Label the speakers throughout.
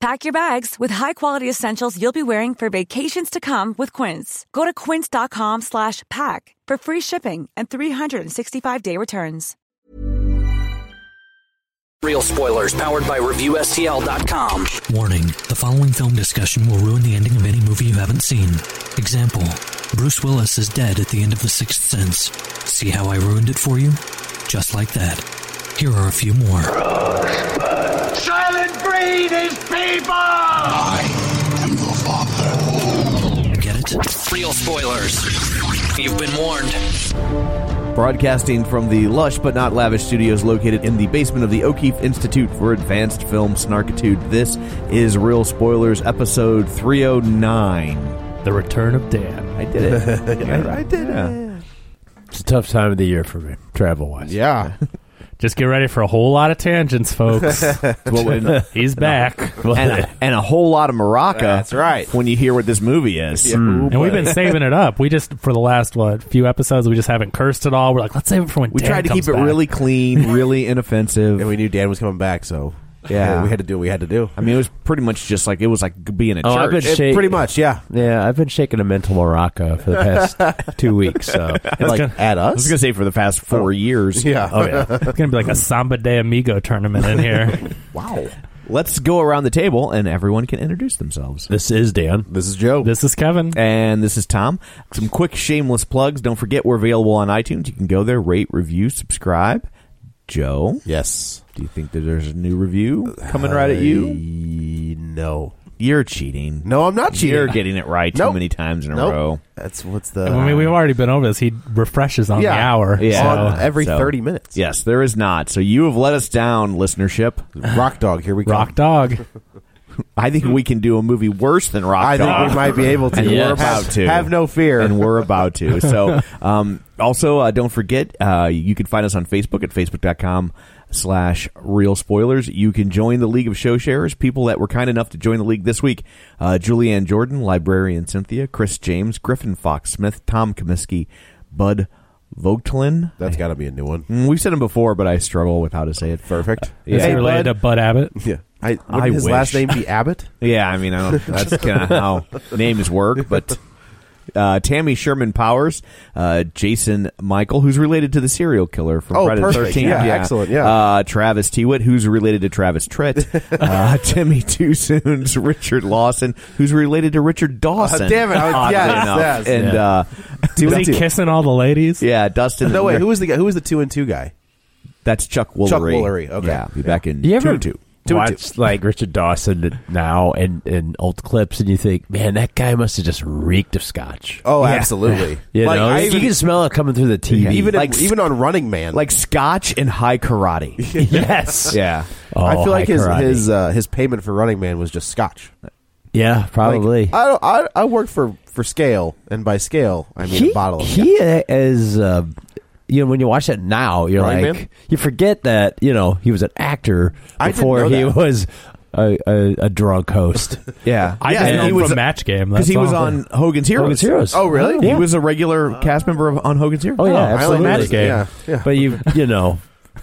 Speaker 1: Pack your bags with high-quality essentials you'll be wearing for vacations to come with Quince. Go to quince.com/pack for free shipping and 365-day returns.
Speaker 2: Real spoilers powered by ReviewSTL.com.
Speaker 3: Warning the following film discussion will ruin the ending of any movie you haven't seen. Example Bruce Willis is dead at the end of The Sixth Sense. See how I ruined it for you? Just like that. Here are a few more.
Speaker 4: Silent breed is people! I am your father.
Speaker 3: Get it?
Speaker 2: Real spoilers. You've been warned.
Speaker 5: Broadcasting from the lush but not lavish studios located in the basement of the O'Keefe Institute for Advanced Film Snarkitude, this is Real Spoilers, episode 309.
Speaker 6: The Return of Dan.
Speaker 5: I did it. yeah, I did yeah.
Speaker 6: it. It's a tough time of the year for me, travel wise.
Speaker 5: Yeah.
Speaker 6: Just get ready for a whole lot of tangents, folks. He's back.
Speaker 5: and, a, and, a, whole lot of maraca.
Speaker 6: That's
Speaker 5: right. When you hear what this movie is.
Speaker 6: Yeah. Mm. And we've been saving it up. We just, for the last, what, few episodes, we just haven't cursed at all. We're like, let's save it for when
Speaker 5: We
Speaker 6: Dan
Speaker 5: tried to keep it
Speaker 6: back.
Speaker 5: really clean, really inoffensive.
Speaker 7: And we knew Dan was coming back, so.
Speaker 5: Yeah.
Speaker 7: yeah, we had to do what we had to do.
Speaker 5: I mean, it was pretty much just like it was like being a
Speaker 6: oh,
Speaker 5: church.
Speaker 6: I've been
Speaker 7: It-
Speaker 6: shak-
Speaker 7: pretty much, yeah.
Speaker 6: yeah, I've been shaking a mental maraca for the past two weeks. So
Speaker 5: like
Speaker 6: gonna-
Speaker 5: at us. I was gonna say for the past four years.
Speaker 7: Yeah.
Speaker 6: oh yeah, it's gonna be like a samba de amigo tournament in here.
Speaker 5: Wow. Let's go around the table and everyone can introduce themselves.
Speaker 6: this is Dan.
Speaker 7: This is Joe.
Speaker 6: This is Kevin.
Speaker 5: And this is Tom. Some quick shameless plugs. Don't forget we're available on iTunes. You can go there, rate, review, subscribe. Joe,
Speaker 7: yes.
Speaker 5: do you think that there's a new review coming right at you?
Speaker 7: I- No.
Speaker 5: You're cheating.
Speaker 7: No, I'm not cheating.
Speaker 5: You're getting it right too
Speaker 7: Nope.
Speaker 5: many times in a
Speaker 7: Nope.
Speaker 5: row.
Speaker 7: That's what's the.
Speaker 6: I mean, we've already been over this. He refreshes on
Speaker 7: Yeah.
Speaker 6: the hour.
Speaker 5: Yeah.
Speaker 7: on every
Speaker 5: So-
Speaker 7: 30 minutes.
Speaker 5: Yes, there is not. So you have let us down, listenership.
Speaker 7: Rock Dog, here we go.
Speaker 6: Rock dog.
Speaker 5: I think we can do a movie worse than Rock
Speaker 7: I
Speaker 5: Dog.
Speaker 7: think we might be able to.
Speaker 5: And
Speaker 7: We're
Speaker 5: we're
Speaker 7: about
Speaker 5: about to.
Speaker 7: Have no fear.
Speaker 5: and we're about to. So, um, also, uh, don't forget, uh, you can find us on Facebook at facebook.com slash real spoilers. You can join the League of Show Sharers, people that were kind enough to join the league this week. Uh, Julianne Jordan, Librarian Cynthia, Chris James, Griffin Fox Smith, Tom Comiskey, Bud Vogtlin.
Speaker 7: That's got to be a new one.
Speaker 5: Mm, We've said him before, but I struggle with how to say it.
Speaker 7: Perfect.
Speaker 5: Yeah.
Speaker 6: Is he
Speaker 5: Hey,
Speaker 6: related
Speaker 5: bud.
Speaker 6: to Bud Abbott?
Speaker 7: Yeah. I, wouldn't
Speaker 5: I
Speaker 7: his
Speaker 5: wish.
Speaker 7: last name be Abbott?
Speaker 5: Yeah, I mean, I don't, that's kind of how names work, but. Uh, Tammy Sherman Powers, uh, Jason Michael, who's related to the serial killer from
Speaker 7: Oh,
Speaker 5: Friday the
Speaker 7: perfect.
Speaker 5: 13th.
Speaker 7: Yeah, excellent, yeah.
Speaker 5: Uh, Travis Tewitt, who's related to Travis Tritt. uh, Timmy Too Soon's Richard Lawson, who's related to Richard Dawson.
Speaker 7: Uh, damn it, I was-
Speaker 5: oddly
Speaker 7: yes,
Speaker 5: enough.
Speaker 7: yes.
Speaker 5: And,
Speaker 6: Yeah.
Speaker 5: uh,
Speaker 6: Was he kissing all the ladies?
Speaker 5: yeah, Dustin.
Speaker 7: No, wait. Who was the guy? Who was the two and two guy?
Speaker 5: That's Chuck Woolery.
Speaker 7: Woolery, okay.
Speaker 5: Yeah, be back in
Speaker 6: You ever-
Speaker 5: two and two.
Speaker 7: Two and
Speaker 8: watch like Richard Dawson now and and old clips, and you think, man, that guy must have just reeked of scotch.
Speaker 7: Oh, absolutely.
Speaker 8: You
Speaker 7: Like,
Speaker 8: know,
Speaker 7: I
Speaker 8: you
Speaker 7: even-
Speaker 8: can smell it coming through the TV.
Speaker 7: Even
Speaker 5: Like-
Speaker 7: even on Running Man,
Speaker 5: Like Scotch and High Karate.
Speaker 8: yes,
Speaker 5: yeah.
Speaker 7: I
Speaker 8: Oh,
Speaker 7: feel like
Speaker 8: high
Speaker 7: his
Speaker 8: karate.
Speaker 7: his uh, his payment for Running Man was just scotch.
Speaker 8: yeah,
Speaker 7: Like,
Speaker 8: probably.
Speaker 7: I, don't, I I work for for scale, and by scale I mean
Speaker 8: he
Speaker 7: a bottle. Of
Speaker 8: he is. Uh, you know, when you watch it now, you're
Speaker 7: Running
Speaker 8: like,
Speaker 7: Man?
Speaker 8: you forget that you know he was an actor
Speaker 7: I didn't
Speaker 8: before
Speaker 7: know
Speaker 8: he
Speaker 7: that.
Speaker 8: was a, a, a drunk host.
Speaker 5: Yeah.
Speaker 6: I
Speaker 5: yeah,
Speaker 6: just
Speaker 5: and
Speaker 6: know
Speaker 5: he
Speaker 6: him
Speaker 5: was
Speaker 6: from Match Game.
Speaker 5: because
Speaker 6: That's
Speaker 5: he was
Speaker 6: all.
Speaker 5: on Hogan's Heroes.
Speaker 8: Hogan's Heroes.
Speaker 7: Oh, really?
Speaker 5: He
Speaker 8: Yeah.
Speaker 5: was a regular cast member of on Hogan's Heroes.
Speaker 8: Oh yeah,
Speaker 6: I only
Speaker 8: absolutely.
Speaker 6: match game.
Speaker 7: Yeah, yeah.
Speaker 8: But you you know,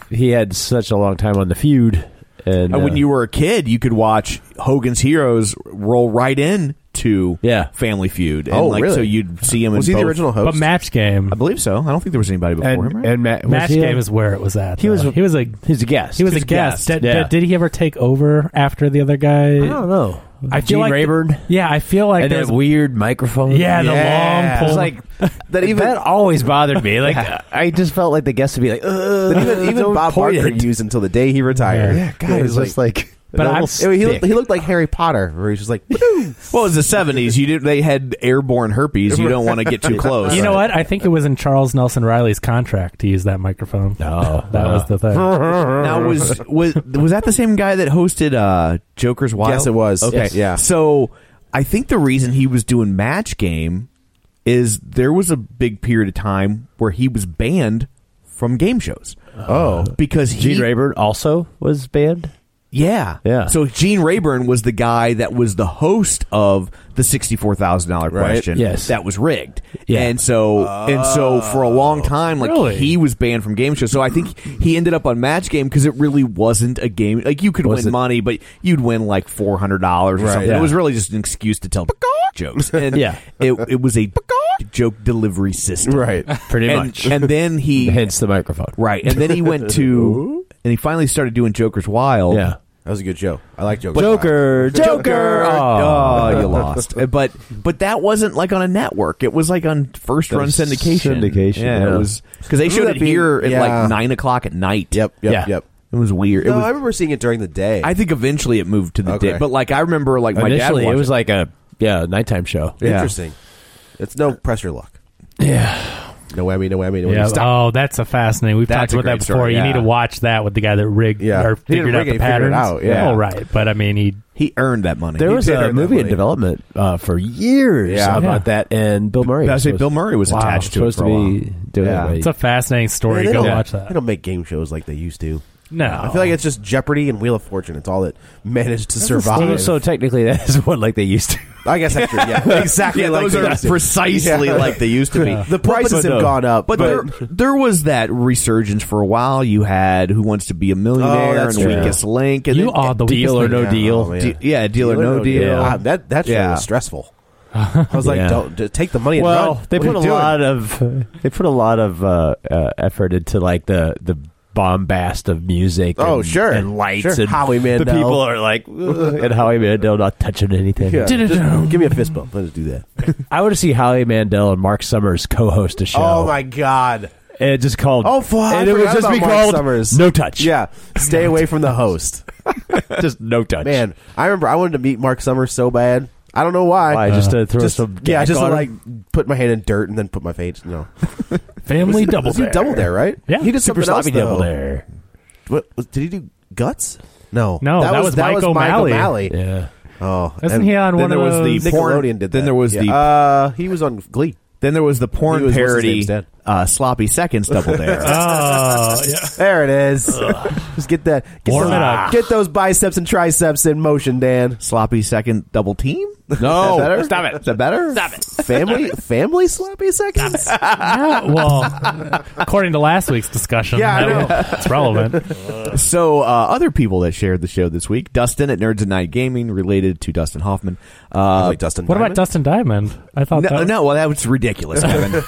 Speaker 8: he had such a long time on the feud, and
Speaker 5: And when
Speaker 8: uh,
Speaker 5: you were a kid, you could watch Hogan's Heroes roll right in to
Speaker 8: Yeah.
Speaker 5: Family Feud. And
Speaker 7: Oh,
Speaker 5: like,
Speaker 7: really?
Speaker 5: So you'd see him.
Speaker 7: was
Speaker 5: in
Speaker 7: he the
Speaker 5: both-
Speaker 7: original host?
Speaker 6: But Match Game.
Speaker 5: I believe so. I don't think there was anybody before
Speaker 8: and,
Speaker 5: him. Right?
Speaker 8: and Ma- was
Speaker 6: Match
Speaker 8: he a-
Speaker 6: Game is where it was at.
Speaker 8: He
Speaker 6: though.
Speaker 8: was-
Speaker 6: he was a
Speaker 8: He's a guest.
Speaker 6: he was a
Speaker 8: He's
Speaker 6: guest. Did,
Speaker 8: yeah.
Speaker 6: did, did he ever take over after the other guy?
Speaker 8: I don't know.
Speaker 6: I feel
Speaker 8: Gene
Speaker 6: like
Speaker 8: Rayburn?
Speaker 6: yeah, I feel like
Speaker 8: and
Speaker 6: there's
Speaker 8: that weird microphone.
Speaker 6: Yeah, the long pole.
Speaker 8: It's like that. Even that always bothered me. Like I just felt like the guests would be like, Ugh,
Speaker 7: That even even
Speaker 8: don't
Speaker 7: Bob
Speaker 8: point
Speaker 7: Barker
Speaker 8: it."
Speaker 7: used until the day he retired.
Speaker 8: Yeah, God,
Speaker 7: it
Speaker 8: it
Speaker 7: was
Speaker 8: was
Speaker 7: just like.
Speaker 6: But
Speaker 7: an
Speaker 6: I'm
Speaker 7: old- he, looked,
Speaker 8: thick.
Speaker 7: he looked like Harry Potter, where he's just like,
Speaker 5: Well, it was the seventies. You did, they had airborne herpes. You don't want to get too close.
Speaker 6: You know what? I think it was in Charles Nelson Riley's contract to use that microphone.
Speaker 8: No,
Speaker 6: that was the thing.
Speaker 5: Now was was was that the same guy that hosted uh, Joker's Wild?
Speaker 7: Yes, it was.
Speaker 5: Okay,
Speaker 7: Yes. Yeah.
Speaker 5: So I think the reason he was doing Match Game is there was a big period of time where he was banned from game shows. Oh, because he,
Speaker 8: Gene Rayburn also was banned.
Speaker 5: yeah,
Speaker 8: Yeah.
Speaker 5: So Gene Rayburn was the guy that was the host of the sixty-four thousand dollar question.
Speaker 8: Yes.
Speaker 5: that was rigged.
Speaker 8: Yeah.
Speaker 5: and so and so for a long time, like
Speaker 6: Really?
Speaker 5: he was banned from game shows. So I think he ended up on Match Game because it really wasn't a game. Like you could win
Speaker 8: Wasn't-
Speaker 5: money, but you'd win like four hundred dollars or something.
Speaker 8: yeah.
Speaker 5: It was really just an excuse to tell jokes. And
Speaker 8: Yeah.
Speaker 5: it it was a joke delivery system,
Speaker 7: right.
Speaker 8: Pretty
Speaker 5: And-
Speaker 8: much.
Speaker 5: And then he
Speaker 8: Hence the microphone.
Speaker 5: right, and then he went to. And he finally started doing Joker's Wild.
Speaker 8: Yeah.
Speaker 7: That was a good show. I like Joker.
Speaker 8: Joker, Joker.
Speaker 5: Oh, you lost. But but that wasn't like on a network. It was like on first run
Speaker 8: was
Speaker 5: syndication.
Speaker 8: syndication,
Speaker 5: Yeah,
Speaker 8: yeah.
Speaker 5: it was because they
Speaker 7: Remember
Speaker 5: showed
Speaker 7: that
Speaker 5: it
Speaker 7: being-
Speaker 5: here at
Speaker 7: yeah.
Speaker 5: like nine o'clock at night.
Speaker 7: Yep, yep,
Speaker 8: Yeah.
Speaker 7: yep.
Speaker 5: It was weird. It
Speaker 7: No,
Speaker 5: was,
Speaker 7: I
Speaker 5: I,
Speaker 7: remember seeing it during the day.
Speaker 5: think eventually it moved to the
Speaker 7: Okay.
Speaker 5: day. But like I remember, like my
Speaker 8: Initially, it
Speaker 5: dad watched
Speaker 8: was like a yeah nighttime show.
Speaker 7: Interesting. It's no pressure luck. Yeah. No whammy, no whammy, no whammy.
Speaker 6: Yeah.
Speaker 7: Stop.
Speaker 6: Oh, that's a fascinating. We've
Speaker 5: That's
Speaker 6: talked
Speaker 5: a
Speaker 6: about that
Speaker 5: great
Speaker 6: before.
Speaker 5: story,
Speaker 6: You
Speaker 5: yeah.
Speaker 6: need to watch that with the guy that rigged
Speaker 7: Yeah.
Speaker 6: or
Speaker 7: He didn't
Speaker 6: figured out
Speaker 7: rig it,
Speaker 6: the
Speaker 7: he figured
Speaker 6: patterns.
Speaker 7: it out, yeah.
Speaker 6: All right, but I mean, he
Speaker 5: he earned that money.
Speaker 8: There
Speaker 5: He
Speaker 8: was
Speaker 5: did
Speaker 8: a
Speaker 5: earn that
Speaker 8: movie in
Speaker 5: money.
Speaker 8: development uh, for years
Speaker 7: Yeah.
Speaker 8: about that, and Bill Murray.
Speaker 5: I
Speaker 8: was
Speaker 5: say
Speaker 8: supposed-
Speaker 5: Bill Murray was
Speaker 8: Wow,
Speaker 5: attached to it
Speaker 8: supposed
Speaker 5: for a
Speaker 8: to be
Speaker 5: while.
Speaker 8: doing
Speaker 5: Yeah.
Speaker 8: it.
Speaker 6: it's a fascinating story.
Speaker 7: they
Speaker 6: oh, Go
Speaker 7: don't-
Speaker 6: watch that.
Speaker 7: They don't make game shows like they used to.
Speaker 6: No,
Speaker 7: I feel like it's just Jeopardy and Wheel of Fortune. It's all that managed to
Speaker 8: So,
Speaker 7: survive.
Speaker 8: so technically, that is what like they used to.
Speaker 7: I guess that's true. Yeah, exactly.
Speaker 5: Yeah,
Speaker 7: like
Speaker 5: those
Speaker 7: they
Speaker 5: are
Speaker 7: used to.
Speaker 5: precisely
Speaker 7: Yeah.
Speaker 5: like they used to be.
Speaker 7: The prices have gone up,
Speaker 5: but,
Speaker 7: but-
Speaker 5: there, there was that resurgence for a while. You had Who Wants to Be a
Speaker 7: Oh,
Speaker 5: Millionaire
Speaker 7: that's
Speaker 5: and
Speaker 7: true.
Speaker 5: Weakest Link, and
Speaker 6: you
Speaker 5: then-
Speaker 6: are the
Speaker 8: Deal
Speaker 6: weakest
Speaker 8: or no
Speaker 6: link.
Speaker 8: deal.
Speaker 7: Oh, yeah.
Speaker 5: De- yeah, Deal or No Deal.
Speaker 7: Ah, that that show
Speaker 5: Yeah.
Speaker 7: was stressful. I was like,
Speaker 8: Yeah.
Speaker 7: don't d- take the money and
Speaker 8: well,
Speaker 7: run.
Speaker 8: they
Speaker 7: What
Speaker 8: put
Speaker 7: are
Speaker 8: a
Speaker 7: you doing?
Speaker 8: lot of they put a lot of uh, uh, effort into like the the bombast of music.
Speaker 7: Oh,
Speaker 8: and,
Speaker 7: sure.
Speaker 8: and lights
Speaker 7: Sure.
Speaker 8: and
Speaker 7: Howie
Speaker 8: The
Speaker 7: Mandel.
Speaker 8: people are like, "Ugh," and Howie Mandel not touching anything.
Speaker 7: Yeah,
Speaker 6: Did it-
Speaker 7: just give me a fist bump. Let's do that.
Speaker 8: I want to see Howie Mandel and Mark Summers co-host a show.
Speaker 7: Oh my god.
Speaker 8: And it just called.
Speaker 7: Oh, fuck, I
Speaker 8: And it would
Speaker 7: forgot
Speaker 8: just
Speaker 7: about
Speaker 8: be
Speaker 7: Mark
Speaker 8: called
Speaker 7: Summers.
Speaker 8: No Touch.
Speaker 7: Yeah, stay away from the host.
Speaker 8: just no touch.
Speaker 7: Man, I remember I wanted to meet Mark Summers so bad. I don't know why.
Speaker 8: Why, just to throw some
Speaker 7: yeah,
Speaker 8: gack
Speaker 7: just to,
Speaker 8: on him?
Speaker 7: like put my hand in dirt and then put my face. No,
Speaker 6: Family double.
Speaker 7: was he
Speaker 6: dare.
Speaker 7: double there? Right?
Speaker 6: Yeah.
Speaker 7: he did
Speaker 8: Super
Speaker 7: something else,
Speaker 8: sloppy double
Speaker 7: though.
Speaker 8: there.
Speaker 7: What was- did he do? Guts? No,
Speaker 6: No, that was Mike O'Malley.
Speaker 8: Yeah.
Speaker 7: Oh,
Speaker 6: Isn't
Speaker 7: and
Speaker 6: he on
Speaker 5: then
Speaker 6: one
Speaker 5: there
Speaker 6: of
Speaker 5: was the
Speaker 6: those?
Speaker 5: porn-
Speaker 7: Nickelodeon did.
Speaker 5: then
Speaker 7: that.
Speaker 5: there was
Speaker 7: Yeah.
Speaker 5: the-
Speaker 7: Uh, he was on Glee.
Speaker 5: Then there was the porn
Speaker 7: He was- what's his
Speaker 5: parody
Speaker 7: name's dad?
Speaker 5: uh, Sloppy Seconds Double Dare.
Speaker 6: oh, yeah.
Speaker 7: There it is. Just get that. Get,
Speaker 6: Warm
Speaker 7: some-
Speaker 6: it up.
Speaker 7: get those biceps and triceps in motion, Dan.
Speaker 5: sloppy Second Double Team?
Speaker 7: No.
Speaker 5: Is that better?
Speaker 7: Stop it.
Speaker 5: Is that better? Stop it.
Speaker 7: Family, family sloppy seconds.
Speaker 6: Yeah, well, according to last week's discussion,
Speaker 7: Yeah, I
Speaker 6: that- it's relevant.
Speaker 5: So, uh, other people that shared the show this week Dustin at Nerds and Night Gaming, related to Dustin Hoffman. Uh,
Speaker 7: like Dustin.
Speaker 6: What about
Speaker 7: Diamond?
Speaker 6: Dustin Diamond? I thought
Speaker 5: no,
Speaker 6: that
Speaker 5: no, well, that was ridiculous, Kevin.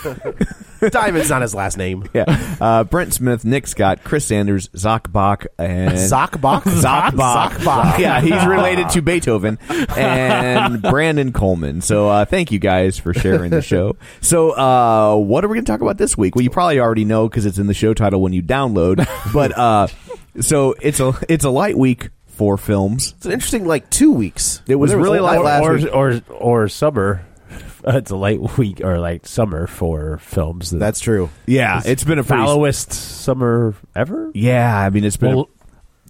Speaker 7: Diamond's not his last name.
Speaker 5: yeah. Uh, Brent Smith, Nick Scott, Chris Sanders, Zach Bach, and.
Speaker 7: Sockbox.
Speaker 5: Zach Bach. Yeah, he's related to Beethoven and Brandon Coleman. So uh, thank you guys for sharing the show. So uh, what are we going to talk about this week? Well, you probably already know because it's in the show title when you download. But uh, so it's a it's a light week for films.
Speaker 7: It's an interesting, like two weeks.
Speaker 5: It was
Speaker 7: There
Speaker 5: really
Speaker 7: a
Speaker 5: light
Speaker 7: lot
Speaker 5: last
Speaker 8: or,
Speaker 5: week.
Speaker 8: or or summer. it's a late week or like summer for films. That
Speaker 7: That's true.
Speaker 5: Yeah, it's been a pretty
Speaker 8: foulest summer ever.
Speaker 5: yeah. I mean, it's been
Speaker 6: Well-
Speaker 5: a,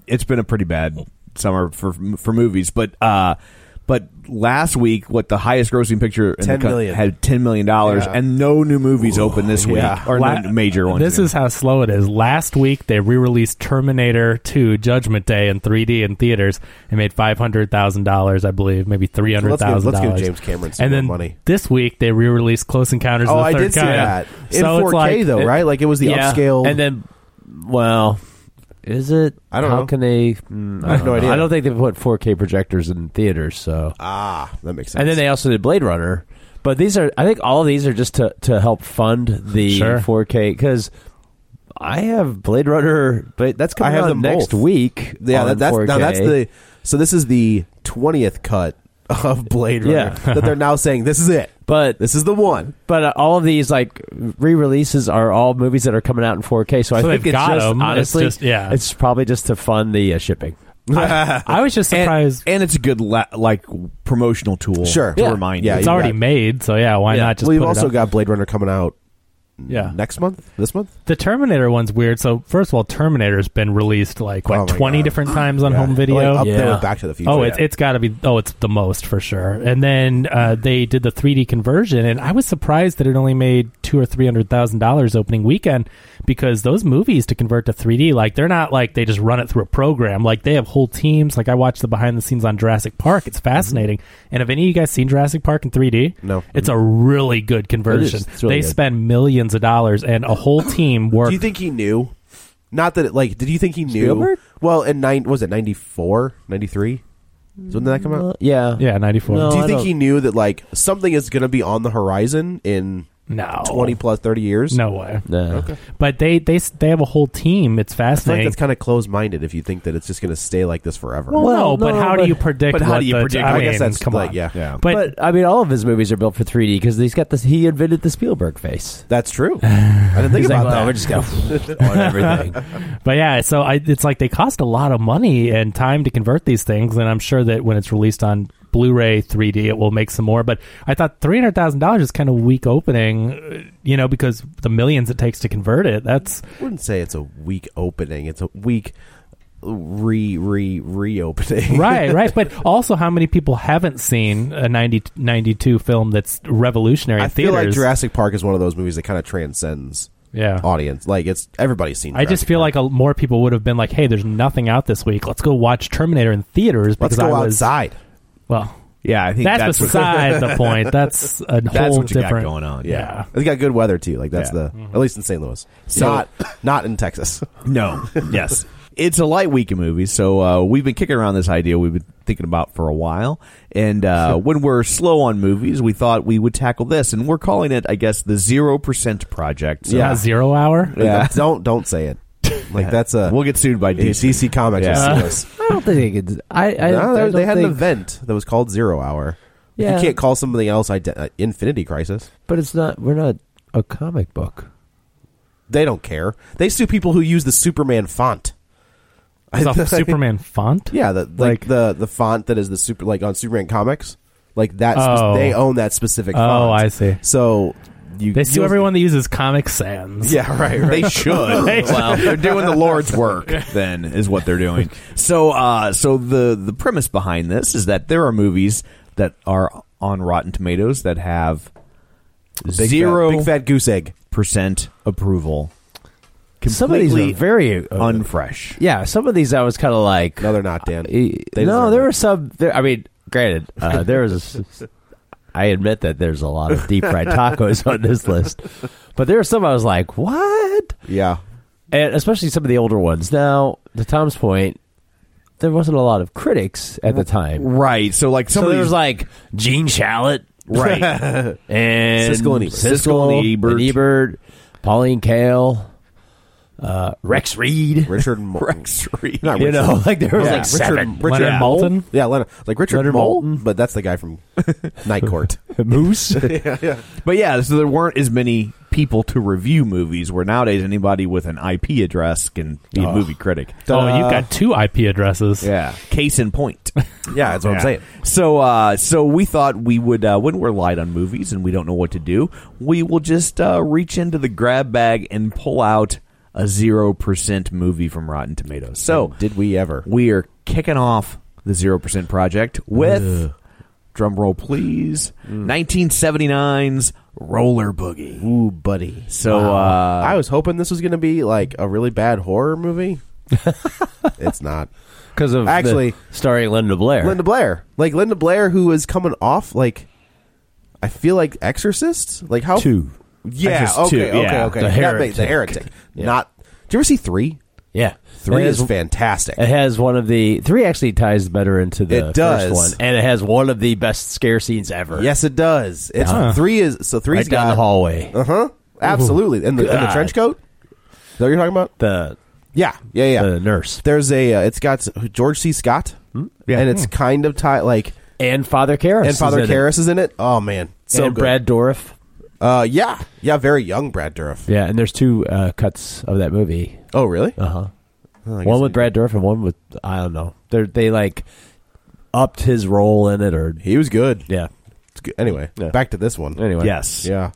Speaker 5: it's been a pretty bad summer for for movies, but. uh but last week, what the highest grossing picture in
Speaker 7: 10
Speaker 5: the co-
Speaker 7: million.
Speaker 5: had ten million dollars,
Speaker 7: Yeah.
Speaker 5: and no new movies open this week
Speaker 7: yeah.
Speaker 5: or
Speaker 6: La-
Speaker 5: no major ones.
Speaker 6: This is how slow it is. Last week they re-released Terminator 2: Judgment Day in 3D in theaters and made five hundred thousand dollars, I believe, maybe three
Speaker 7: give-
Speaker 6: hundred
Speaker 7: let's
Speaker 6: thousand
Speaker 7: give
Speaker 6: dollars.
Speaker 7: James Cameron some
Speaker 6: and
Speaker 7: more
Speaker 6: then
Speaker 7: money.
Speaker 6: This week they re-released Close Encounters
Speaker 7: Oh,
Speaker 6: of the
Speaker 7: I
Speaker 6: Third
Speaker 7: did see
Speaker 6: Kind.
Speaker 7: that in
Speaker 6: So it's
Speaker 7: 4K
Speaker 6: like-
Speaker 7: though, right? Like it was the upscale.
Speaker 8: and then well, is it?
Speaker 7: I don't
Speaker 8: how
Speaker 7: know.
Speaker 8: Can they? mm,
Speaker 7: I have
Speaker 8: don't
Speaker 7: no
Speaker 8: know.
Speaker 7: idea.
Speaker 8: I don't think they've put 4K projectors in theaters. So
Speaker 7: ah, that makes sense.
Speaker 8: and then they also did Blade Runner. But these are, I think, all of these are just to to help fund the
Speaker 6: Sure.
Speaker 8: 4K because. I have Blade Runner, but that's coming
Speaker 7: I have
Speaker 8: out
Speaker 7: them
Speaker 8: next
Speaker 7: both.
Speaker 8: week.
Speaker 7: yeah,
Speaker 8: on
Speaker 7: that, that's now
Speaker 8: 4K.
Speaker 7: that's the so this is the twentieth cut of Blade Runner
Speaker 8: Yeah.
Speaker 7: that they're now saying this is it.
Speaker 8: But
Speaker 7: This is the one.
Speaker 8: but uh, all of these like re-releases are all movies that are coming out in 4K. So, I
Speaker 6: So
Speaker 8: think
Speaker 6: they've
Speaker 8: it's
Speaker 6: got
Speaker 8: just
Speaker 6: 'em. It's
Speaker 8: honestly,
Speaker 6: just- yeah.
Speaker 8: it's probably just to fund the uh, shipping.
Speaker 6: I, I was just surprised.
Speaker 5: and it's a good la- like promotional tool.
Speaker 7: Sure.
Speaker 5: to
Speaker 7: Yeah.
Speaker 5: remind
Speaker 7: Yeah,
Speaker 5: you.
Speaker 6: it's
Speaker 7: you
Speaker 6: already
Speaker 7: got-
Speaker 6: made, so yeah, why not just
Speaker 7: We've
Speaker 6: put it
Speaker 7: also
Speaker 6: up?
Speaker 7: got Blade Runner coming out
Speaker 6: yeah.
Speaker 7: next month. This month.
Speaker 6: The Terminator one's weird. So first of all, Terminator's been released like
Speaker 7: Oh
Speaker 6: what
Speaker 7: my
Speaker 6: twenty
Speaker 7: God.
Speaker 6: different times on
Speaker 7: Yeah.
Speaker 6: home video.
Speaker 7: Like, up there
Speaker 8: Yeah.
Speaker 7: with Back to the Future.
Speaker 6: Oh, it's, it's got to be. Oh, it's the most for sure. And then uh, they did the 3D conversion, and I was surprised that it only made two or three hundred thousand dollars opening weekend because those movies to convert to 3D, like they're not like they just run it through a program. Like they have whole teams. Like I watched the behind the scenes on Jurassic Park. It's fascinating. And have any of you guys seen Jurassic Park in 3D?
Speaker 7: Mm-hmm. No.
Speaker 6: It's a really good conversion.
Speaker 8: It's really
Speaker 6: they
Speaker 8: good.
Speaker 6: spend millions of dollars, and a whole team
Speaker 7: Do
Speaker 6: worked.
Speaker 7: you think he knew? Not that it, like. Did you think he knew?
Speaker 8: Spielberg?
Speaker 7: Well, in nine was it 94, 93? Is when did that come out?
Speaker 8: Uh, yeah,
Speaker 6: yeah, ninety four.
Speaker 8: No.
Speaker 7: Do you
Speaker 8: I
Speaker 7: think
Speaker 8: don't-
Speaker 7: he knew that like something is going to be on the horizon in
Speaker 6: No.
Speaker 7: twenty plus thirty years?
Speaker 6: No way.
Speaker 8: Nah.
Speaker 6: But they they s- they have a whole team. It's
Speaker 7: I feel like
Speaker 6: fascinating.
Speaker 7: that's kind of close minded if you think that it's just going to stay like this forever.
Speaker 6: Well, no,
Speaker 8: Well,
Speaker 6: but
Speaker 8: no,
Speaker 6: how do
Speaker 8: but-
Speaker 6: you predict?
Speaker 5: but how
Speaker 6: what
Speaker 5: do you
Speaker 6: the-
Speaker 5: predict-
Speaker 6: I,
Speaker 7: I
Speaker 6: mean,
Speaker 7: guess that's
Speaker 6: come
Speaker 7: like
Speaker 6: on.
Speaker 7: yeah,
Speaker 5: Yeah.
Speaker 6: But,
Speaker 8: But, I mean, all of his movies are built for 3D because he's got this. He invented the Spielberg face.
Speaker 7: that's true. I didn't think
Speaker 8: He's
Speaker 7: about
Speaker 8: like, "Well,
Speaker 7: that.
Speaker 8: we're just gonna on everything.
Speaker 6: but yeah, so I, it's like they cost a lot of money and time to convert these things, and I'm sure that when it's released on Blu-ray 3D, it will make some more. But I thought three hundred thousand dollars is kind of weak opening, uh, you know, because the millions it takes to convert it. That's
Speaker 7: I wouldn't say it's a weak opening. It's a weak re re reopening.
Speaker 6: right, right. But also, how many people haven't seen a 90, 92 film that's revolutionary?
Speaker 7: I
Speaker 6: in
Speaker 7: feel
Speaker 6: theaters?
Speaker 7: like Jurassic Park is one of those movies that kind of transcends
Speaker 6: yeah.
Speaker 7: audience. Like it's everybody's seen.
Speaker 6: I just
Speaker 7: Jurassic
Speaker 6: feel
Speaker 7: Park.
Speaker 6: like a, more people would have been like, "Hey, there's nothing out this week. Let's go watch Terminator in theaters." Because
Speaker 7: let's go
Speaker 6: I was
Speaker 7: outside.
Speaker 6: well.
Speaker 5: yeah. I think
Speaker 6: That's,
Speaker 5: that's, what-
Speaker 6: beside the point. That's a
Speaker 5: that's
Speaker 6: whole
Speaker 5: what you
Speaker 6: different.
Speaker 5: got going on.
Speaker 6: Yeah. Mm-hmm.
Speaker 7: It's got good weather too. Like that's
Speaker 5: Yeah.
Speaker 7: the at least in St. Louis. not not in Texas.
Speaker 5: No. yes. It's a light week in movies, so uh, we've been kicking around this idea we've been thinking about for a while. And uh, when we're slow on movies, we thought we would tackle this, and we're calling it, I guess, the zero percent project. So-
Speaker 6: Yeah, zero hour.
Speaker 5: Yeah.
Speaker 7: don't don't say it. Like that's a
Speaker 5: We'll get sued by
Speaker 7: Yeah,
Speaker 5: DC.
Speaker 7: DC Comics. will
Speaker 5: Yeah.
Speaker 7: sue us.
Speaker 8: I don't think it's. I, I,
Speaker 7: No,
Speaker 8: I
Speaker 7: they-
Speaker 8: don't
Speaker 7: they had
Speaker 8: think,
Speaker 7: an event that was called Zero Hour.
Speaker 8: Yeah.
Speaker 7: You can't call something else ide- uh, Infinity Crisis.
Speaker 8: but it's not. We're not a comic book.
Speaker 7: They don't care. They sue people who use the Superman font.
Speaker 6: It's
Speaker 7: I-
Speaker 6: off Superman font.
Speaker 7: Yeah, the, like,
Speaker 6: Like-
Speaker 7: the the font that is the super like on Superman comics. Like that, spe-
Speaker 6: Oh.
Speaker 7: they own that specific.
Speaker 6: Oh,
Speaker 7: font.
Speaker 6: I see.
Speaker 7: So you
Speaker 6: They sue
Speaker 7: you'll-
Speaker 6: everyone that uses Comic Sans.
Speaker 7: Yeah, right. right.
Speaker 5: They should. well, they're doing the Lord's work. Then is what they're doing. So, uh, so the the premise behind this is that there are movies that are on Rotten Tomatoes that have
Speaker 7: Big fat,
Speaker 5: zero
Speaker 7: big fat goose egg.
Speaker 5: percent approval.
Speaker 8: Some of these
Speaker 5: Completely
Speaker 8: are very uh,
Speaker 5: unfresh.
Speaker 8: Yeah, some of these I was kind of like.
Speaker 7: No, they're not, Dan.
Speaker 8: E-
Speaker 7: They
Speaker 8: no,
Speaker 7: deserve
Speaker 8: there
Speaker 7: it.
Speaker 8: were some. There, I mean, granted, uh, there was. a s- I admit that there's a lot of deep fried tacos on this list, but there are some I was like, "What?"
Speaker 7: Yeah,
Speaker 8: and especially some of the older ones. Now, to Tom's point, there wasn't a lot of critics at the time.
Speaker 5: Right. So, like some
Speaker 8: so
Speaker 5: of
Speaker 8: there
Speaker 5: these
Speaker 8: was like Gene Shalit,
Speaker 5: Right.
Speaker 8: and
Speaker 7: Siskel and Ebert.
Speaker 5: Siskel and Ebert.
Speaker 8: and Ebert, Pauline Kael, uh, Rex Reed.
Speaker 7: Richard Mo-
Speaker 5: Rex Reed.
Speaker 7: Not
Speaker 8: you
Speaker 7: Richard.
Speaker 8: know, like there was
Speaker 7: Yeah,
Speaker 8: like seven.
Speaker 7: Richard, Richard
Speaker 6: Leonard Moulton?
Speaker 7: Yeah, Leonard. Like Richard
Speaker 8: Leonard
Speaker 7: Moulton,
Speaker 8: Moulton.
Speaker 7: but that's the guy from Night Court.
Speaker 8: Moose.
Speaker 6: Oh,
Speaker 5: But yeah, so there weren't as many people to review movies. Where nowadays anybody with an IP address can be a movie critic.
Speaker 6: Oh, you've got two IP addresses.
Speaker 5: Yeah. Case in point.
Speaker 7: Yeah, that's what I'm
Speaker 5: Yeah.
Speaker 7: saying.
Speaker 5: So, uh, so we thought we would uh, when we're light on movies and we don't know what to do, we will just uh, reach into the grab bag and pull out a zero percent movie from Rotten Tomatoes. So,
Speaker 7: Did we ever?
Speaker 5: we are kicking off the zero percent project with drum roll, please.
Speaker 7: Mm.
Speaker 5: 1979's Roller Boogie.
Speaker 7: Ooh, buddy.
Speaker 5: So, uh,
Speaker 7: I was hoping this was going to be like a really bad horror movie. it's not.
Speaker 8: Because of
Speaker 7: Actually-
Speaker 8: actually starring Linda Blair.
Speaker 7: Linda Blair. Like Linda Blair who is coming off like I feel like Exorcist? Like how
Speaker 8: Two.
Speaker 7: Yeah,
Speaker 5: Exorcist
Speaker 7: okay,
Speaker 5: two,
Speaker 7: okay,
Speaker 5: yeah.
Speaker 7: okay.
Speaker 8: The
Speaker 7: That
Speaker 8: Heretic.
Speaker 7: makes- the heretic. Not Did you ever see 3?
Speaker 8: Yeah,
Speaker 7: 3
Speaker 8: It
Speaker 7: is
Speaker 8: has-
Speaker 7: fantastic.
Speaker 8: It has one of the three actually ties better into the
Speaker 7: It
Speaker 8: first
Speaker 7: does.
Speaker 8: one, and it has one of the best scare scenes ever.
Speaker 7: Yes, it does. It's
Speaker 6: Huh.
Speaker 7: three is so three's
Speaker 8: Uh-huh. right down
Speaker 7: got
Speaker 8: the hallway.
Speaker 7: Uh huh. Absolutely. And the, and the
Speaker 8: God.
Speaker 7: trench coat. Is that what you're talking about?
Speaker 8: The
Speaker 7: Yeah, yeah, yeah.
Speaker 8: the Hmm? nurse.
Speaker 7: There's a. Uh, it's got s- George C. Scott, and it's kind of tied like
Speaker 8: and Father Karras
Speaker 7: and Father
Speaker 8: is in it.
Speaker 7: Karras is in it. Oh man, so
Speaker 8: And
Speaker 7: good.
Speaker 8: Brad Dourif.
Speaker 7: Uh, yeah, yeah, very young Brad Dourif.
Speaker 8: Yeah, and there's two uh, cuts of that movie.
Speaker 7: Oh really?
Speaker 8: Uh huh.
Speaker 7: Oh, I guess
Speaker 8: One with Brad Dourif and one with I don't know. They they like upped his role in it, or
Speaker 7: he was good.
Speaker 8: yeah.
Speaker 7: It's good. Anyway,
Speaker 8: Yeah.
Speaker 7: back to this one.
Speaker 8: Anyway,
Speaker 5: Yes.
Speaker 7: Yeah.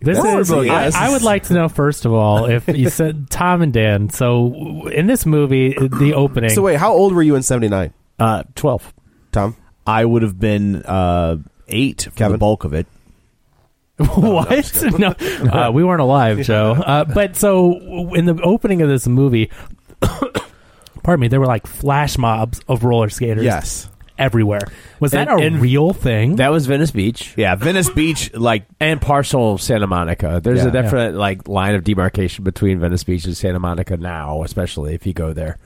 Speaker 6: This
Speaker 7: That's-
Speaker 6: is,
Speaker 7: yeah,
Speaker 6: I,
Speaker 7: this
Speaker 6: I
Speaker 7: is-
Speaker 6: would like to know first of all if you said Tom and Dan. So w- in this movie, the opening.
Speaker 7: So wait, how old were you in '79,
Speaker 8: Uh, twelve.
Speaker 7: Tom?
Speaker 5: I would have been uh, eight for the
Speaker 7: Kevin?
Speaker 5: bulk of it.
Speaker 6: what? No, uh, we weren't alive, Joe. Uh, but so w- in the opening of this movie, pardon me, there were like flash mobs of roller skaters.
Speaker 7: Yes.
Speaker 6: everywhere. Was that
Speaker 8: And-
Speaker 6: a
Speaker 8: and-
Speaker 6: real thing?
Speaker 8: That was Venice Beach.
Speaker 5: Yeah, Venice Beach, like
Speaker 8: And partial Santa Monica. There's a
Speaker 5: Yeah.
Speaker 8: definite like line of demarcation between Venice Beach and Santa Monica now, especially if you go there.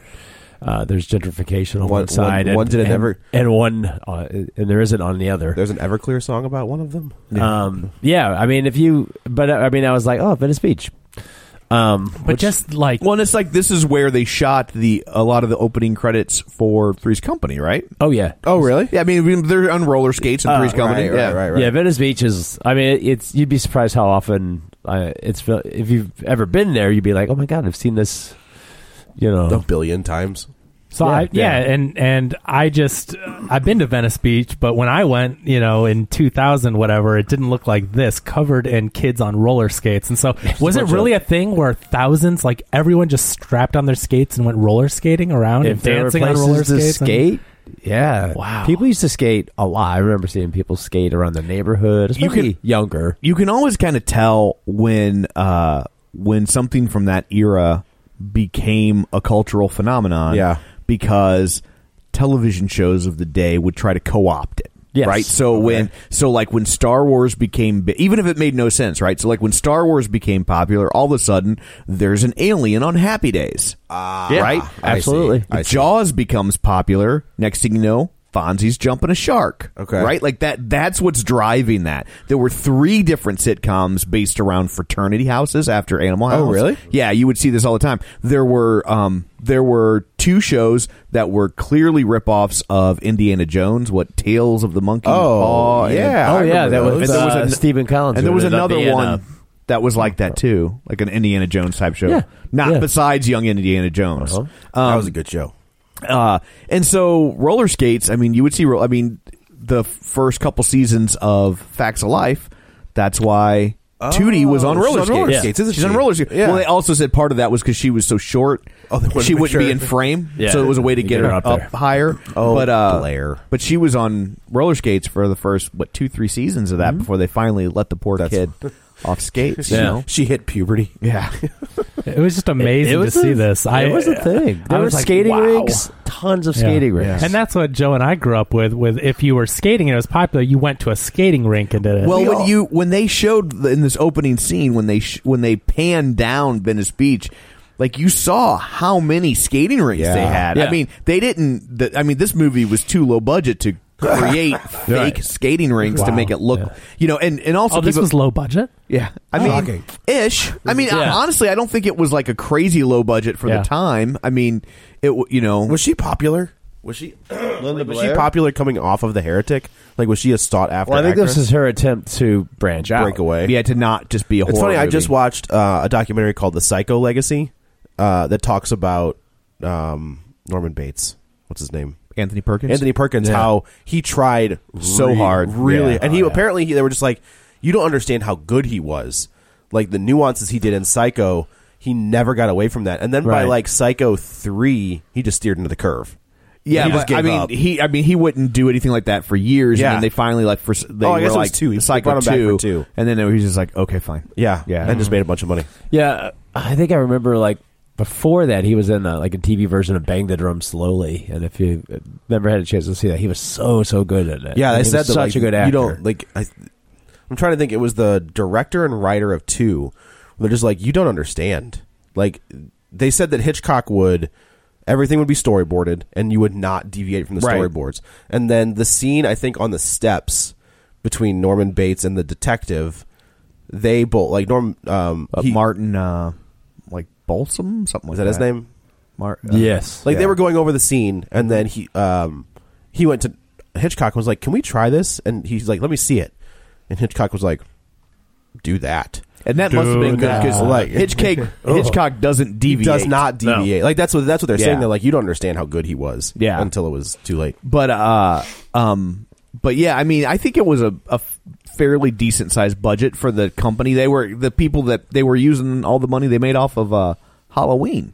Speaker 8: Uh, there's gentrification on one,
Speaker 7: One- one-
Speaker 8: side,
Speaker 7: one
Speaker 8: and,
Speaker 7: didn't
Speaker 8: and-
Speaker 7: ever-
Speaker 8: and one, uh, and there isn't on the other.
Speaker 7: There's an Everclear song about one of them.
Speaker 8: Um, yeah, I mean, if you, but uh, I mean, I was like, oh, Venice Beach. Um,
Speaker 6: but just like
Speaker 5: well, and it's like this is where they shot the a lot of the opening credits for Three's Company, right?
Speaker 8: oh yeah,
Speaker 7: Oh really? Oh,
Speaker 5: Yeah, I mean they're on roller skates and Three's Company.
Speaker 7: right,
Speaker 5: yeah,
Speaker 7: right, right.
Speaker 8: yeah. Venice Beach is. I mean, it, it's you'd be surprised how often uh, it's. If you've ever been there, you'd be like, oh my god, I've seen this. You know,
Speaker 7: A billion times.
Speaker 6: So
Speaker 8: Yeah,
Speaker 6: I, yeah,
Speaker 8: yeah.
Speaker 6: and and I just I've been to Venice Beach, but when I went, you know, in 2000 whatever, it didn't look like this, covered in kids on roller skates. And so, was it
Speaker 8: bunch
Speaker 6: really a thing where thousands, like everyone, just strapped on their skates and went roller skating around and
Speaker 8: if there were
Speaker 6: dancing on
Speaker 8: places
Speaker 6: roller
Speaker 8: to
Speaker 6: skates? and-
Speaker 8: skate. Yeah,
Speaker 6: Wow.
Speaker 8: People used to skate a lot. I remember seeing people skate around the neighborhood.
Speaker 5: You
Speaker 8: You
Speaker 5: could-
Speaker 8: could younger.
Speaker 5: you can always kind of tell when uh, when something from that era became a cultural phenomenon.
Speaker 7: Yeah.
Speaker 5: because television shows of the day would try to co-opt it.
Speaker 8: Yes.
Speaker 5: Right. So when so like when Star Wars became bi- even if it made no sense, right? So like when Star Wars became popular, all of a sudden there's an alien on Happy Days. Ah, right?
Speaker 7: I see.
Speaker 8: absolutely.
Speaker 7: I see.
Speaker 5: Jaws becomes popular. Next thing you know, Fonzie's jumping a shark.
Speaker 7: Okay.
Speaker 5: Right? Like that that's what's driving that. There were three different sitcoms based around fraternity houses after Animal House.
Speaker 7: Oh, really?
Speaker 5: Yeah, you would see this all the time. There were um there were two shows that were clearly ripoffs of Indiana Jones, what Tales of the Monkey
Speaker 7: Oh,
Speaker 5: Paw and-
Speaker 7: yeah, I
Speaker 8: Oh yeah, that
Speaker 7: remember
Speaker 8: was,
Speaker 7: those.
Speaker 5: And there
Speaker 8: uh,
Speaker 5: was an-
Speaker 8: Stephen Collins,
Speaker 5: and there
Speaker 8: who
Speaker 5: was
Speaker 8: ended up
Speaker 5: another
Speaker 8: being,
Speaker 5: one
Speaker 8: uh,
Speaker 5: that was like that too, like an Indiana Jones type show.
Speaker 8: Yeah.
Speaker 5: Not
Speaker 8: Yeah.
Speaker 5: besides Young Indiana Jones.
Speaker 8: Uh-huh.
Speaker 7: that
Speaker 5: Um,
Speaker 7: was a good show.
Speaker 5: uh, and so roller skates, I mean, you would see, ro- I mean, the first couple seasons of Facts of Life, that's why Tootie was on
Speaker 7: Oh, she's
Speaker 5: roller
Speaker 7: on
Speaker 5: skates.
Speaker 7: roller skates, isn't
Speaker 5: she's on
Speaker 7: she?
Speaker 5: roller skates.
Speaker 7: Yeah.
Speaker 5: Well, they also said part of that was because she was so short,
Speaker 7: Oh, they wanted
Speaker 5: she
Speaker 7: to make
Speaker 5: wouldn't be
Speaker 7: sure.
Speaker 5: in frame.
Speaker 8: Yeah.
Speaker 5: So it was a way to get, her up,
Speaker 8: there.
Speaker 5: higher.
Speaker 7: Oh,
Speaker 5: but, uh,
Speaker 7: Blair.
Speaker 5: But she was on roller skates for the first, what, two, three seasons of that
Speaker 7: Hmm?
Speaker 5: before they finally let the poor kid off skates. you
Speaker 8: Yeah.
Speaker 5: know?
Speaker 7: She hit puberty.
Speaker 5: Yeah.
Speaker 6: It was just amazing
Speaker 8: it was
Speaker 6: to
Speaker 8: a-
Speaker 6: see this. I,
Speaker 8: it was a thing.
Speaker 6: I
Speaker 8: There were
Speaker 6: was like,
Speaker 8: skating
Speaker 6: wow.
Speaker 8: rinks, tons of
Speaker 6: Yeah.
Speaker 8: skating rinks,
Speaker 6: And that's what Joe and I grew up with. With if you were skating and it was popular, you went to a skating rink and did it.
Speaker 5: Well,
Speaker 7: We
Speaker 5: when
Speaker 7: all-
Speaker 5: you when they showed the, in this opening scene when they sh- when they pan down Venice Beach, like you saw how many skating rinks
Speaker 7: Yeah.
Speaker 5: they had. I
Speaker 8: Yeah.
Speaker 5: mean, they didn't. The, I mean, this movie was too low budget to create fake skating rinks to
Speaker 6: Wow.
Speaker 5: make it look, you know, and and also
Speaker 6: oh, this
Speaker 5: people-
Speaker 6: was low budget.
Speaker 5: yeah, I mean, ish. I mean,
Speaker 8: Yeah.
Speaker 5: honestly, I don't think it was like a crazy low budget for
Speaker 6: Yeah.
Speaker 5: the time. I mean, it w- you know
Speaker 7: Was she popular? Was she? like, was she popular coming off of the Heretic? Like, was she a sought after?
Speaker 8: Well, I think
Speaker 7: actress?
Speaker 8: this is her attempt to branch out.
Speaker 7: break away.
Speaker 5: yeah to not just be a.
Speaker 7: It's
Speaker 5: horror
Speaker 7: funny. I
Speaker 5: movie.
Speaker 7: just watched uh, a documentary called "The Psycho Legacy" uh, that talks about um, Norman Bates. What's his name?
Speaker 5: Anthony Perkins.
Speaker 7: Anthony Perkins.
Speaker 5: Yeah.
Speaker 7: How he tried
Speaker 5: So
Speaker 7: re-
Speaker 5: hard.
Speaker 7: really,
Speaker 5: Yeah.
Speaker 7: and he
Speaker 5: Oh, yeah.
Speaker 7: apparently he, they were just like, you don't understand how good he was. Like the nuances he did in Psycho, he never got away from that. And then by
Speaker 8: Right.
Speaker 7: like Psycho three, he just steered into the curve.
Speaker 5: Yeah,
Speaker 7: He just
Speaker 5: but,
Speaker 7: gave
Speaker 5: I mean,
Speaker 7: up.
Speaker 5: he. I mean, he wouldn't do anything like that for years.
Speaker 7: Yeah.
Speaker 5: and then they finally like for they
Speaker 7: Oh, I
Speaker 5: were
Speaker 7: guess it was
Speaker 5: like
Speaker 7: two. He
Speaker 5: Psycho
Speaker 7: brought him back
Speaker 5: two,
Speaker 7: for two.
Speaker 5: and then he was just like, okay, fine.
Speaker 7: Yeah,
Speaker 5: Yeah.
Speaker 7: and just made a bunch of money.
Speaker 8: Yeah, I think I remember like before that he was in uh like a TV version of Bang the Drum Slowly, and if you uh, never had a chance to see that, he was so so good at it.
Speaker 7: Yeah,
Speaker 8: And
Speaker 7: they
Speaker 8: he
Speaker 7: said
Speaker 8: was
Speaker 7: that
Speaker 8: such
Speaker 7: like,
Speaker 8: a good actor.
Speaker 7: You don't like. I, I'm trying to think. It was the director and writer of two. They're just like you don't understand. Like they said that Hitchcock would everything would be storyboarded and you would not deviate from the
Speaker 5: Right.
Speaker 7: storyboards. And then the scene I think on the steps between Norman Bates and the detective, they both like Norm um
Speaker 5: But
Speaker 7: he-
Speaker 5: Martin, uh, like Balsam, something like
Speaker 7: is that his name? Uh,
Speaker 5: Martin.
Speaker 8: yes,
Speaker 5: Yeah.
Speaker 7: Like
Speaker 5: Mm-hmm.
Speaker 7: they were going over the scene, and then he um he went to Hitchcock was like, "Can we try this?" And he's like, "Let me see it." And Hitchcock was like, "Do that."
Speaker 5: And that must have been good because like Hitchcock, Hitchcock doesn't deviate.
Speaker 7: Does not deviate.
Speaker 5: No.
Speaker 7: Like that's what that's what they're
Speaker 5: Yeah.
Speaker 7: saying. They're like, you don't understand how good he was.
Speaker 5: Yeah.
Speaker 7: Until it was too late.
Speaker 5: But uh, um, but yeah, I mean, I think it was a, a fairly decent sized budget for the company. They were the people that they were using all the money they made off of uh, Halloween.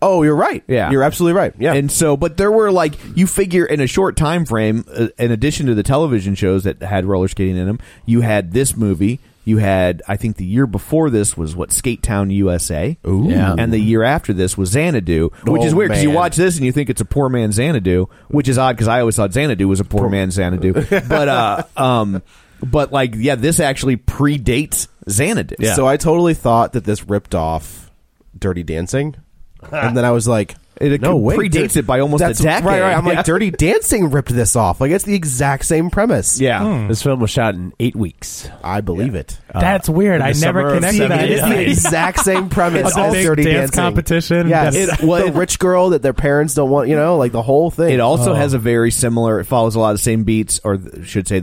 Speaker 7: Oh, you're right.
Speaker 5: Yeah.
Speaker 7: You're absolutely right. Yeah.
Speaker 5: And so, but there were like you figure in a short time frame. Uh, in addition to the television shows that had roller skating in them, you had this movie. You had, I think, the year before this was what Skate Town USA, Ooh.
Speaker 8: Yeah.
Speaker 5: and the year after this was Xanadu, which is
Speaker 7: Oh,
Speaker 5: weird because you
Speaker 7: man.
Speaker 5: watch this and you think it's a poor man's Xanadu, which is odd because I always thought Xanadu was a poor man's Xanadu, but uh, um, but like yeah, this actually predates Xanadu.
Speaker 7: So I totally thought that this ripped off Dirty Dancing, and then I was like,
Speaker 5: It
Speaker 7: "No way,
Speaker 5: predates it by almost a
Speaker 7: that's
Speaker 5: decade.
Speaker 7: Right, right. I'm
Speaker 5: Yeah.
Speaker 7: like, Dirty Dancing ripped this off. Like it's the exact same premise.
Speaker 5: yeah.
Speaker 8: This film was shot in eight weeks.
Speaker 7: I believe it.
Speaker 8: Uh,
Speaker 6: That's weird. I never connected that.
Speaker 7: It's the exact same premise.
Speaker 6: It's a
Speaker 7: as
Speaker 6: big
Speaker 7: Dirty
Speaker 6: dance
Speaker 7: Dancing.
Speaker 6: competition.
Speaker 7: Yes,
Speaker 6: That's-
Speaker 7: it, the rich girl that their parents don't want. You know, like the whole thing.
Speaker 5: It also has a very similar. It follows a lot of the same beats, or th- should say,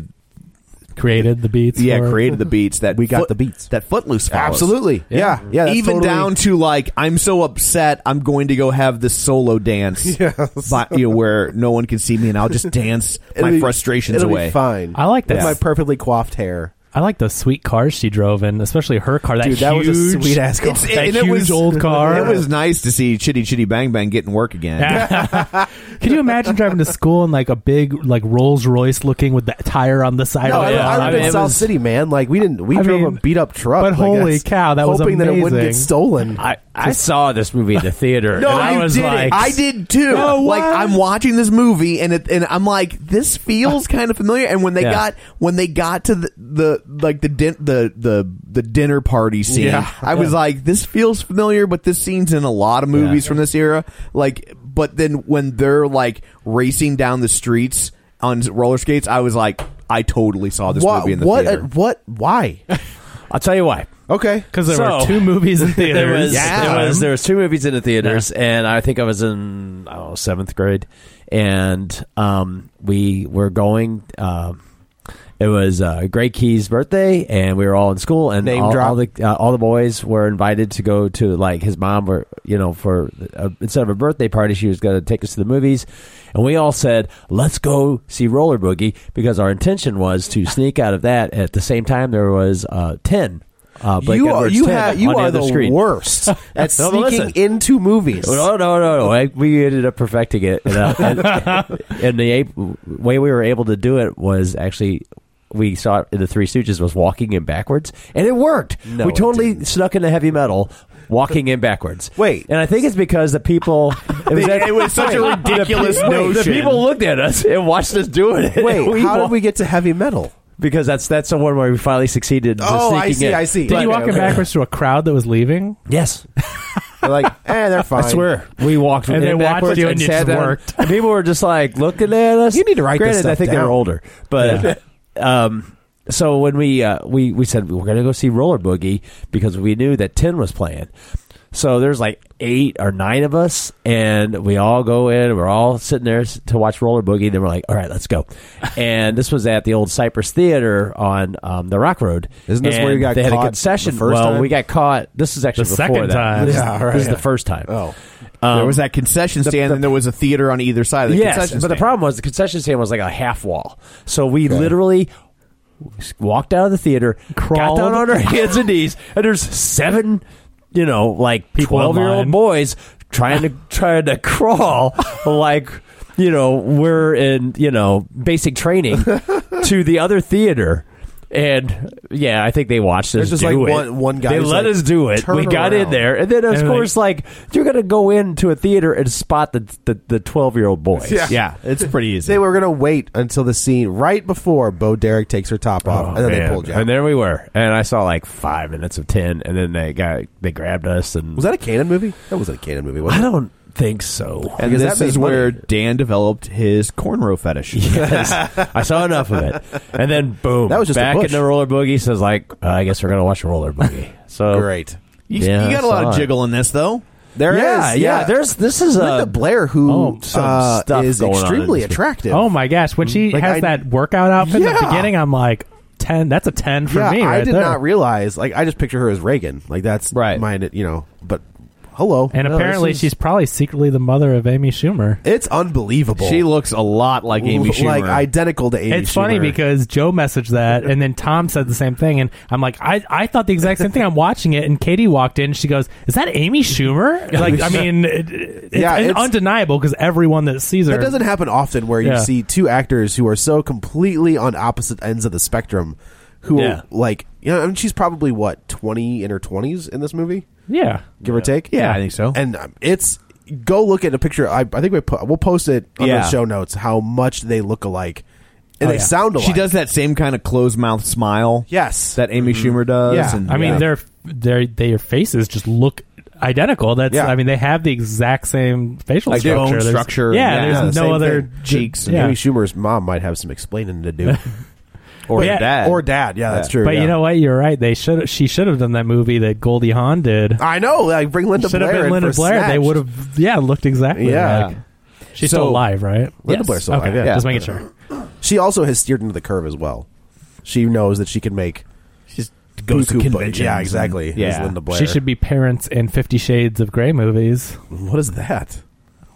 Speaker 6: Created the beats.
Speaker 5: yeah,
Speaker 6: for it.
Speaker 5: created the beats that
Speaker 7: We got the beats.
Speaker 5: that Footloose follows.
Speaker 7: absolutely. Yeah, yeah. that's
Speaker 5: Even
Speaker 7: totally-
Speaker 5: down to like, I'm so upset, I'm going to go have this solo dance, by, you know, where no one can see me, and I'll just dance my
Speaker 7: It'll be-
Speaker 5: frustrations
Speaker 7: it'll be
Speaker 5: away.
Speaker 7: fine.
Speaker 6: I like
Speaker 7: With
Speaker 6: that.
Speaker 7: My perfectly coiffed hair.
Speaker 6: I like the sweet cars she drove in, especially her car. That
Speaker 7: Dude, that was
Speaker 6: huge,
Speaker 7: a sweet-ass car.
Speaker 6: That
Speaker 7: It's-
Speaker 5: and
Speaker 6: huge
Speaker 5: it was-
Speaker 6: old car.
Speaker 5: It was nice to see Chitty Chitty Bang Bang getting work again.
Speaker 6: Could you imagine driving to school in like a big like Rolls Royce looking with that tire on the side?
Speaker 7: No,
Speaker 6: of
Speaker 7: I,
Speaker 6: it?
Speaker 7: I live
Speaker 6: mean,
Speaker 7: in
Speaker 6: it
Speaker 7: South
Speaker 6: was-
Speaker 7: City, man. Like we didn't, we
Speaker 6: I
Speaker 7: drove
Speaker 6: mean,
Speaker 7: a beat up truck.
Speaker 6: but
Speaker 7: like,
Speaker 6: holy
Speaker 7: that's-
Speaker 6: cow, that was
Speaker 7: hoping that it wouldn't
Speaker 6: amazing.
Speaker 7: get stolen.
Speaker 8: I, I saw this movie in the theater.
Speaker 5: No,
Speaker 8: and I
Speaker 5: you
Speaker 8: was
Speaker 5: didn't.
Speaker 8: like,
Speaker 5: I did too.
Speaker 8: No,
Speaker 5: like
Speaker 8: what?
Speaker 5: I'm watching this movie and it, and I'm like, this feels kind of familiar. And when they
Speaker 8: Yeah.
Speaker 5: got when they got to the, the like the din- the the the dinner party scene,
Speaker 7: Yeah.
Speaker 5: I was like, this feels familiar, but this scene's in a lot of movies from this era. Like, but then when they're like racing down the streets on roller skates, I was like, I totally saw this
Speaker 7: what?
Speaker 5: movie in the
Speaker 7: what? uh,
Speaker 5: theater.
Speaker 7: what? Why?
Speaker 8: I'll tell you why.
Speaker 7: Okay.
Speaker 6: Because there were
Speaker 8: So-
Speaker 6: two movies in theaters.
Speaker 8: There was,
Speaker 5: Yeah.
Speaker 8: there was there was two movies in the theaters, and I think I was in I don't know, seventh grade, and um, we were going. Um, it was uh, Greg Key's birthday, and we were all in school, and
Speaker 7: Name
Speaker 8: all,
Speaker 7: drop.
Speaker 8: all the uh, all the boys were invited to go to like his mom, or you know, for uh, instead of a birthday party, she was going to take us to the movies, and we all said, "Let's go see Roller Boogie," because our intention was to sneak out of that at the same time. There was uh, ten. Uh, Blake
Speaker 7: you are
Speaker 8: Edwards
Speaker 7: you,
Speaker 8: 10
Speaker 7: have, you
Speaker 8: on the
Speaker 7: are
Speaker 8: other
Speaker 7: the
Speaker 8: screen.
Speaker 7: worst at
Speaker 8: No, but
Speaker 7: sneaking
Speaker 8: listen.
Speaker 7: into movies.
Speaker 8: No, Oh, no, no, no. I, we ended up perfecting it, and, uh, and, and the ap- way we were able to do it was actually we saw it in the Three Stooges was walking in backwards, and it worked.
Speaker 7: No,
Speaker 8: we
Speaker 7: it
Speaker 8: totally
Speaker 7: didn't.
Speaker 8: snuck into heavy metal, walking in backwards.
Speaker 7: Wait.
Speaker 8: and I think it's because the people it was,
Speaker 5: It was such a ridiculous
Speaker 8: the, people- The
Speaker 5: notion.
Speaker 8: people looked at us and watched us doing it.
Speaker 7: Wait, how
Speaker 8: walked-
Speaker 7: did we get to heavy metal?
Speaker 8: Because that's that's the one where we finally succeeded. in
Speaker 7: Oh, I
Speaker 8: sneaking
Speaker 7: see,
Speaker 8: in.
Speaker 7: I see.
Speaker 6: Did you walk in
Speaker 7: Okay, okay.
Speaker 6: backwards to a crowd that was leaving?
Speaker 8: Yes.
Speaker 7: They're like, eh, they're fine.
Speaker 8: I swear, we walked in
Speaker 6: And they watched
Speaker 8: backwards
Speaker 6: you and
Speaker 8: and
Speaker 6: it
Speaker 8: sat
Speaker 6: just
Speaker 8: down.
Speaker 6: worked.
Speaker 8: And people were just like looking at us.
Speaker 7: You need to write this
Speaker 8: Granted,
Speaker 7: stuff
Speaker 8: I think they
Speaker 7: down.
Speaker 8: were older, but um, so when we uh, we we said we were going to go see Roller Boogie because we knew that Ten was playing. So there's like eight or nine of us, and we all go in. and We're all sitting there s- to watch Roller Boogie. And then we're like, "All right, let's go." And this was at the old Cypress Theater on um, the Rock Road.
Speaker 7: Isn't this where
Speaker 8: And
Speaker 7: you got
Speaker 8: They had a
Speaker 7: caught
Speaker 8: good session.
Speaker 7: the first
Speaker 8: well,
Speaker 7: time?
Speaker 8: we got caught. This is actually
Speaker 6: The
Speaker 8: before
Speaker 6: second
Speaker 8: that.
Speaker 6: time.
Speaker 8: This,
Speaker 7: Yeah,
Speaker 8: is,
Speaker 7: right,
Speaker 8: this is
Speaker 7: yeah.
Speaker 8: the first time.
Speaker 7: Oh.
Speaker 5: there was that concession stand, and there was a theater on either side of the
Speaker 8: Um, Yes,
Speaker 5: concession
Speaker 8: but the
Speaker 5: stand.
Speaker 8: problem was the concession stand was like a half wall. So we literally walked out of the theater,
Speaker 6: Crawled.
Speaker 8: got down on our hands and knees, and there's seven, you know, like
Speaker 6: People in
Speaker 8: twelve year old
Speaker 6: line.
Speaker 8: boys trying to trying to crawl like you know we're in you know basic training to the other theater. And yeah, I think they watched us
Speaker 7: There's just
Speaker 8: do
Speaker 7: like
Speaker 8: it.
Speaker 7: one- one guy
Speaker 8: They
Speaker 7: who's
Speaker 8: let
Speaker 7: like,
Speaker 8: us do it.
Speaker 7: "Turn
Speaker 8: We got in
Speaker 7: around."
Speaker 8: there, and then of
Speaker 6: And, like-
Speaker 8: course, like you're gonna go into a theater and spot the the- the twelve year old boys.
Speaker 7: Yeah.
Speaker 5: yeah, it's pretty easy.
Speaker 7: They were gonna wait until the scene right before Bo Derek takes her top off, and then
Speaker 8: Oh, Man.
Speaker 7: they pulled you. Out.
Speaker 8: And there we were. And I saw like five minutes of ten, and then they got they grabbed us and
Speaker 7: was that a canon movie? That wasn't a canon movie. Was
Speaker 8: I
Speaker 7: it?
Speaker 8: don't think so.
Speaker 5: And
Speaker 7: Because
Speaker 5: this
Speaker 7: that made
Speaker 5: is where
Speaker 7: money.
Speaker 5: Dan developed his cornrow fetish.
Speaker 8: Yes. I saw enough of it, and then boom,
Speaker 7: That was just a
Speaker 8: back
Speaker 7: bush.
Speaker 8: in the roller boogie. "Uh, Says like, I guess we're gonna watch roller boogie. So
Speaker 7: Great.
Speaker 5: You,
Speaker 8: Yeah,
Speaker 5: you
Speaker 8: I
Speaker 5: got a lot
Speaker 8: saw
Speaker 5: of
Speaker 8: it.
Speaker 5: jiggle in this, though.
Speaker 7: There
Speaker 8: yeah,
Speaker 7: is,
Speaker 8: yeah,
Speaker 7: yeah.
Speaker 8: There's this is
Speaker 7: Linda
Speaker 8: a
Speaker 7: Blair who uh,
Speaker 8: stuff
Speaker 7: is
Speaker 8: going on in
Speaker 7: extremely
Speaker 8: this movie.
Speaker 7: attractive.
Speaker 6: Oh my gosh, when she
Speaker 7: Mm-hmm. Like,
Speaker 6: has
Speaker 7: I-
Speaker 6: that workout outfit at the
Speaker 7: Yeah.
Speaker 6: beginning, I'm like ten. That's a ten for
Speaker 7: yeah,
Speaker 6: me. Right
Speaker 7: I did
Speaker 6: there.
Speaker 7: not realize. Like I just picture her as Reagan. Like that's
Speaker 5: Right.
Speaker 7: my you know. But hello,
Speaker 6: and
Speaker 7: No, this
Speaker 6: apparently,
Speaker 7: is-
Speaker 6: she's probably secretly the mother of Amy Schumer.
Speaker 7: it's unbelievable.
Speaker 5: She looks a lot like Amy Schumer.
Speaker 7: like identical to Amy.
Speaker 6: it's funny
Speaker 7: Schumer.
Speaker 6: because Joe messaged that, and then Tom said the same thing, and I'm like, I, I thought the exact same thing. I'm watching it, and Katie walked in. She goes, "Is that Amy Schumer?" Like, I mean, it, it's,
Speaker 7: Yeah,
Speaker 6: it's
Speaker 7: it's-
Speaker 6: undeniable because everyone that sees her,
Speaker 7: That doesn't happen often where you
Speaker 6: Yeah.
Speaker 7: see two actors who are so completely on opposite ends of the spectrum who
Speaker 8: Yeah.
Speaker 7: are like you know, I mean she's probably what, twenty in her twenties in this movie?
Speaker 6: yeah,
Speaker 7: Give or take?
Speaker 5: Yeah, I think so.
Speaker 7: And um, it's go look at a picture. I, I think we put, we'll post it on
Speaker 5: Yeah.
Speaker 7: the show notes how much they look alike. And
Speaker 6: Oh,
Speaker 7: they
Speaker 6: yeah.
Speaker 7: sound alike.
Speaker 5: she does that same kind of closed mouth smile.
Speaker 7: Yes.
Speaker 5: that Amy
Speaker 8: Mm-hmm.
Speaker 5: Schumer does.
Speaker 7: Yeah.
Speaker 5: and,
Speaker 6: I mean, their their their faces just look identical. That's
Speaker 7: Yeah.
Speaker 6: I mean, they have the exact same facial
Speaker 5: Like their bone
Speaker 6: structure. There's-
Speaker 5: structure,
Speaker 6: Yeah,
Speaker 5: yeah,
Speaker 6: there's
Speaker 7: the
Speaker 6: no
Speaker 7: same
Speaker 6: other
Speaker 7: thing.
Speaker 5: Cheeks and
Speaker 6: Yeah.
Speaker 7: Amy Schumer's mom might have some explaining to do.
Speaker 5: or
Speaker 6: but yeah,
Speaker 5: dad,
Speaker 7: or dad, yeah, that's true.
Speaker 6: But
Speaker 7: yeah.
Speaker 6: you know what? You're right. They should she should have done that movie that Goldie Hawn did.
Speaker 7: I know, like bring Linda
Speaker 6: should
Speaker 7: Blair.
Speaker 6: have been
Speaker 7: in
Speaker 6: Linda
Speaker 7: for
Speaker 6: Blair. They
Speaker 7: Snatch.
Speaker 6: would have yeah looked exactly.
Speaker 7: Yeah.
Speaker 6: like- she's
Speaker 5: So-
Speaker 6: still alive, right?
Speaker 7: Linda Blair's still alive,
Speaker 6: Okay,
Speaker 7: yeah.
Speaker 6: just making sure.
Speaker 7: She also has steered into the curve as well. She knows that she can make
Speaker 5: She's goes to
Speaker 7: Buku-
Speaker 5: conventions.
Speaker 7: Yeah,
Speaker 5: and-
Speaker 7: exactly. Is
Speaker 5: yeah,
Speaker 7: Linda Blair.
Speaker 6: She should be parents in Fifty Shades of Grey movies.
Speaker 7: What is that?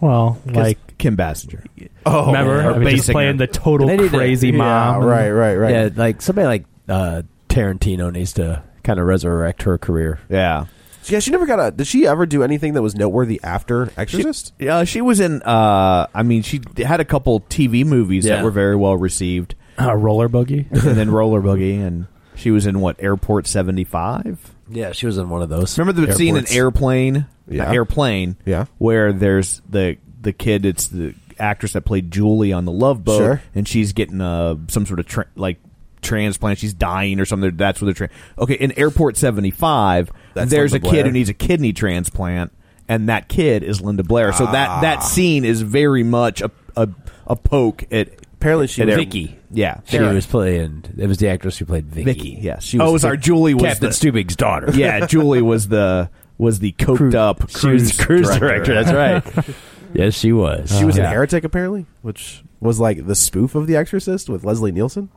Speaker 6: Well, like
Speaker 5: Kim Bassinger.
Speaker 7: Oh,
Speaker 6: remember,
Speaker 5: her
Speaker 6: I mean, just
Speaker 5: basic-
Speaker 6: playing the total
Speaker 8: They need to-
Speaker 6: crazy
Speaker 8: yeah,
Speaker 6: mom. and-
Speaker 7: right, right, right.
Speaker 8: Yeah, like somebody like uh, Tarantino needs to kind of resurrect her career.
Speaker 5: Yeah.
Speaker 7: Yeah, she never got a. Did she ever do anything that was noteworthy after Exorcist?
Speaker 5: Yeah, she was in. Uh, I mean, she had a couple TV movies
Speaker 8: Yeah.
Speaker 5: that were very well received,
Speaker 6: Uh, roller boogie.
Speaker 5: and then Roller Boogie, and she was in what Airport seventy five.
Speaker 8: Yeah, she was in one of those.
Speaker 5: Remember the scene in
Speaker 8: Airports.
Speaker 5: Airplane,
Speaker 7: Yeah.
Speaker 5: Airplane,
Speaker 7: Yeah.
Speaker 5: where there's the the kid. It's the actress that played Julie on the Love Boat,
Speaker 7: Sure.
Speaker 5: and she's getting uh, some sort of tra- like transplant. She's dying or something. That's what they're. Tra- okay, in Airport seventy five,
Speaker 7: That's
Speaker 5: there's
Speaker 7: Linda
Speaker 5: a kid
Speaker 7: Blair.
Speaker 5: who needs a kidney transplant, and that kid is Linda Blair. So
Speaker 7: Ah.
Speaker 5: that that scene is very much a a, a poke at
Speaker 7: Apparently, she
Speaker 5: at
Speaker 7: was
Speaker 5: Air-
Speaker 8: Vicky.
Speaker 5: Yeah,
Speaker 8: She was playing. It was the actress who played Vicky.
Speaker 5: Vicky. Yeah, she was.
Speaker 8: oh, it was our
Speaker 5: Julie was
Speaker 8: Captain
Speaker 5: the-
Speaker 8: Stubing's daughter.
Speaker 5: yeah, Julie was the was the coked up cruise,
Speaker 8: she was the cruise director. That's right. yes, she was.
Speaker 7: She was in
Speaker 6: Yeah.
Speaker 7: Heretic, apparently, which was like the spoof of The Exorcist with Leslie Nielsen,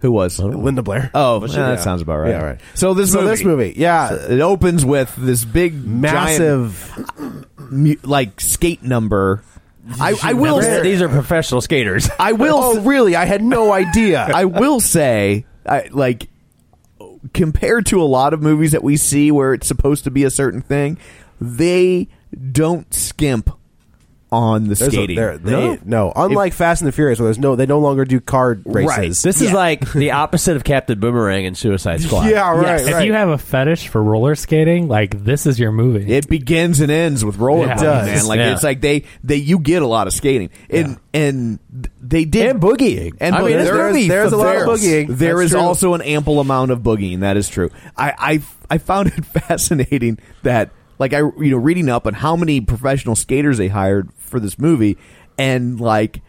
Speaker 5: Who was?
Speaker 7: Linda Blair.
Speaker 5: Oh, well,
Speaker 7: But she-
Speaker 5: that
Speaker 7: yeah.
Speaker 5: sounds about right.
Speaker 7: Yeah, right.
Speaker 5: So this
Speaker 7: So
Speaker 5: movie,
Speaker 7: this movie, yeah.
Speaker 5: So it opens with this big giant,
Speaker 7: Massive.
Speaker 5: mu- like skate number. I, I will
Speaker 8: Remember,
Speaker 5: say,
Speaker 8: these are professional skaters.
Speaker 5: I will
Speaker 7: Oh, really? I had no idea.
Speaker 5: I will say I like compared to a lot of movies that we see where it's supposed to be a certain thing, they don't skimp on the
Speaker 7: There's a-
Speaker 5: skating.
Speaker 7: there- they- no. Unlike Fast and the Furious, where there's no, they no longer do card races.
Speaker 5: Right.
Speaker 8: This is like the opposite of Captain Boomerang and Suicide Squad.
Speaker 7: yeah, right,
Speaker 6: Yes.
Speaker 7: right.
Speaker 6: If you have a fetish for roller skating, like this is your movie.
Speaker 5: It begins and ends with roller
Speaker 6: Yeah. It
Speaker 5: blades,
Speaker 7: does.
Speaker 5: man. Like
Speaker 8: Yeah.
Speaker 5: it's like they they you get a lot of skating and and they did
Speaker 8: And boogieing.
Speaker 5: and
Speaker 8: I
Speaker 5: bo-
Speaker 8: mean,
Speaker 5: there-
Speaker 8: this movie
Speaker 7: there's a lot of
Speaker 5: there's-
Speaker 7: boogieing.
Speaker 5: There
Speaker 7: That's
Speaker 5: is
Speaker 7: true.
Speaker 5: also an ample amount of boogieing. That is true. I I I found it fascinating that like I you know reading up on how many professional skaters they hired for this movie and like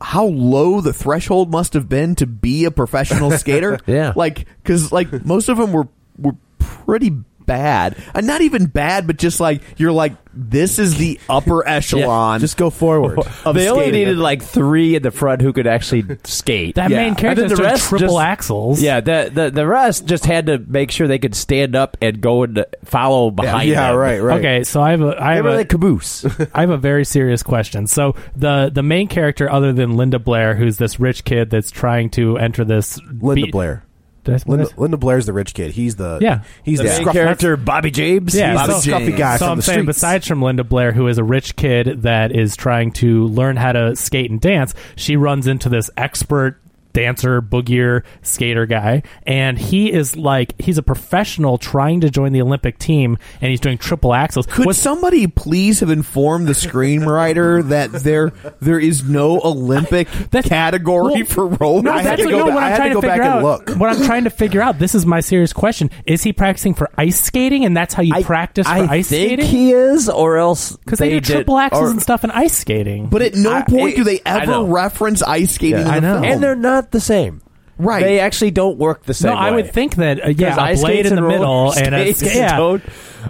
Speaker 5: how low the threshold must have been to be a professional skater.
Speaker 8: Yeah.
Speaker 5: like because like most of them were were pretty bad, and not even bad, but just like you're like this is the upper echelon.
Speaker 7: just go forward.
Speaker 5: of
Speaker 8: they only
Speaker 5: skating.
Speaker 8: needed like three in the front who could actually skate.
Speaker 6: That
Speaker 5: Yeah.
Speaker 6: main
Speaker 5: And
Speaker 6: character
Speaker 8: then the
Speaker 6: is doing
Speaker 8: rest
Speaker 6: triple
Speaker 8: just-
Speaker 6: axles.
Speaker 8: Yeah, the, the the rest just had to make sure they could stand up and go and follow behind.
Speaker 7: yeah,
Speaker 8: them.
Speaker 7: right, right.
Speaker 6: Okay, so I have a I
Speaker 8: They
Speaker 6: have
Speaker 8: were
Speaker 6: a,
Speaker 8: like caboose.
Speaker 6: I have a very serious question. So the the main character, other than Linda Blair, who's this rich kid that's trying to enter this
Speaker 7: Linda
Speaker 6: be-
Speaker 7: Blair.
Speaker 6: Did I say
Speaker 7: Linda,
Speaker 6: this?
Speaker 7: Linda Blair's the rich kid. He's the
Speaker 6: Yeah.
Speaker 7: He's the,
Speaker 8: the main
Speaker 7: scruff-
Speaker 8: character Bobby James.
Speaker 6: Yeah,
Speaker 7: He's
Speaker 6: so-
Speaker 7: the scruffy guy
Speaker 6: So
Speaker 7: from
Speaker 6: I'm
Speaker 7: the
Speaker 6: saying,
Speaker 7: streets.
Speaker 6: besides from Linda Blair, who is a rich kid that is trying to learn how to skate and dance, she runs into this expert dancer, boogier, skater guy, and he is like he's a professional trying to join the Olympic team, and he's doing triple axels.
Speaker 5: Could
Speaker 6: What's-
Speaker 5: somebody please have informed the screenwriter that there there is no Olympic category
Speaker 6: well,
Speaker 5: for roller?
Speaker 6: No,
Speaker 7: I had
Speaker 6: that's
Speaker 7: to
Speaker 6: what,
Speaker 7: go
Speaker 6: no,
Speaker 7: ba-
Speaker 6: what
Speaker 7: I
Speaker 6: I'm
Speaker 7: had
Speaker 6: trying to,
Speaker 7: to go
Speaker 6: figure
Speaker 7: back and
Speaker 6: out.
Speaker 7: look.
Speaker 6: What I'm trying to figure out. This is my serious question: Is he practicing for ice skating, and that's how you practice for
Speaker 8: I
Speaker 6: ice
Speaker 8: think
Speaker 6: skating?
Speaker 8: he is, or else
Speaker 6: Because they, do
Speaker 8: did-
Speaker 6: triple axles
Speaker 8: or-
Speaker 6: and stuff in ice skating.
Speaker 5: but at no
Speaker 8: I-
Speaker 5: point
Speaker 8: it-
Speaker 5: do they
Speaker 8: I
Speaker 5: ever
Speaker 8: know.
Speaker 5: reference ice skating.
Speaker 7: Yeah,
Speaker 5: in the
Speaker 7: I know.
Speaker 5: film.
Speaker 8: and they're not the same. Right. They actually don't work the same.
Speaker 6: No, I
Speaker 8: way.
Speaker 6: would think that uh, yeah,
Speaker 8: 'Cause
Speaker 6: a
Speaker 8: ice
Speaker 6: blade
Speaker 8: skates
Speaker 6: in the
Speaker 8: and roller
Speaker 6: middle and a
Speaker 8: skates
Speaker 6: yeah.
Speaker 8: don't-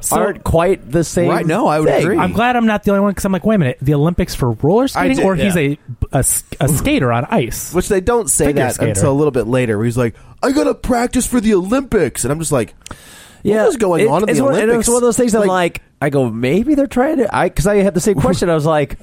Speaker 6: So-
Speaker 8: aren't quite the same.
Speaker 5: Right, no, I would
Speaker 8: thing.
Speaker 5: agree.
Speaker 6: I'm glad I'm not the only one because I'm like, wait a minute, the Olympics for roller skating,
Speaker 7: did,
Speaker 6: or he's
Speaker 7: yeah.
Speaker 6: a, a s- a skater on ice.
Speaker 7: Which they don't say
Speaker 6: Figure
Speaker 7: that
Speaker 6: skater.
Speaker 7: until a little bit later, where he's like, "I gotta practice for the Olympics," and I'm just like,
Speaker 8: yeah,
Speaker 7: "What was going
Speaker 8: It-
Speaker 7: on in
Speaker 8: it's
Speaker 7: the
Speaker 8: one, and
Speaker 7: Olympics?"
Speaker 8: It's one of those things. I'm like, I go, maybe they're trying to. I because I had the same question. I was like,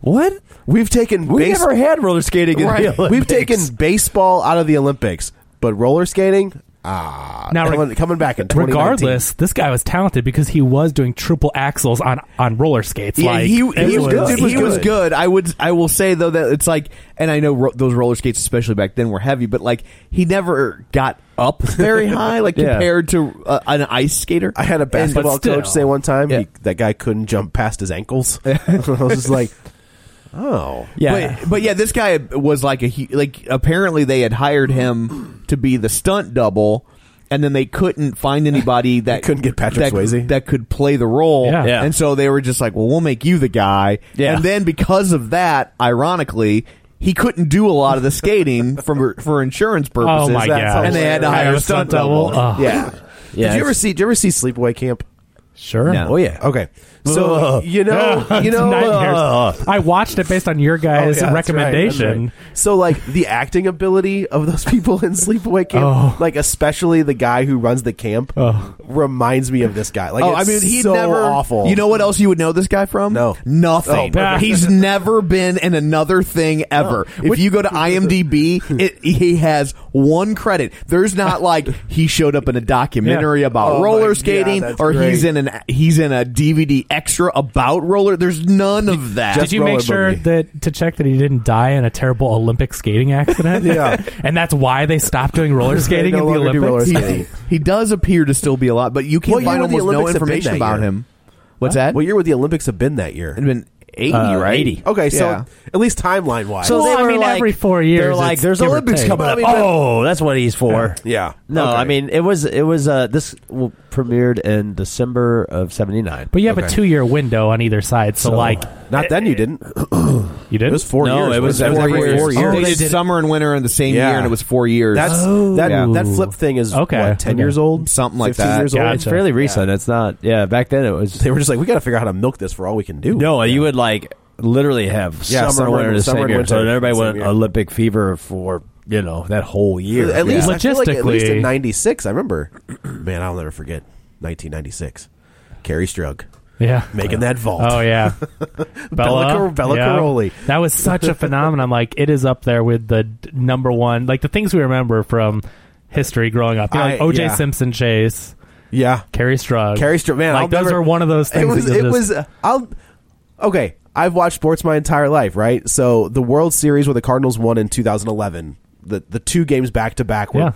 Speaker 8: what?
Speaker 7: we've taken
Speaker 8: We
Speaker 7: base-
Speaker 8: never had roller skating in the
Speaker 7: Right.
Speaker 8: Olympics.
Speaker 7: We've taken baseball out of the Olympics, but roller skating, ah,
Speaker 6: Now,
Speaker 7: coming,
Speaker 6: reg-
Speaker 7: coming back in 2019.
Speaker 6: Regardless, this guy was talented because he was doing triple axles on on roller skates.
Speaker 5: Yeah,
Speaker 6: like
Speaker 5: he, he
Speaker 6: it
Speaker 5: was good. He was good. I would I will say though that it's like, and I know ro- those roller skates, especially back then, were heavy, but like he never got up very high, like
Speaker 8: Yeah.
Speaker 5: compared to uh, an ice skater.
Speaker 7: I had a basketball
Speaker 6: still.
Speaker 7: coach say one time
Speaker 5: Yeah.
Speaker 7: he, that guy couldn't jump past his ankles. I was just like, oh,
Speaker 8: Yeah.
Speaker 5: But, but yeah, this guy was like a hu- like apparently they had hired him to be the stunt double. And then they couldn't find anybody that
Speaker 7: couldn't get
Speaker 5: that,
Speaker 7: Patrick Swayze.
Speaker 5: that could play the role.
Speaker 6: Yeah. Yeah.
Speaker 5: And so they were just like, "Well, we'll make you the guy."
Speaker 8: Yeah.
Speaker 5: And then because of that, ironically, he couldn't do a lot of the skating from for insurance purposes.
Speaker 6: Oh my
Speaker 7: That's how
Speaker 6: god!
Speaker 5: And they had to
Speaker 7: hilarious.
Speaker 5: hire
Speaker 6: Hire
Speaker 5: a stunt
Speaker 6: stunt
Speaker 5: double.
Speaker 6: double. Ugh.
Speaker 7: yeah.
Speaker 8: Yeah,
Speaker 7: Did you ever
Speaker 8: it's-
Speaker 7: see? Did you ever see Sleepaway Camp?
Speaker 6: Sure.
Speaker 5: No.
Speaker 8: Oh yeah.
Speaker 7: Okay, so
Speaker 8: Ugh.
Speaker 7: you know, you
Speaker 6: It's
Speaker 7: know,
Speaker 6: nightmares.
Speaker 7: uh,
Speaker 6: I watched it based on your
Speaker 7: Oh, yeah,
Speaker 6: guys'
Speaker 7: that's right, that's
Speaker 6: recommendation.
Speaker 7: right. So like the acting ability of those people in Sleepaway Camp,
Speaker 6: Oh.
Speaker 7: like especially the guy who runs the camp,
Speaker 6: Oh.
Speaker 7: reminds me of this guy. Like,
Speaker 5: Oh, I
Speaker 7: it's
Speaker 5: mean, he
Speaker 7: so
Speaker 5: never.
Speaker 7: awful.
Speaker 5: You know what else you would know this guy from?
Speaker 7: No.
Speaker 5: nothing.
Speaker 7: Oh,
Speaker 6: perfect.
Speaker 5: He's never been in another thing ever. If you go to IMDb, it, he has one credit. There's not like he showed up in a documentary
Speaker 6: Yeah.
Speaker 5: about
Speaker 7: Oh my
Speaker 5: roller
Speaker 7: God,
Speaker 5: skating,
Speaker 7: that's
Speaker 5: or
Speaker 7: great.
Speaker 5: he's in an he's in a DVD extra about roller. There's none of that.
Speaker 6: Did you make sure
Speaker 7: rollerblading.
Speaker 6: that to check that he didn't die in a terrible Olympic skating accident?
Speaker 7: Yeah.
Speaker 6: and that's why they stopped doing roller skating
Speaker 7: no
Speaker 6: in the
Speaker 7: longer do
Speaker 6: Olympics.
Speaker 7: roller
Speaker 5: He-
Speaker 7: skating.
Speaker 5: he does appear to still be alive, but you
Speaker 7: What
Speaker 5: can
Speaker 7: year
Speaker 5: find
Speaker 7: would the
Speaker 5: almost no
Speaker 7: Olympics have been
Speaker 5: information
Speaker 7: that
Speaker 5: about
Speaker 7: year?
Speaker 5: him. What's that?
Speaker 7: What year would the Olympics have been that year?
Speaker 5: It'd been eighty,
Speaker 8: Uh,
Speaker 5: right?
Speaker 8: 80.
Speaker 7: Okay, so
Speaker 5: Yeah.
Speaker 7: at least timeline wise,
Speaker 6: So Well, I mean, every four
Speaker 8: They're
Speaker 6: years,
Speaker 8: like,
Speaker 6: it's
Speaker 8: there's
Speaker 6: give or
Speaker 8: Olympics
Speaker 6: take.
Speaker 8: coming up.
Speaker 7: Well, I mean, but-
Speaker 8: oh, that's what he's for.
Speaker 7: yeah,
Speaker 8: No,
Speaker 7: Okay.
Speaker 8: I mean it was it was uh this w- premiered in December of '79.
Speaker 6: But you have a
Speaker 7: Okay.
Speaker 6: two year window on either side, so,
Speaker 8: So-
Speaker 6: like
Speaker 7: not then. You didn't.
Speaker 6: you
Speaker 7: It
Speaker 6: did.
Speaker 7: was four
Speaker 8: No,
Speaker 7: years.
Speaker 8: it was-
Speaker 7: wasn't
Speaker 8: it was
Speaker 7: every
Speaker 8: every
Speaker 7: four
Speaker 8: year.
Speaker 7: years.
Speaker 5: Oh,
Speaker 6: They
Speaker 5: they
Speaker 6: did
Speaker 5: did
Speaker 6: it-
Speaker 5: summer and winter in the same
Speaker 7: Yeah.
Speaker 5: year, and it was four years.
Speaker 7: That's that
Speaker 6: Oh.
Speaker 7: that flip thing is
Speaker 6: Okay.
Speaker 7: what, ten
Speaker 6: Okay.
Speaker 7: years old,
Speaker 5: Something like
Speaker 7: 15
Speaker 5: that.
Speaker 7: Years
Speaker 6: Gotcha.
Speaker 7: old.
Speaker 8: it's fairly recent. It's not. Yeah, back then it was.
Speaker 7: They were just like, we got to figure out how to milk this for all we can do.
Speaker 8: No, you would like literally have
Speaker 7: Yeah,
Speaker 8: summer,
Speaker 7: summer
Speaker 8: winter,
Speaker 7: and-
Speaker 8: the
Speaker 7: summer
Speaker 8: same
Speaker 7: and
Speaker 8: year.
Speaker 7: winter
Speaker 8: So then everybody
Speaker 7: same
Speaker 8: went
Speaker 7: year.
Speaker 8: Olympic fever for you know that whole year.
Speaker 7: At least
Speaker 8: Yeah.
Speaker 7: I feel like at least
Speaker 6: Logistically-
Speaker 7: in '96, I remember. Man, I'll never forget 1996. Carrie Strug
Speaker 6: yeah.
Speaker 7: making that vault.
Speaker 6: Oh yeah,
Speaker 7: Bella Car- Bella Caroli.
Speaker 6: That was such a phenomenon. Like it is up there with the d- number one, like the things we remember from history growing up. You know, like
Speaker 7: I-
Speaker 6: OJ
Speaker 7: yeah.
Speaker 6: Simpson chase,
Speaker 7: yeah,
Speaker 6: Carrie Strug,
Speaker 7: Carrie Strug. Man,
Speaker 6: Like
Speaker 7: I'll
Speaker 6: those
Speaker 7: never-
Speaker 6: are one of those things.
Speaker 7: It was.
Speaker 6: that
Speaker 7: It
Speaker 6: you'll just-
Speaker 7: was. uh, I'll. Okay, I've watched sports my entire life, right? So the World Series where the Cardinals won in 2011, the the two games back to back were
Speaker 6: Yeah.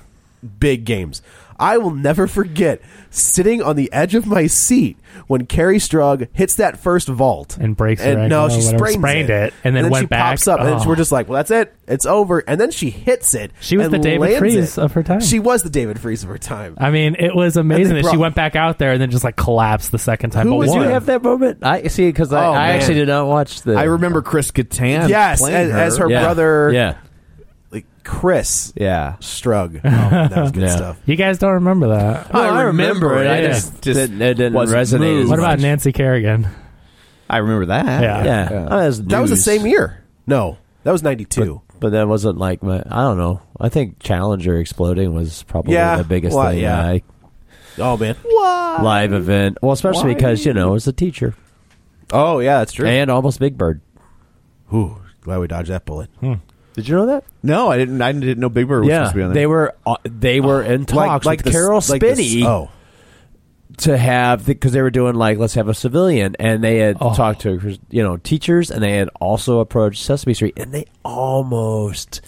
Speaker 7: big games. I will never forget sitting on the edge of my seat when Carrie Strug hits that first vault
Speaker 6: And breaks her
Speaker 7: And
Speaker 6: ankle
Speaker 7: no,
Speaker 6: or
Speaker 7: she
Speaker 6: whatever.
Speaker 7: sprains
Speaker 6: Sprained it, and then
Speaker 7: she
Speaker 6: went back.
Speaker 7: pops up, and
Speaker 6: Oh.
Speaker 7: then we're just like, "Well, that's it. It's over." And then she hits it.
Speaker 6: She was
Speaker 7: and
Speaker 6: the David
Speaker 7: lands
Speaker 6: Freese
Speaker 7: it.
Speaker 6: of her time.
Speaker 7: She was the David Freeze of her time.
Speaker 6: I mean, it was amazing that she
Speaker 7: brought-
Speaker 6: went back out there and then just like collapsed the second time.
Speaker 7: Who
Speaker 6: but
Speaker 7: was
Speaker 8: Did you
Speaker 6: won.
Speaker 7: one.
Speaker 8: have that moment? I see because I,
Speaker 7: Oh,
Speaker 8: I
Speaker 7: man.
Speaker 8: actually did not watch the.
Speaker 5: I remember Chris Kattan.
Speaker 7: Yes,
Speaker 5: playing
Speaker 7: as- as her
Speaker 8: Yeah.
Speaker 7: brother-
Speaker 8: Yeah,
Speaker 7: Like Chris
Speaker 5: Yeah.
Speaker 7: Strug. Oh, that was good
Speaker 8: Yeah.
Speaker 7: stuff.
Speaker 6: You guys don't remember that.
Speaker 7: Oh,
Speaker 8: No, I remember it. I
Speaker 6: Yeah.
Speaker 8: just, didn't, it didn't
Speaker 5: wasn't
Speaker 8: resonate. as
Speaker 5: moved.
Speaker 6: What about
Speaker 8: much.
Speaker 6: Nancy Kerrigan?
Speaker 5: I remember that.
Speaker 6: Yeah.
Speaker 8: Yeah, Oh, that, was
Speaker 7: That was the
Speaker 8: news.
Speaker 7: same year. No, that was '92.
Speaker 8: But that wasn't like my. I don't know. I think Challenger exploding was probably
Speaker 7: Yeah,
Speaker 8: the biggest
Speaker 7: well,
Speaker 8: thing.
Speaker 7: yeah.
Speaker 8: I-
Speaker 7: Oh man.
Speaker 8: live event. Well, especially because you know it was a teacher
Speaker 7: Oh yeah, that's true.
Speaker 8: and almost Big Bird.
Speaker 7: Ooh, glad we dodged that bullet.
Speaker 8: Did you know that?
Speaker 5: No, I didn't. I didn't know Big Bird was supposed to be on there.
Speaker 8: they were uh, they were in talks like,
Speaker 7: the-
Speaker 8: with Carol
Speaker 7: like the-
Speaker 8: Spinney
Speaker 7: oh,
Speaker 8: to have because they were doing like let's have a civilian, and they had
Speaker 6: Oh.
Speaker 8: talked to you know teachers, and they had also approached Sesame Street, and they almost.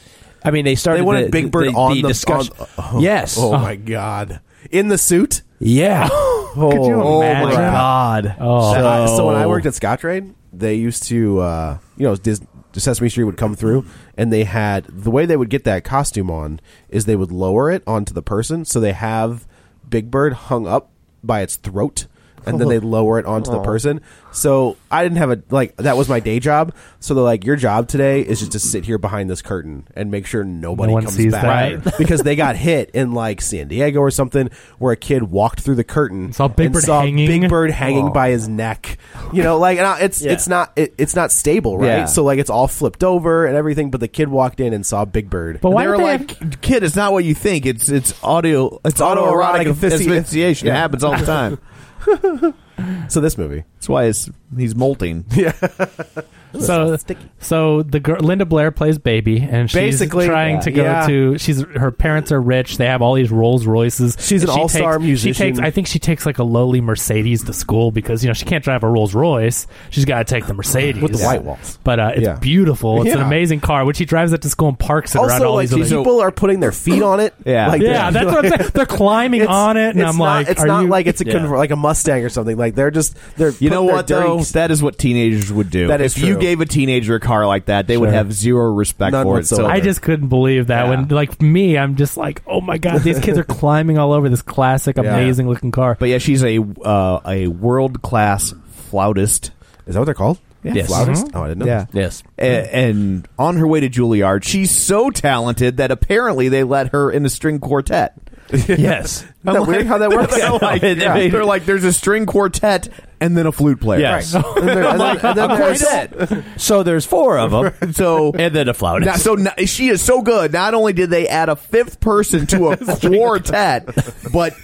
Speaker 8: I mean, they started.
Speaker 7: they wanted
Speaker 8: the,
Speaker 7: Big Bird
Speaker 8: the,
Speaker 7: on the,
Speaker 8: discussion.
Speaker 7: on- oh,
Speaker 8: yes.
Speaker 7: Oh my god, in the suit.
Speaker 8: Yeah.
Speaker 7: Could you
Speaker 8: oh my
Speaker 7: imagine?
Speaker 8: god.
Speaker 6: Oh.
Speaker 7: So,
Speaker 8: So,
Speaker 7: so when I worked at Scottrade, they used to, uh, you know, Dis- Sesame Street would come through, and they had the way they would get that costume on is they would lower it onto the person, so they have Big Bird hung up by its throat, and then they lower it onto
Speaker 6: Oh.
Speaker 7: the
Speaker 8: Aw.
Speaker 7: person. So I didn't have a like that was my day job. So they're like, your job today is just to sit here behind this curtain and make sure nobody
Speaker 6: No one
Speaker 7: comes
Speaker 6: sees
Speaker 7: back
Speaker 6: that. Right.
Speaker 7: because they got hit in like San Diego or something where a kid walked through the curtain
Speaker 6: Saw Big
Speaker 7: and
Speaker 6: Bird
Speaker 7: saw
Speaker 6: hanging.
Speaker 7: Big Bird hanging
Speaker 6: Aw.
Speaker 7: by his neck. You know, like and I- it's
Speaker 8: Yeah.
Speaker 7: it's not it, it's not stable, right?
Speaker 8: Yeah.
Speaker 7: So like it's all flipped over and everything. But the kid walked in and saw Big Bird.
Speaker 6: But why
Speaker 5: they were
Speaker 6: did they
Speaker 5: like, "Kid, it's not what you think. It's it's audio. It's
Speaker 7: Autoerotic
Speaker 5: autoerotic
Speaker 7: asphyxi-
Speaker 5: asphyxiation. It
Speaker 7: Yeah.
Speaker 5: happens all the time.
Speaker 7: So this movie.
Speaker 5: That's why it's, he's molting.
Speaker 6: so so the girl Linda Blair plays baby, and she's
Speaker 7: Basically,
Speaker 6: trying to go
Speaker 7: yeah.
Speaker 6: to. She's her parents are rich. They have all these Rolls Royces.
Speaker 7: She's an
Speaker 6: And she
Speaker 7: all-star
Speaker 6: takes- She
Speaker 7: musician.
Speaker 6: takes. I think she takes like a lowly Mercedes to school because you know she can't drive a Rolls Royce. She's got to take the Mercedes
Speaker 7: With the white walls.
Speaker 6: But uh, it's
Speaker 7: Yeah.
Speaker 6: beautiful. It's an
Speaker 7: Yeah.
Speaker 6: amazing car. When she drives it to school and parks it around all
Speaker 7: like
Speaker 6: these. other-
Speaker 7: people are putting their feet on it.
Speaker 5: Yeah.
Speaker 7: like,
Speaker 6: yeah, that's what I'm saying. They're climbing
Speaker 7: It's-
Speaker 6: on it, and
Speaker 7: it's
Speaker 6: I'm
Speaker 7: not-
Speaker 6: like,
Speaker 7: it's
Speaker 6: are
Speaker 7: not
Speaker 6: you-
Speaker 7: like it's a
Speaker 6: Yeah.
Speaker 7: conver- like a Mustang or something. Like they're just they're
Speaker 5: You know
Speaker 7: putting their
Speaker 5: what
Speaker 7: dirty
Speaker 5: though?
Speaker 7: s-
Speaker 5: That is what teenagers would do.
Speaker 7: That is
Speaker 5: if you
Speaker 7: true.
Speaker 5: gave a teenager a car like that, they would
Speaker 7: Sure.
Speaker 5: have zero respect
Speaker 7: None
Speaker 5: for it.
Speaker 7: whatsoever.
Speaker 6: I just couldn't believe that when like me, I'm just like, oh my god, these kids are climbing all over this classic,
Speaker 7: Yeah.
Speaker 6: amazing looking car.
Speaker 5: But yeah, she's a uh, a world class flautist.
Speaker 7: is that what they're called?
Speaker 5: Yes.
Speaker 7: Flautist? Oh, I didn't know.
Speaker 5: Mm-hmm. Yeah.
Speaker 8: Yes.
Speaker 5: A-
Speaker 7: Hmm.
Speaker 5: And on her way to Juilliard, she's so talented that apparently they let her in a string quartet.
Speaker 8: yes.
Speaker 7: Isn't that weird how that works?
Speaker 5: They're
Speaker 8: Oh
Speaker 5: like,
Speaker 7: Yeah.
Speaker 5: they're like, there's a string quartet and then a flute player.
Speaker 8: Yes.
Speaker 5: Right.
Speaker 7: And they're- and then- and then
Speaker 5: A
Speaker 7: there's-
Speaker 5: quartet.
Speaker 8: So there's four of them,
Speaker 5: So
Speaker 8: and then a flautist.
Speaker 5: Now, so now, she is so good. Not only did they add a fifth person to a quartet, but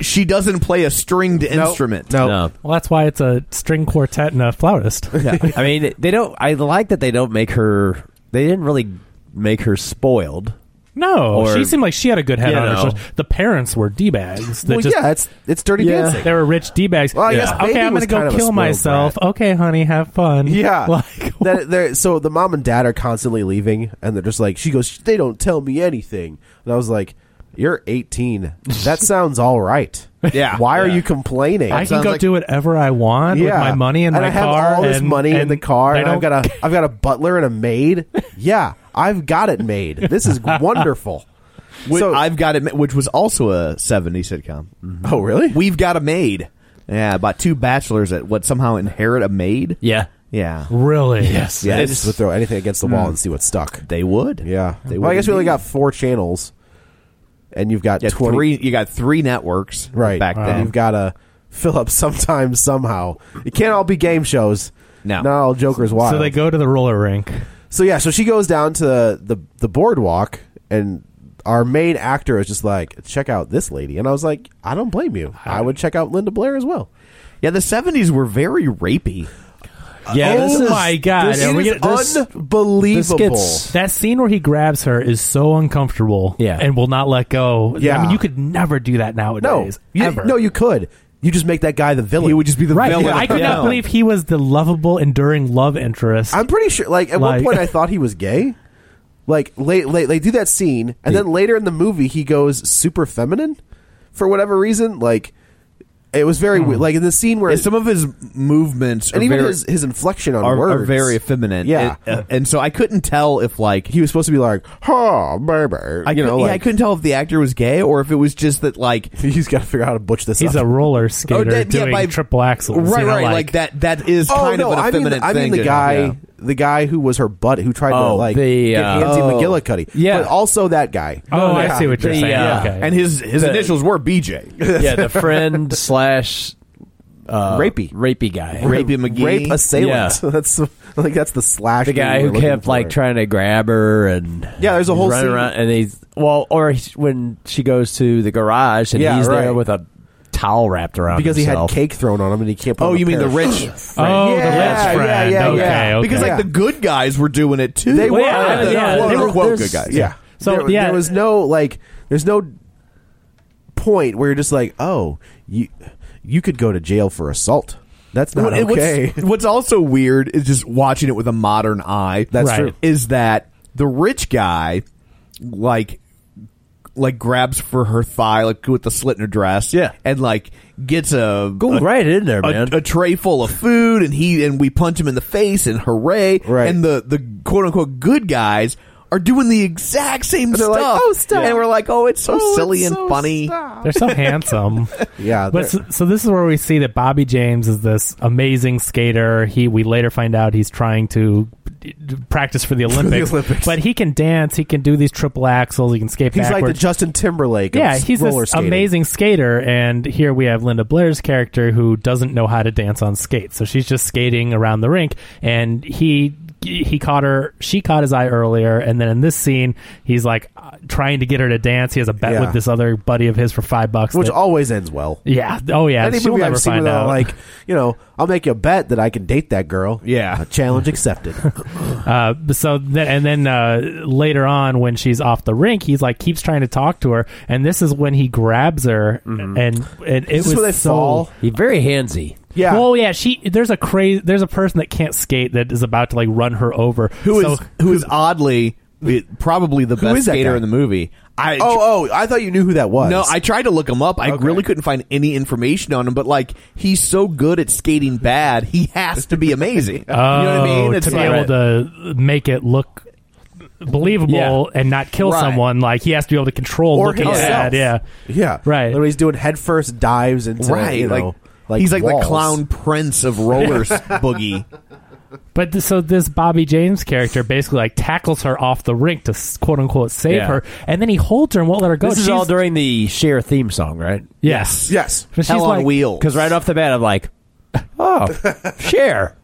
Speaker 5: she doesn't play a stringed instrument.
Speaker 8: No.
Speaker 6: Well, that's why it's a string quartet and a flautist.
Speaker 8: I mean, they don't. I like that they don't make her. They didn't really make her spoiled.
Speaker 6: No,
Speaker 8: Or-
Speaker 6: she seemed like she had a good head
Speaker 8: You
Speaker 6: on her.
Speaker 8: know.
Speaker 6: shoulders. The parents were d bags.
Speaker 7: well, yeah, it's it's dirty dancing.
Speaker 6: They were rich d bags.
Speaker 7: Well, I guess
Speaker 6: okay,
Speaker 7: Baby
Speaker 6: I'm
Speaker 7: was
Speaker 6: gonna go
Speaker 7: kind of a
Speaker 6: kill
Speaker 7: spoiled
Speaker 6: myself. Okay, honey, have fun.
Speaker 7: Yeah,
Speaker 6: like
Speaker 7: that, they're, so the mom and dad are constantly leaving, and they're just like, she goes, they don't tell me anything, and I was like, you're 18. That sounds all right.
Speaker 5: Yeah.
Speaker 7: why are
Speaker 5: Yeah.
Speaker 7: you complaining?
Speaker 6: I can
Speaker 5: sounds
Speaker 6: go
Speaker 5: like-
Speaker 6: do whatever I want with my money and,
Speaker 7: and
Speaker 6: my
Speaker 7: I have
Speaker 6: car.
Speaker 7: All this
Speaker 6: and,
Speaker 7: money in
Speaker 6: and
Speaker 7: the car.
Speaker 6: they
Speaker 7: And I've
Speaker 6: don't
Speaker 7: got a I've got a butler and a maid. Yeah, I've got it made. This is wonderful.
Speaker 5: Which,
Speaker 7: So-
Speaker 5: I've got it, which was also a 70s sitcom.
Speaker 7: Oh, really?
Speaker 5: We've got a maid. Yeah, about two bachelors that what somehow inherit a maid.
Speaker 8: Yeah.
Speaker 5: Yeah,
Speaker 6: really.
Speaker 8: Yes.
Speaker 7: Yeah,
Speaker 5: Yeah,
Speaker 7: they
Speaker 5: it's-
Speaker 7: just would throw anything against the
Speaker 6: Hmm.
Speaker 7: wall and see what stuck.
Speaker 5: they would.
Speaker 7: Yeah.
Speaker 5: they
Speaker 7: well, I
Speaker 5: would
Speaker 7: guess we only
Speaker 5: indeed.
Speaker 7: got four channels, and you've got
Speaker 5: Yeah,
Speaker 7: twenty.
Speaker 5: three. You got three networks
Speaker 7: right
Speaker 5: back
Speaker 7: and
Speaker 5: then.
Speaker 7: You've got to fill up sometime somehow. It can't all be game shows.
Speaker 5: No.
Speaker 7: not all Joker's wild.
Speaker 6: So they go to the roller rink.
Speaker 7: So yeah, so she goes down to the the, the boardwalk, and our main actor is just like, check out this lady, and I was like, I don't blame you. I would check out Linda Blair as well.
Speaker 5: yeah, the seventies were very rapey.
Speaker 8: Yeah.
Speaker 6: oh
Speaker 8: this is-
Speaker 6: my god!
Speaker 7: This
Speaker 6: Are we
Speaker 7: is
Speaker 6: gonna- this-
Speaker 7: unbelievable.
Speaker 8: gets-
Speaker 6: That scene where he grabs her is so uncomfortable,
Speaker 8: Yeah.
Speaker 6: and will not let go.
Speaker 7: Yeah.
Speaker 6: I mean, you could never do that
Speaker 7: no,
Speaker 6: nowadays.
Speaker 7: you,
Speaker 6: ever.
Speaker 7: no, you could. You just make that guy the villain.
Speaker 5: He would just be the
Speaker 6: right?
Speaker 5: villain.
Speaker 6: I
Speaker 5: of the
Speaker 6: could not
Speaker 5: film.
Speaker 6: believe he was the lovable, enduring love interest.
Speaker 7: I'm pretty sure. Like at
Speaker 6: Like-
Speaker 7: one point, I thought he was gay. Like late, late, they do that scene, and then later in the movie, he goes super feminine for whatever reason. Like it was very weird. Like in the scene where
Speaker 5: Hmm. And some of his movements
Speaker 7: and
Speaker 5: are
Speaker 7: even
Speaker 5: very,
Speaker 7: his, his inflection on
Speaker 5: are, are
Speaker 7: words
Speaker 5: very effeminate.
Speaker 7: Yeah.
Speaker 5: It- uh, and so I couldn't tell if like
Speaker 7: he was supposed to be like, "Huh, baby,"
Speaker 5: I
Speaker 7: you
Speaker 5: cou-
Speaker 7: know,
Speaker 5: yeah,
Speaker 7: like,
Speaker 5: I couldn't tell if the actor was gay or if it was just that like
Speaker 7: He's got to figure out how to butch this.
Speaker 6: He's
Speaker 7: up.
Speaker 6: a roller skater
Speaker 5: Oh, that- yeah,
Speaker 6: doing
Speaker 5: by-
Speaker 6: triple axels, you
Speaker 5: right,
Speaker 6: know,
Speaker 5: right, like, that. That is
Speaker 7: oh
Speaker 5: kind
Speaker 7: no,
Speaker 5: of an
Speaker 7: I mean,
Speaker 5: effeminate
Speaker 7: the, I mean
Speaker 5: thing.
Speaker 7: the
Speaker 5: to-
Speaker 7: guy,
Speaker 5: yeah.
Speaker 7: the guy who was her butt, who tried to
Speaker 8: Oh,
Speaker 7: like
Speaker 8: the,
Speaker 7: get
Speaker 8: uh,
Speaker 7: handsy
Speaker 8: oh.
Speaker 7: McGillicuddy,
Speaker 8: Yeah.
Speaker 7: but also that guy.
Speaker 6: Oh,
Speaker 8: yeah. Oh.
Speaker 6: I see what you're
Speaker 8: The,
Speaker 6: saying.
Speaker 8: uh,
Speaker 6: okay.
Speaker 5: and his his initials were BJ.
Speaker 8: yeah, the friend slash uh,
Speaker 7: Rapey.
Speaker 8: rapey guy,
Speaker 5: Rapey McGee.
Speaker 7: rape assailant.
Speaker 8: Yeah.
Speaker 7: that's like that's the slash.
Speaker 8: the guy
Speaker 7: we were
Speaker 8: who kept
Speaker 7: looking
Speaker 8: like
Speaker 7: for.
Speaker 8: trying to grab her and
Speaker 7: Yeah, there's a
Speaker 8: he's
Speaker 7: whole
Speaker 8: running
Speaker 7: scene.
Speaker 8: around and he's well, or he's, when she goes to the garage and
Speaker 7: Yeah,
Speaker 8: he's
Speaker 7: right.
Speaker 8: there with a towel wrapped around
Speaker 7: because
Speaker 8: himself.
Speaker 7: he had cake thrown on him and he can't. Put
Speaker 5: Oh,
Speaker 7: on a
Speaker 5: you mean the
Speaker 7: pair of-
Speaker 5: rich?
Speaker 6: oh,
Speaker 7: Yeah,
Speaker 6: the
Speaker 7: yeah,
Speaker 6: rich friend.
Speaker 7: yeah,
Speaker 6: okay,
Speaker 7: yeah.
Speaker 6: okay.
Speaker 5: Because like
Speaker 7: Yeah.
Speaker 5: the good guys were doing it too.
Speaker 7: They were.
Speaker 6: yeah,
Speaker 5: the
Speaker 6: yeah,
Speaker 5: quote,
Speaker 6: they were-
Speaker 5: unquote
Speaker 7: there's-
Speaker 5: good guys.
Speaker 7: Yeah.
Speaker 6: So,
Speaker 7: there,
Speaker 6: yeah.
Speaker 7: there was no like. There's no point where you're just like, oh, you you could go to jail for assault. That's not
Speaker 5: What- what's-
Speaker 7: okay.
Speaker 5: What's, also weird is just watching it with a modern eye.
Speaker 7: That's
Speaker 6: Right. true.
Speaker 5: Is that the rich guy, like, like grabs for her thigh, like with the slit in her dress,
Speaker 8: Yeah.
Speaker 5: and like gets a
Speaker 8: Go
Speaker 5: a-
Speaker 8: right in there, man.
Speaker 5: A, a tray full of food, and he and we punch him in the face, and hooray!
Speaker 7: Right.
Speaker 5: And the the quote unquote good guys are doing the exact same
Speaker 7: They're
Speaker 5: stuff.
Speaker 7: like, "Oh, stop."
Speaker 5: And we're like, oh, it's so
Speaker 7: Oh, it's
Speaker 5: silly and
Speaker 7: so
Speaker 5: funny.
Speaker 6: They're so handsome.
Speaker 7: Yeah,
Speaker 6: But so, so this is where we see that Bobby James is this amazing skater. He we later find out he's trying to d- d- practice for the Olympics.
Speaker 7: Olympics.
Speaker 6: But he can dance. He can do these triple axels. He can skate
Speaker 7: he's like the
Speaker 6: backwards.
Speaker 7: Justin Timberlake.
Speaker 6: yeah,
Speaker 7: of
Speaker 6: he's
Speaker 7: roller
Speaker 6: this
Speaker 7: skating.
Speaker 6: amazing skater. And here we have Linda Blair's character who doesn't know how to dance on skates. So she's just skating around the rink, and he. He caught her. She caught his eye earlier, and then in this scene, he's like uh, trying to get her to dance. He has a bet
Speaker 7: Yeah.
Speaker 6: with this other buddy of his for five bucks.
Speaker 7: which
Speaker 6: that-
Speaker 7: always ends well.
Speaker 6: yeah. Oh, yeah.
Speaker 7: Any
Speaker 6: She'll
Speaker 7: movie
Speaker 6: never
Speaker 7: I've seen
Speaker 6: find
Speaker 7: without,
Speaker 6: out.
Speaker 7: like you know, I'll make you a bet that I can date that girl.
Speaker 5: Yeah.
Speaker 7: A challenge accepted.
Speaker 6: uh, so then, and then uh, later on, when she's off the rink, he's like keeps trying to talk to her, and this is when he grabs her, and and it
Speaker 7: Mm-hmm. Is this
Speaker 6: was
Speaker 7: where they
Speaker 6: so.
Speaker 7: fall?
Speaker 8: He's very handsy.
Speaker 7: Yeah.
Speaker 6: Well, yeah. She there's a crazy there's a person that can't skate that is about to like run her over.
Speaker 5: Who is
Speaker 6: So-
Speaker 5: who is oddly it- probably the best
Speaker 7: is that
Speaker 5: skater
Speaker 7: guy?
Speaker 5: in the movie? I
Speaker 7: oh, oh, I thought you knew who that was.
Speaker 5: No, I tried to look him up. I
Speaker 7: Okay.
Speaker 5: really couldn't find any information on him, but like he's so good at skating bad, he has to be amazing. you know what I mean?
Speaker 6: Oh, to be
Speaker 5: like-
Speaker 6: able to make it look believable and not kill
Speaker 5: Right.
Speaker 6: someone, like he has to be able to control
Speaker 7: Or
Speaker 6: looking
Speaker 7: himself.
Speaker 6: bad. Yeah.
Speaker 7: Yeah.
Speaker 6: Right.
Speaker 7: When he's doing headfirst dives into
Speaker 5: right.
Speaker 7: you know,
Speaker 5: like,
Speaker 7: like
Speaker 5: he's like
Speaker 7: walls.
Speaker 5: the clown prince of rollers boogie.
Speaker 6: But th- so this Bobby James character basically like tackles her off the rink to s- quote unquote save
Speaker 8: Yeah.
Speaker 6: her, and then he holds her and won't let her go.
Speaker 8: This is
Speaker 6: She's-
Speaker 8: all during the Cher theme song, right?
Speaker 6: yes,
Speaker 7: Yes.
Speaker 6: But she's
Speaker 5: Hell on
Speaker 6: like-
Speaker 5: wheels.
Speaker 8: Because right off the bat, I'm like, oh, Cher.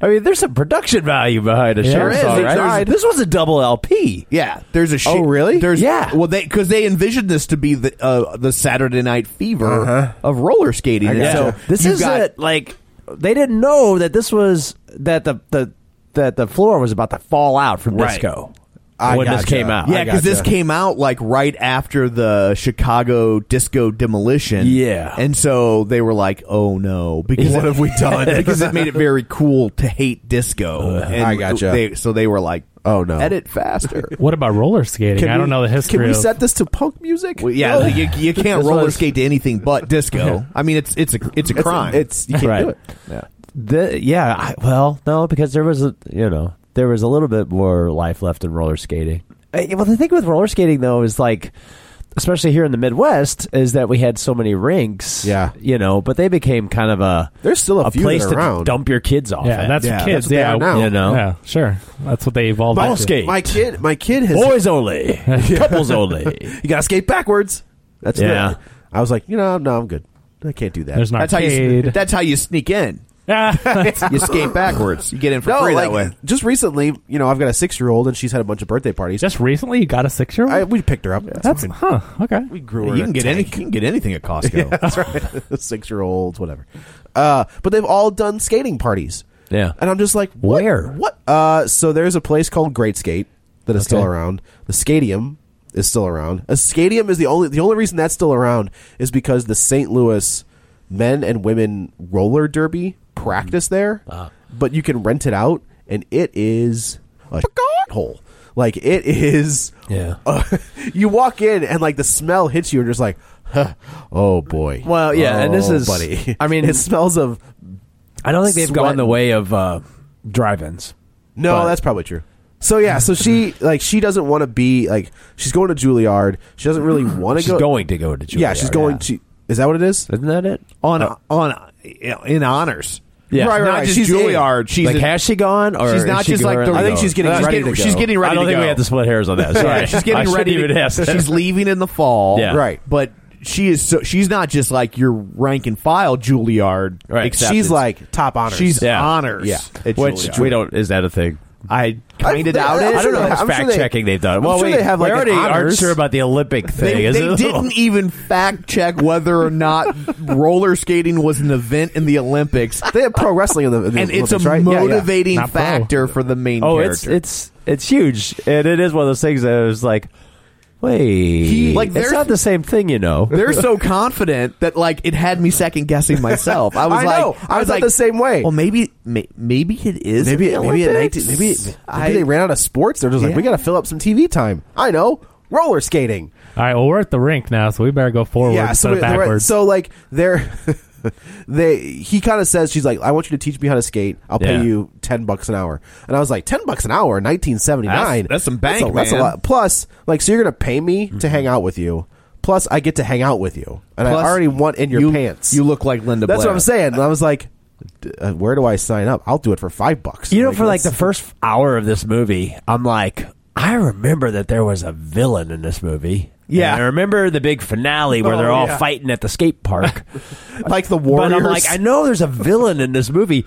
Speaker 8: I mean, there's some production value behind a
Speaker 6: Yeah,
Speaker 8: Cher
Speaker 6: there is.
Speaker 8: song,
Speaker 5: They
Speaker 8: right?
Speaker 5: tried.
Speaker 8: This was a double LP.
Speaker 5: Yeah, there's a. Sh-
Speaker 7: Oh, really?
Speaker 5: There's
Speaker 8: Yeah.
Speaker 5: Well, they because they envisioned this to be the uh, the Saturday Night Fever
Speaker 7: Uh-huh.
Speaker 5: of roller skating. And
Speaker 7: gotcha.
Speaker 5: So
Speaker 8: this
Speaker 5: you
Speaker 8: is
Speaker 5: got-
Speaker 8: it. Like they didn't know that this was that the the that the floor was about to fall out from
Speaker 5: Right.
Speaker 8: disco
Speaker 7: I
Speaker 8: when this
Speaker 7: gotcha.
Speaker 8: came out.
Speaker 5: Yeah, because this
Speaker 7: gotcha.
Speaker 5: came out like right after the Chicago disco demolition.
Speaker 8: Yeah.
Speaker 5: and so they were like, "Oh no!" Because
Speaker 7: What have we done? Uh,
Speaker 5: because it made it very cool to hate disco. and
Speaker 7: I gotcha.
Speaker 5: They, so they were like,
Speaker 7: Oh, no.
Speaker 5: edit faster."
Speaker 6: What about roller skating?
Speaker 7: Can
Speaker 6: I
Speaker 7: we-
Speaker 6: don't know the history.
Speaker 7: Can we
Speaker 6: of,
Speaker 7: set this to punk music?
Speaker 5: Well, yeah,
Speaker 7: No.
Speaker 5: you, you can't
Speaker 8: This
Speaker 5: roller
Speaker 8: was-
Speaker 5: skate to anything but disco. I mean, it's it's a it's a
Speaker 7: It's-
Speaker 5: crime.
Speaker 7: It's, you can't
Speaker 8: Right.
Speaker 7: do it.
Speaker 8: The, yeah, I, well, no, because there was a you know there was a little bit more life left in roller skating. Uh, Well, the thing with roller skating though is like, especially here in the Midwest, is that we had so many rinks.
Speaker 7: Yeah.
Speaker 8: you know, but they became kind of a
Speaker 7: There's still a, few that
Speaker 8: place
Speaker 7: are
Speaker 8: to
Speaker 7: around.
Speaker 8: dump your kids off.
Speaker 6: yeah,
Speaker 8: at.
Speaker 6: that's
Speaker 7: Yeah,
Speaker 6: for kids.
Speaker 7: that's what they
Speaker 6: yeah,
Speaker 7: are now.
Speaker 8: you know,
Speaker 6: Oh. yeah, sure. That's what they evolved.
Speaker 8: Ball
Speaker 6: into.
Speaker 8: skate.
Speaker 7: My kid, my kid has.
Speaker 8: boys only, couples only.
Speaker 7: you gotta skate backwards. That's
Speaker 8: Yeah.
Speaker 7: good. I was like, you know, no, I'm good. I can't do that.
Speaker 6: There's an
Speaker 5: that's how you
Speaker 6: arcade.
Speaker 5: that's how you sneak in.
Speaker 6: Ah,
Speaker 5: You skate backwards. You get in for
Speaker 7: no,
Speaker 5: free
Speaker 7: like,
Speaker 5: that way.
Speaker 7: just recently, you know, I've got a six year old and she's had a bunch of birthday parties.
Speaker 6: just recently, you got a six year
Speaker 7: I,
Speaker 6: old.
Speaker 7: we picked her up.
Speaker 6: That's huh. Okay.
Speaker 7: we grew her.
Speaker 5: You
Speaker 7: in
Speaker 5: can
Speaker 7: a
Speaker 5: get any, you
Speaker 7: tank.
Speaker 5: can get anything at Costco.
Speaker 7: That's right. Six year olds, whatever. Uh, but they've all done skating parties.
Speaker 8: Yeah.
Speaker 7: And I'm just like, what?
Speaker 8: Where?
Speaker 7: What? Uh, so there's a place called Great Skate that is still
Speaker 8: Okay.
Speaker 7: around. The Skadium is still around. A Skadium is the only the only reason that's still around is because the St. Louis men and women roller derby
Speaker 8: Mm.
Speaker 7: practice there.
Speaker 8: Ah.
Speaker 7: But you can rent it out, and it is a hole. Like it is
Speaker 8: Yeah.
Speaker 7: you walk in and like the smell hits you and you're just like huh, oh boy
Speaker 8: Well, yeah, and this
Speaker 7: Oh,
Speaker 8: is-
Speaker 7: buddy
Speaker 8: I mean-
Speaker 7: it smells of
Speaker 8: I don't think they've
Speaker 7: Sweat.
Speaker 8: gone the way of uh, drive-ins.
Speaker 7: no
Speaker 8: But-
Speaker 7: that's probably true so yeah so she like she doesn't want to be like she's going to juilliard she doesn't really want
Speaker 8: She's
Speaker 7: to go
Speaker 8: going to go to Juilliard.
Speaker 7: yeah she's going to is that what it is
Speaker 8: Isn't that it?
Speaker 5: on on in honors.
Speaker 8: Yeah.
Speaker 5: right, right.
Speaker 8: Not
Speaker 5: right.
Speaker 7: just
Speaker 5: She's
Speaker 7: Juilliard,
Speaker 5: in. She's
Speaker 8: like,
Speaker 5: in-
Speaker 8: has she gone? Or
Speaker 5: she's
Speaker 8: is
Speaker 5: not
Speaker 8: she
Speaker 5: just
Speaker 8: going-
Speaker 5: like the.
Speaker 7: I think she's getting
Speaker 5: she's
Speaker 7: ready
Speaker 5: getting,
Speaker 7: to go.
Speaker 5: she's getting ready.
Speaker 8: I don't
Speaker 5: to
Speaker 8: think
Speaker 5: go.
Speaker 8: we have to split hairs on that. Sorry,
Speaker 5: She's getting ready.
Speaker 8: To,
Speaker 5: to, she's leaving in the fall.
Speaker 8: Yeah.
Speaker 7: Right.
Speaker 5: but she is. So, she's not just like your rank and file Juilliard.
Speaker 8: Right.
Speaker 5: acceptance.
Speaker 7: she's like top honors
Speaker 5: she's
Speaker 8: Yeah.
Speaker 5: honors.
Speaker 7: Yeah.
Speaker 8: Which
Speaker 5: at Juilliard.
Speaker 8: we don't. Is that a thing?
Speaker 5: I kind
Speaker 7: I'm-
Speaker 5: of doubt it.
Speaker 7: I'm
Speaker 8: I don't
Speaker 7: sure
Speaker 8: know
Speaker 7: they-
Speaker 8: how
Speaker 7: I'm
Speaker 8: much
Speaker 7: sure
Speaker 8: fact
Speaker 7: they-
Speaker 8: checking they've done.
Speaker 7: I'm
Speaker 8: well,
Speaker 7: sure
Speaker 8: we,
Speaker 7: they have,
Speaker 8: we
Speaker 7: like, an
Speaker 8: already aren't
Speaker 7: honors.
Speaker 8: sure about the Olympic thing.
Speaker 5: They,
Speaker 8: is
Speaker 5: they
Speaker 8: it?
Speaker 5: didn't even fact check whether or not roller skating was an event in the Olympics,
Speaker 7: they have pro wrestling in the, in the
Speaker 5: and it's a
Speaker 7: Olympics, right? Yeah, yeah.
Speaker 5: motivating
Speaker 6: Not pro.
Speaker 5: factor for the main.
Speaker 8: Oh,
Speaker 5: character.
Speaker 8: it's it's it's huge, and it is one of those things that is like, wait,
Speaker 5: like,
Speaker 8: it's
Speaker 5: there's-
Speaker 8: not the same thing, you know.
Speaker 5: They're so confident that like it had me second guessing myself. I was
Speaker 7: I
Speaker 5: like,
Speaker 7: know. I
Speaker 5: was
Speaker 7: thought
Speaker 5: like
Speaker 7: the same way.
Speaker 5: Well, maybe may, maybe it is.
Speaker 7: maybe
Speaker 5: in the
Speaker 7: maybe at
Speaker 5: Olympics.
Speaker 7: 19 maybe, maybe
Speaker 5: I-
Speaker 7: they ran out of sports they're just like
Speaker 5: Yeah.
Speaker 7: we gotta fill up some tv time i know roller skating
Speaker 6: All right. Well, we're at the rink now, so we better go forward instead
Speaker 7: so
Speaker 6: of
Speaker 7: we- they're-
Speaker 6: backwards.
Speaker 7: So like they're they he kind of says she's like, I want you to teach me how to skate. I'll
Speaker 5: Yeah.
Speaker 7: pay you ten bucks an hour. And I was like, ten bucks an hour, nineteen seventy nine.
Speaker 5: That's- that's some bank,
Speaker 7: That's a, that's a
Speaker 5: man. Mm-hmm.
Speaker 7: lot. Plus, like, so you're gonna pay me to hang out with you. Plus, I get to hang out with you, and
Speaker 5: Plus,
Speaker 7: I already want in your
Speaker 5: you-
Speaker 7: pants.
Speaker 5: you look like Linda
Speaker 7: That's
Speaker 5: Blair.
Speaker 7: what I'm saying. And I was like, D- uh, where do I sign up? I'll do it for five bucks.
Speaker 8: You know, for like the
Speaker 7: that's-
Speaker 8: first hour of this movie, I'm like, I remember that there was a villain in this movie.
Speaker 5: Yeah.
Speaker 8: And I remember the big finale where
Speaker 7: Oh,
Speaker 8: they're all
Speaker 7: yeah.
Speaker 8: fighting at the skate park.
Speaker 7: like the
Speaker 8: but
Speaker 7: warriors.
Speaker 8: I'm like, I know there's a villain in this movie.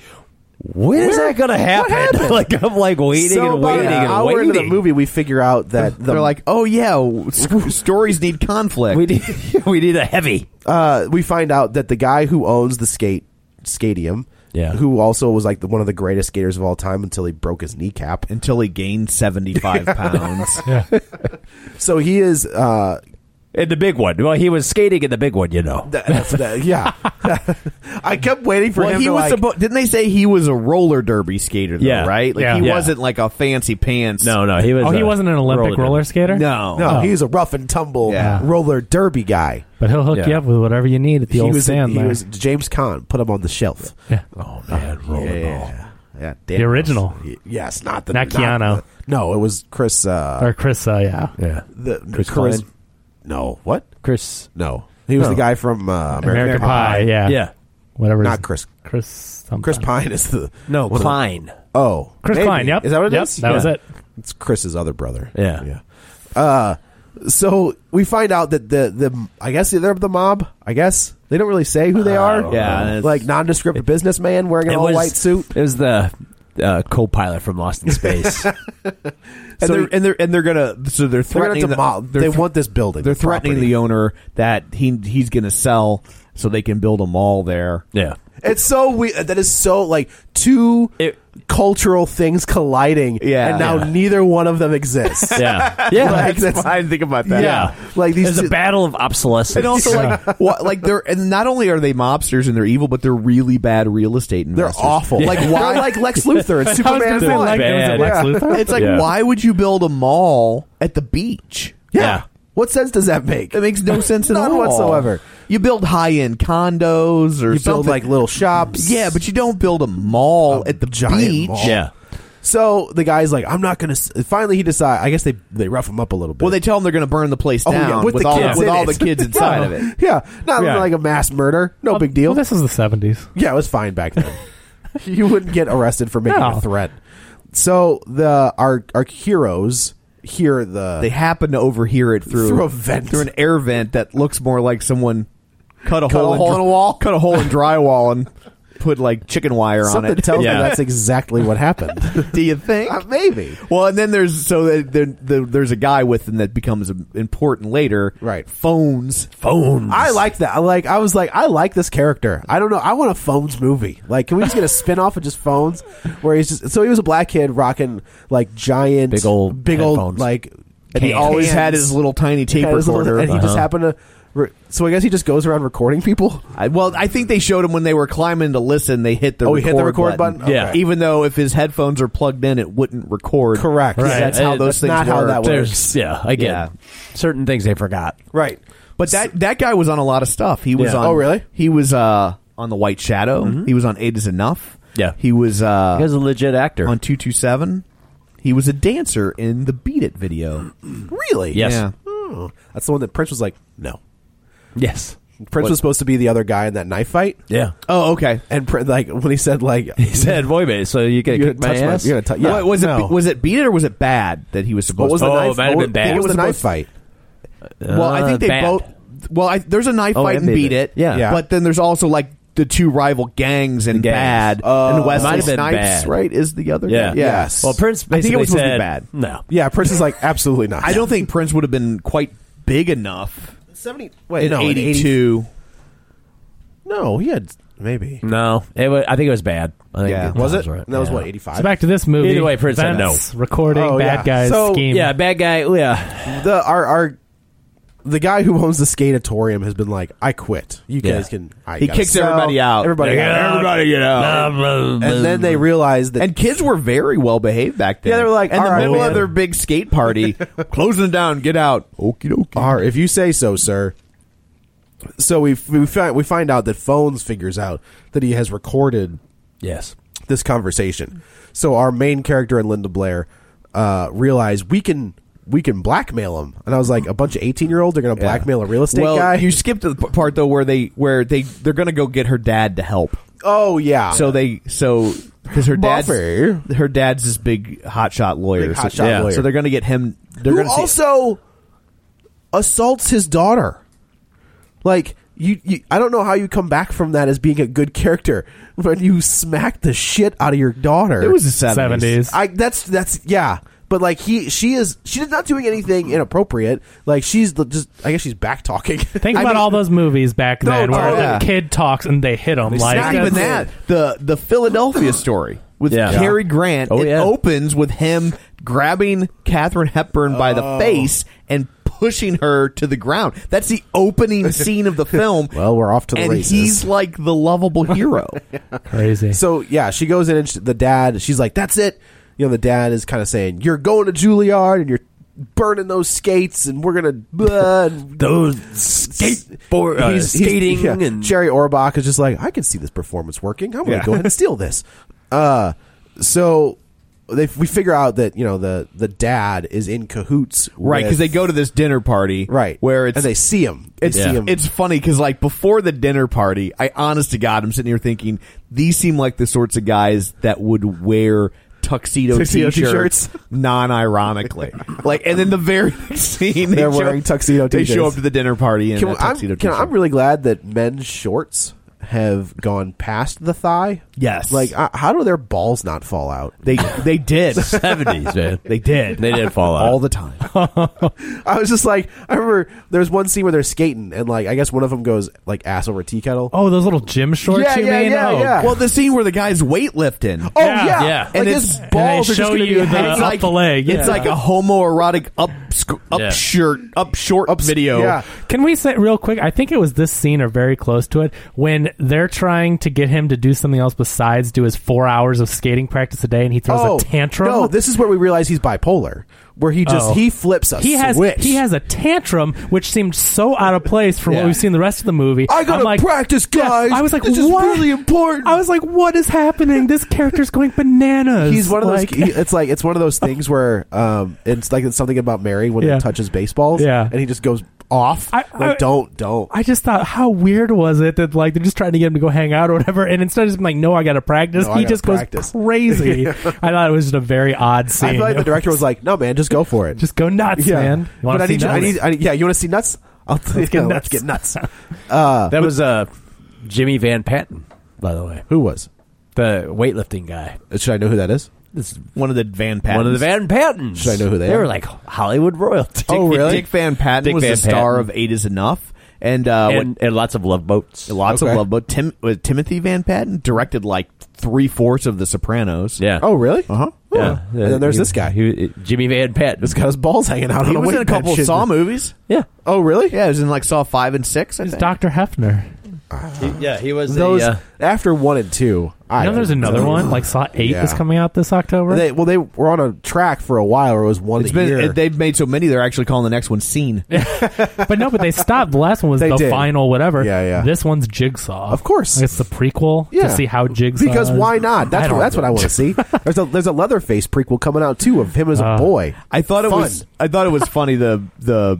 Speaker 8: When is that going to happen?
Speaker 7: happened?
Speaker 8: like I'm like waiting
Speaker 7: So
Speaker 8: and
Speaker 7: about
Speaker 8: waiting
Speaker 7: an
Speaker 8: and
Speaker 7: hour
Speaker 8: waiting.
Speaker 7: into the movie, we figure out that the,
Speaker 5: They're like, oh yeah, w- sc- stories need conflict.
Speaker 8: We need we need a heavy.
Speaker 7: uh, we find out that the guy who owns the skate stadium,
Speaker 8: Yeah.
Speaker 7: who also was like the, one of the greatest skaters of all time until he broke his kneecap.
Speaker 5: until he gained seventy five pounds.
Speaker 7: So he is, uh,
Speaker 8: In the big one. Well, he was skating in the big one, you know.
Speaker 7: th- that's- that- yeah. I kept waiting for
Speaker 5: well,
Speaker 7: him.
Speaker 5: he
Speaker 7: to,
Speaker 5: was
Speaker 7: like,
Speaker 5: supposed. Didn't they say he was a roller derby skater? Though,
Speaker 8: Yeah.
Speaker 5: right. Like
Speaker 6: Yeah.
Speaker 5: he
Speaker 6: Yeah.
Speaker 5: wasn't like a fancy pants.
Speaker 8: No, no, he was.
Speaker 6: Oh, he
Speaker 8: a
Speaker 6: wasn't an Olympic roller,
Speaker 8: derby.
Speaker 6: skater.
Speaker 5: no,
Speaker 7: No, he's a rough and tumble
Speaker 5: Yeah.
Speaker 7: roller derby guy.
Speaker 6: but he'll hook
Speaker 8: Yeah.
Speaker 6: you up with whatever you need at the
Speaker 7: he
Speaker 6: old
Speaker 7: was,
Speaker 6: stand.
Speaker 7: he
Speaker 6: there.
Speaker 7: was James Caan put him on the shelf.
Speaker 6: yeah.
Speaker 7: Oh man, yeah, yeah,
Speaker 6: The original.
Speaker 7: Yes, not the
Speaker 6: Not
Speaker 7: the-
Speaker 6: Keanu.
Speaker 7: no, it was Chris. Uh,
Speaker 6: or Chris. Uh, yeah,
Speaker 8: Yeah.
Speaker 7: the
Speaker 8: Chris
Speaker 7: Chris-
Speaker 8: Pine?
Speaker 7: No, what?
Speaker 8: Chris.
Speaker 7: No, he was
Speaker 8: No.
Speaker 7: the guy from uh, American,
Speaker 6: American
Speaker 7: Pie.
Speaker 6: Pie. Yeah,
Speaker 8: Yeah.
Speaker 6: whatever.
Speaker 7: Not
Speaker 6: his-
Speaker 7: Chris.
Speaker 6: Chris. Something.
Speaker 7: Chris Pine is the
Speaker 8: No,
Speaker 7: one of the-
Speaker 8: Klein.
Speaker 7: oh,
Speaker 6: Chris
Speaker 7: maybe.
Speaker 6: Klein. Yep.
Speaker 7: Is that what it is?
Speaker 6: yep, That was
Speaker 8: Yeah.
Speaker 6: it.
Speaker 7: It's Chris's other brother.
Speaker 8: Yeah.
Speaker 7: yeah. Uh, so we find out that the the I guess they're the mob. I guess they don't really say who they are.
Speaker 8: yeah, it's-
Speaker 7: like nondescript businessman wearing an
Speaker 8: It
Speaker 7: all
Speaker 8: was-
Speaker 7: white suit.
Speaker 8: It was the uh, co-pilot from Lost in Space.
Speaker 5: and
Speaker 7: So
Speaker 5: they're
Speaker 7: he-
Speaker 5: and they're and they're gonna so they're
Speaker 7: They're
Speaker 5: threatening
Speaker 7: gonna demol-
Speaker 5: the,
Speaker 7: they
Speaker 5: they're thr-
Speaker 7: want this building.
Speaker 5: they're threatening
Speaker 7: property.
Speaker 5: the owner that he he's gonna sell so they can build a mall there.
Speaker 8: yeah.
Speaker 7: It's so weird. That is so like two
Speaker 8: It-
Speaker 7: cultural things colliding.
Speaker 5: Yeah.
Speaker 7: and now
Speaker 5: Yeah.
Speaker 7: neither one of them exists.
Speaker 8: Yeah. Yeah.
Speaker 7: Like,
Speaker 5: that's,
Speaker 7: that's-
Speaker 5: why I didn't think about
Speaker 7: Yeah.
Speaker 5: that.
Speaker 7: Like these
Speaker 8: It's
Speaker 7: two-
Speaker 8: a battle of obsolescence.
Speaker 5: And also, like, what, like they're and not only are they mobsters and they're evil, but they're really bad real estate
Speaker 7: They're
Speaker 5: investors.
Speaker 7: awful. Like why? like Lex Luthor and
Speaker 6: I was gonna
Speaker 7: Superman.
Speaker 6: say,
Speaker 7: one.
Speaker 6: like,
Speaker 8: Bad.
Speaker 6: was it Lex Luthor?
Speaker 5: It's like,
Speaker 8: Yeah.
Speaker 5: why would you build a mall at the beach?
Speaker 7: yeah.
Speaker 8: Yeah.
Speaker 7: What sense does that make?
Speaker 5: That makes no sense at
Speaker 7: None
Speaker 5: all
Speaker 7: whatsoever.
Speaker 5: You build high end condos or
Speaker 7: You
Speaker 5: something
Speaker 7: build like little shops.
Speaker 5: Yeah, but you don't build a mall at the
Speaker 7: giant
Speaker 5: beach.
Speaker 7: mall.
Speaker 8: yeah.
Speaker 7: so the guy's like, I'm not gonna. S-. Finally, he decides. I guess they they rough him up a little bit.
Speaker 5: Well, they tell them they're going to burn the place
Speaker 7: Oh, yeah,
Speaker 5: down with,
Speaker 7: the
Speaker 5: all
Speaker 7: kids
Speaker 5: with
Speaker 7: in
Speaker 5: all
Speaker 7: it.
Speaker 5: the kids inside of it.
Speaker 7: Yeah, not
Speaker 8: Yeah.
Speaker 7: like a mass murder. No big deal.
Speaker 6: Well, this is the seventies.
Speaker 7: Yeah, it was fine back then. you wouldn't get arrested for making
Speaker 6: No.
Speaker 7: a threat. So the our our heroes hear the
Speaker 5: They happen to overhear it through,
Speaker 7: Through a vent.
Speaker 5: through an air vent that looks more like someone cut a
Speaker 7: Cut
Speaker 5: hole,
Speaker 7: a hole
Speaker 5: dr-
Speaker 7: in a wall?
Speaker 5: cut a hole in drywall, and put like chicken wire
Speaker 7: something
Speaker 5: on it.
Speaker 7: tells
Speaker 8: Yeah.
Speaker 7: me that's exactly what happened.
Speaker 5: Do you think?
Speaker 7: Uh, maybe.
Speaker 5: Well, and then there's so there, there, there- there's a guy with them that becomes important later.
Speaker 7: Right.
Speaker 5: Phones.
Speaker 8: Phones.
Speaker 7: I like that. I like. I was like, I like this character. I don't know. I want a phones movie. Like, can we just get a spin off of just phones, where he's just so he was a black kid rocking like giant,
Speaker 8: Big old
Speaker 7: big old
Speaker 8: headphones.
Speaker 7: like,
Speaker 5: And he always had his little tiny tape recorder.
Speaker 7: and he just happened to. Re- so I guess he just goes around recording people.
Speaker 5: I, well, I think they showed him when they were climbing to listen. They hit the
Speaker 7: Oh, he
Speaker 5: record
Speaker 7: hit the record button?
Speaker 8: Yeah. Okay.
Speaker 5: even though if his headphones are plugged in, it wouldn't record.
Speaker 7: Correct.
Speaker 5: Because
Speaker 7: Right.
Speaker 5: That's how
Speaker 8: And
Speaker 5: those
Speaker 7: that's
Speaker 5: things
Speaker 7: not how
Speaker 5: work.
Speaker 7: that
Speaker 8: There's-
Speaker 7: works.
Speaker 8: Yeah. I get
Speaker 5: Yeah.
Speaker 8: certain things they forgot.
Speaker 7: Right.
Speaker 5: But that that guy was on a lot of stuff. He was
Speaker 8: Yeah.
Speaker 5: on.
Speaker 7: Oh, really? Mm-hmm.
Speaker 5: He was uh, on the White Shadow. He was on Eight Is Enough.
Speaker 8: Yeah.
Speaker 5: He was uh,
Speaker 8: He was a legit actor.
Speaker 5: on two two seven. He was a dancer in the Beat It video.
Speaker 7: Really?
Speaker 8: Yes.
Speaker 5: Yeah.
Speaker 7: Oh, that's the one that Prince was like, no.
Speaker 8: Yes.
Speaker 7: Prince was supposed to be the other guy in that knife fight.
Speaker 8: Yeah.
Speaker 5: Oh, okay.
Speaker 7: And Prin- like when he said like
Speaker 8: He said, "Boy, man, so you
Speaker 7: You're
Speaker 8: get
Speaker 7: gonna
Speaker 8: kick my
Speaker 7: touch my-
Speaker 8: ass."
Speaker 7: you're gonna tou- yeah.
Speaker 5: What, was
Speaker 7: No.
Speaker 5: it was it Beat It or was it Bad that he was supposed
Speaker 7: what was
Speaker 5: to?
Speaker 7: the
Speaker 8: Oh,
Speaker 7: knife?
Speaker 8: it might have
Speaker 7: what
Speaker 8: been bad.
Speaker 7: What was
Speaker 5: It was
Speaker 7: the knife
Speaker 5: supposed-
Speaker 7: fight?
Speaker 5: Well, I
Speaker 8: Uh,
Speaker 5: think they
Speaker 8: bad.
Speaker 5: both. Well, I, there's a knife
Speaker 8: Oh,
Speaker 5: fight
Speaker 8: and
Speaker 5: and
Speaker 8: Beat
Speaker 5: beat
Speaker 8: It.
Speaker 5: it.
Speaker 8: Yeah.
Speaker 7: Yeah.
Speaker 5: but then there's also like the two rival gangs and
Speaker 8: Gangs.
Speaker 5: bad
Speaker 8: Oh.
Speaker 5: and
Speaker 8: Might
Speaker 5: Wesley
Speaker 8: have been
Speaker 5: Snipes,
Speaker 8: Bad.
Speaker 5: right? Is the other?
Speaker 8: Yeah.
Speaker 5: guy?
Speaker 7: Yes.
Speaker 8: Well, Prince
Speaker 5: I think
Speaker 8: basically
Speaker 5: it was supposed to be
Speaker 8: said,
Speaker 5: bad.
Speaker 8: No.
Speaker 7: Yeah, Prince is like absolutely not.
Speaker 5: I don't think Prince would have been quite big enough
Speaker 7: seventy. Wait,
Speaker 5: in
Speaker 7: no, in
Speaker 5: 82.
Speaker 7: No, he had maybe.
Speaker 8: No. It was, I think it was bad. I think
Speaker 5: Yeah.
Speaker 8: that
Speaker 7: Was it?
Speaker 8: was right.
Speaker 7: That was
Speaker 8: Yeah.
Speaker 7: what eighty five.
Speaker 6: So back to this movie.
Speaker 8: Either way, Prince said
Speaker 6: Vents, recording
Speaker 7: Oh,
Speaker 6: bad
Speaker 7: yeah.
Speaker 6: guys
Speaker 7: So-
Speaker 6: scheme.
Speaker 8: Yeah, bad guy. Yeah.
Speaker 7: the our our the guy who owns the skatatorium has been like, I quit. You
Speaker 8: Yeah.
Speaker 7: guys can. I
Speaker 5: He
Speaker 7: gotta
Speaker 5: kicks
Speaker 7: sell.
Speaker 5: everybody out.
Speaker 7: Everybody.
Speaker 5: Get
Speaker 7: out.
Speaker 5: everybody, get out.
Speaker 7: And then they realize that
Speaker 5: And kids were very well behaved back then.
Speaker 7: Yeah, they were like,
Speaker 5: in the
Speaker 7: "All right,
Speaker 5: middle of
Speaker 7: man."
Speaker 5: their big skate party, closing it down, get out. Okie dokie.
Speaker 7: Are if you say so, sir. So we we find we find out that Phones figures out that he has recorded
Speaker 8: Yes.
Speaker 7: this conversation. So our main character and Linda Blair uh, realize we can we can blackmail him, and I was like, a bunch of eighteen year olds are going to blackmail a real estate
Speaker 5: well,
Speaker 7: guy.
Speaker 5: you skipped the p- part though where they where they they're gonna go get her dad to help.
Speaker 7: oh yeah,
Speaker 5: So they so because her dad's
Speaker 7: Buffy.
Speaker 5: her dad's this big hotshot lawyer.
Speaker 7: Big
Speaker 5: so-
Speaker 7: hotshot
Speaker 5: yeah,
Speaker 7: lawyer.
Speaker 5: So they're gonna get him. They're
Speaker 7: who
Speaker 5: gonna see-
Speaker 7: also assaults his daughter. Like you, you, I don't know how you come back from that as being a good character when you smack the shit out of your daughter.
Speaker 5: It was the
Speaker 6: 70s.
Speaker 5: seventies.
Speaker 7: I that's that's yeah. But like he, she is she's not doing anything inappropriate. Like she's the- just, I guess she's back talking.
Speaker 6: Think about all those movies back
Speaker 7: No, oh,
Speaker 6: then where
Speaker 7: totally.
Speaker 6: the kid talks and they hit him. like
Speaker 5: not even
Speaker 6: that's-
Speaker 5: that. The the Philadelphia story with
Speaker 8: Yeah.
Speaker 5: Cary Grant.
Speaker 8: Oh,
Speaker 5: it
Speaker 8: yeah.
Speaker 5: opens with him grabbing Katherine Hepburn by the
Speaker 7: Oh.
Speaker 5: face and pushing her to the ground. That's the opening scene of the film.
Speaker 7: Well, we're off to the
Speaker 5: and
Speaker 7: races.
Speaker 5: he's like the lovable hero.
Speaker 6: Crazy.
Speaker 7: So yeah, she goes in and she, the dad. She's like, "That's it." You know, the dad is kind of saying, "You're going to Juilliard and you're burning those skates, and we're gonna blah, and
Speaker 8: Those skateboard uh,
Speaker 7: He's- he's-
Speaker 8: skating
Speaker 7: yeah.
Speaker 8: and
Speaker 7: Jerry Orbach is just like, I can see this performance working. I'm going to
Speaker 5: Yeah.
Speaker 7: go ahead and steal this. Uh, so they we figure out that you know the the dad is in cahoots,
Speaker 5: right, because
Speaker 7: with-
Speaker 5: they go to this dinner party.
Speaker 7: right
Speaker 5: Where it's
Speaker 7: and they see him. They
Speaker 5: It's
Speaker 7: see him.
Speaker 5: it's funny because like before the dinner party, I honest to God, I'm sitting here thinking these seem like the sorts of guys that would wear tuxedo,
Speaker 7: Tuxedo
Speaker 5: t-shirts,
Speaker 7: t-shirts.
Speaker 5: non-ironically. like, and then the very next scene, they
Speaker 7: They're
Speaker 5: show-
Speaker 7: wearing tuxedo
Speaker 5: They show
Speaker 7: t-shirts.
Speaker 5: up to the dinner party in
Speaker 7: Can-
Speaker 5: a tuxedo
Speaker 7: I'm, can-
Speaker 5: t-shirt.
Speaker 7: I'm really glad that men's shorts have gone past the thigh.
Speaker 5: Yes.
Speaker 7: Like, uh, how do their balls not fall out?
Speaker 5: they they did
Speaker 8: seventies, man.
Speaker 5: they did
Speaker 8: They did fall out.
Speaker 5: all the time.
Speaker 7: I was just like, I remember there's one scene where they're skating, and like, I guess one of them goes like ass over tea kettle.
Speaker 6: oh, those little gym shorts
Speaker 7: Yeah,
Speaker 6: you
Speaker 7: yeah,
Speaker 6: mean?
Speaker 7: yeah,
Speaker 6: oh,
Speaker 7: yeah.
Speaker 5: Well, the scene where the guy's weightlifting.
Speaker 7: Oh
Speaker 6: Yeah.
Speaker 7: yeah,
Speaker 6: Yeah.
Speaker 7: Like
Speaker 5: And
Speaker 7: his
Speaker 5: it's- and
Speaker 7: balls
Speaker 6: they
Speaker 7: are just
Speaker 6: show
Speaker 7: gonna
Speaker 6: you
Speaker 7: be
Speaker 6: the-
Speaker 7: hanging
Speaker 6: up the leg,
Speaker 5: It's
Speaker 6: yeah.
Speaker 5: like a homoerotic up sc- up
Speaker 8: Yeah.
Speaker 5: shirt up short
Speaker 7: up
Speaker 5: video.
Speaker 7: Yeah,
Speaker 6: Can we say real quick? I think it was this scene or very close to it when they're trying to get him to do something else besides do his four hours of skating practice a day, and he throws a tantrum.
Speaker 7: Oh. No, this is where we realize he's bipolar, where he just
Speaker 6: Oh.
Speaker 7: he flips us.
Speaker 6: he has
Speaker 7: switch.
Speaker 6: he has a tantrum, which seemed so out of place from
Speaker 5: Yeah.
Speaker 6: what we've seen the rest of the movie.
Speaker 7: I gotta
Speaker 6: I'm like,
Speaker 7: practice,
Speaker 6: Yeah,
Speaker 7: guys.
Speaker 6: I was like,
Speaker 7: this is
Speaker 6: what?
Speaker 7: really important.
Speaker 6: I was like, what is happening? This character's going bananas.
Speaker 7: He's one of
Speaker 6: Like-
Speaker 7: those. he- it's like it's one of those things where um, it's like it's something about Mary when
Speaker 6: Yeah.
Speaker 7: it touches baseballs.
Speaker 6: Yeah.
Speaker 7: and he just goes off.
Speaker 6: I-
Speaker 7: like
Speaker 6: I-
Speaker 7: don't don't.
Speaker 6: I just thought, how weird was it that like they're just trying to get him to go hang out or whatever, and instead of just being like, "No, I got to practice,"
Speaker 7: No, I
Speaker 6: he
Speaker 7: gotta
Speaker 6: just
Speaker 7: practice.
Speaker 6: goes crazy. I thought it was just a very odd scene.
Speaker 7: I feel like the director was like, "No, man, just go for it.
Speaker 6: "Just go nuts,
Speaker 7: yeah.
Speaker 6: man." You
Speaker 7: but
Speaker 6: wanna
Speaker 7: I
Speaker 6: see
Speaker 7: need, you- I
Speaker 6: nuts?
Speaker 7: need, I need- yeah, you want to see nuts? I'll
Speaker 6: Let's
Speaker 7: yeah,
Speaker 6: get
Speaker 7: Let's
Speaker 6: nuts.
Speaker 7: get nuts.
Speaker 8: that was uh, Jimmy Van Patten, by the way,
Speaker 7: Who was?
Speaker 8: the weightlifting guy.
Speaker 7: Should I know who that is?
Speaker 5: One of the Van Pattons.
Speaker 8: One of the Van Pattons.
Speaker 7: Should I know who they
Speaker 8: They
Speaker 7: are?
Speaker 8: were like Hollywood royalty.
Speaker 5: Dick,
Speaker 7: Oh,
Speaker 5: Dick Van Patten
Speaker 8: Dick
Speaker 5: was
Speaker 8: Van
Speaker 5: the star
Speaker 8: Patten.
Speaker 5: of Eight Is Enough, and uh,
Speaker 8: and, and lots of love boats.
Speaker 5: what- lots
Speaker 7: Okay.
Speaker 5: of love. But Tim, was Timothy Van Patten directed like three fourths of The Sopranos.
Speaker 8: Yeah.
Speaker 7: Oh, really? Uh
Speaker 5: huh.
Speaker 8: yeah.
Speaker 7: And then there's
Speaker 8: He-
Speaker 7: this guy.
Speaker 8: he- uh, Jimmy Van Patten.
Speaker 7: He's got his balls hanging out.
Speaker 5: He
Speaker 7: on a
Speaker 5: was in
Speaker 7: weight
Speaker 5: a couple of
Speaker 7: bench.
Speaker 5: Saw movies.
Speaker 8: Yeah.
Speaker 7: Oh, really?
Speaker 5: Yeah, he was in like Saw five and six. I
Speaker 6: It's
Speaker 5: think.
Speaker 6: Doctor Hefner.
Speaker 8: yeah, he was uh,
Speaker 7: Those after one and two. I
Speaker 6: I know there's another one. Like Saw Eight
Speaker 7: Yeah.
Speaker 6: is coming out this October.
Speaker 7: They, well, they were on a track for a while. Where it was one
Speaker 5: it's
Speaker 7: a
Speaker 5: been
Speaker 7: year.
Speaker 5: they've made so many they're actually calling the next one Scene.
Speaker 6: but no, but they stopped. The last one was
Speaker 7: They
Speaker 6: the
Speaker 7: did.
Speaker 6: final whatever.
Speaker 7: Yeah, yeah.
Speaker 6: This one's Jigsaw.
Speaker 7: Of course.
Speaker 6: it's the prequel
Speaker 7: Yeah.
Speaker 6: to see how Jigsaw.
Speaker 7: because
Speaker 6: is.
Speaker 7: why not? That's
Speaker 6: I
Speaker 7: what,
Speaker 6: don't
Speaker 7: that's what I
Speaker 6: know.
Speaker 7: want to see. There's a there's a Leatherface prequel coming out too of him as a
Speaker 6: Uh,
Speaker 7: boy.
Speaker 5: I thought it
Speaker 7: Fun.
Speaker 5: was. I thought it was funny the the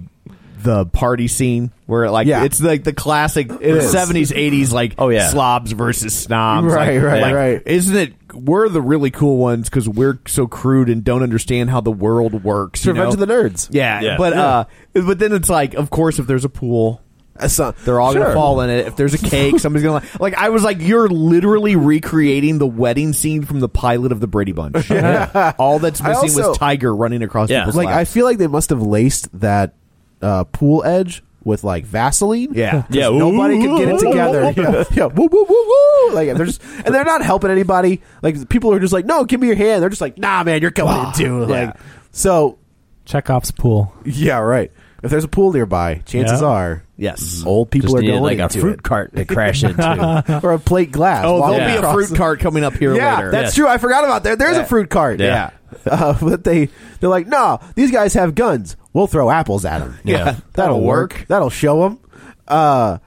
Speaker 5: the party scene where like
Speaker 7: Yeah.
Speaker 5: it's like the classic
Speaker 7: is.
Speaker 5: seventies eighties like
Speaker 8: Oh, yeah.
Speaker 5: slobs versus snobs
Speaker 7: Right,
Speaker 5: Like-
Speaker 7: right,
Speaker 5: like,
Speaker 7: right.
Speaker 5: isn't it we're the really cool ones because we're so crude and don't understand how the world works
Speaker 7: It's
Speaker 5: you
Speaker 7: Revenge
Speaker 5: know?
Speaker 7: of the Nerds.
Speaker 5: yeah,
Speaker 8: Yeah.
Speaker 5: but uh but then it's like of course if there's a pool
Speaker 7: Uh, so-
Speaker 5: they're all
Speaker 7: sure.
Speaker 5: gonna fall in it. If there's a cake, somebody's gonna like. Like I was like, you're literally recreating the wedding scene from the pilot of the Brady Bunch. All that's
Speaker 7: I
Speaker 5: missing
Speaker 7: also-
Speaker 5: was Tiger running across.
Speaker 8: Yeah.
Speaker 5: people's
Speaker 7: Like I
Speaker 5: laps.
Speaker 7: feel like they must have laced that uh, pool edge with like Vaseline.
Speaker 5: Yeah.
Speaker 7: 'Cause
Speaker 8: Yeah, ooh,
Speaker 7: Nobody could get it
Speaker 8: ooh, ooh,
Speaker 7: together.
Speaker 8: ooh,
Speaker 7: yeah. yeah. Woo, woo, woo, woo. Like they're just and they're not helping anybody. Like people are just like, no, give me your hand. They're just like, nah, man, you're coming in too. Like
Speaker 5: yeah.
Speaker 7: so.
Speaker 6: Chekhov's pool.
Speaker 7: Yeah. Right. If there's a pool nearby, chances
Speaker 6: Yeah.
Speaker 7: are
Speaker 5: Yes.
Speaker 7: Mm-hmm. old people
Speaker 8: Just
Speaker 7: are
Speaker 8: needed
Speaker 7: going
Speaker 8: like a
Speaker 7: into
Speaker 8: fruit
Speaker 7: it.
Speaker 8: cart to crash into.
Speaker 7: or a plate glass.
Speaker 5: Oh,
Speaker 7: walking
Speaker 5: there'll be a
Speaker 7: across
Speaker 5: fruit
Speaker 7: the-
Speaker 5: cart coming up here
Speaker 7: Yeah,
Speaker 5: later.
Speaker 7: that's true. I forgot about that. There's a fruit cart.
Speaker 8: Yeah.
Speaker 7: Uh, but they they're like, no, these guys have guns. We'll throw apples at them.
Speaker 8: Yeah.
Speaker 7: that'll
Speaker 5: That'll
Speaker 7: work.
Speaker 5: work.
Speaker 7: That'll show them. Uh,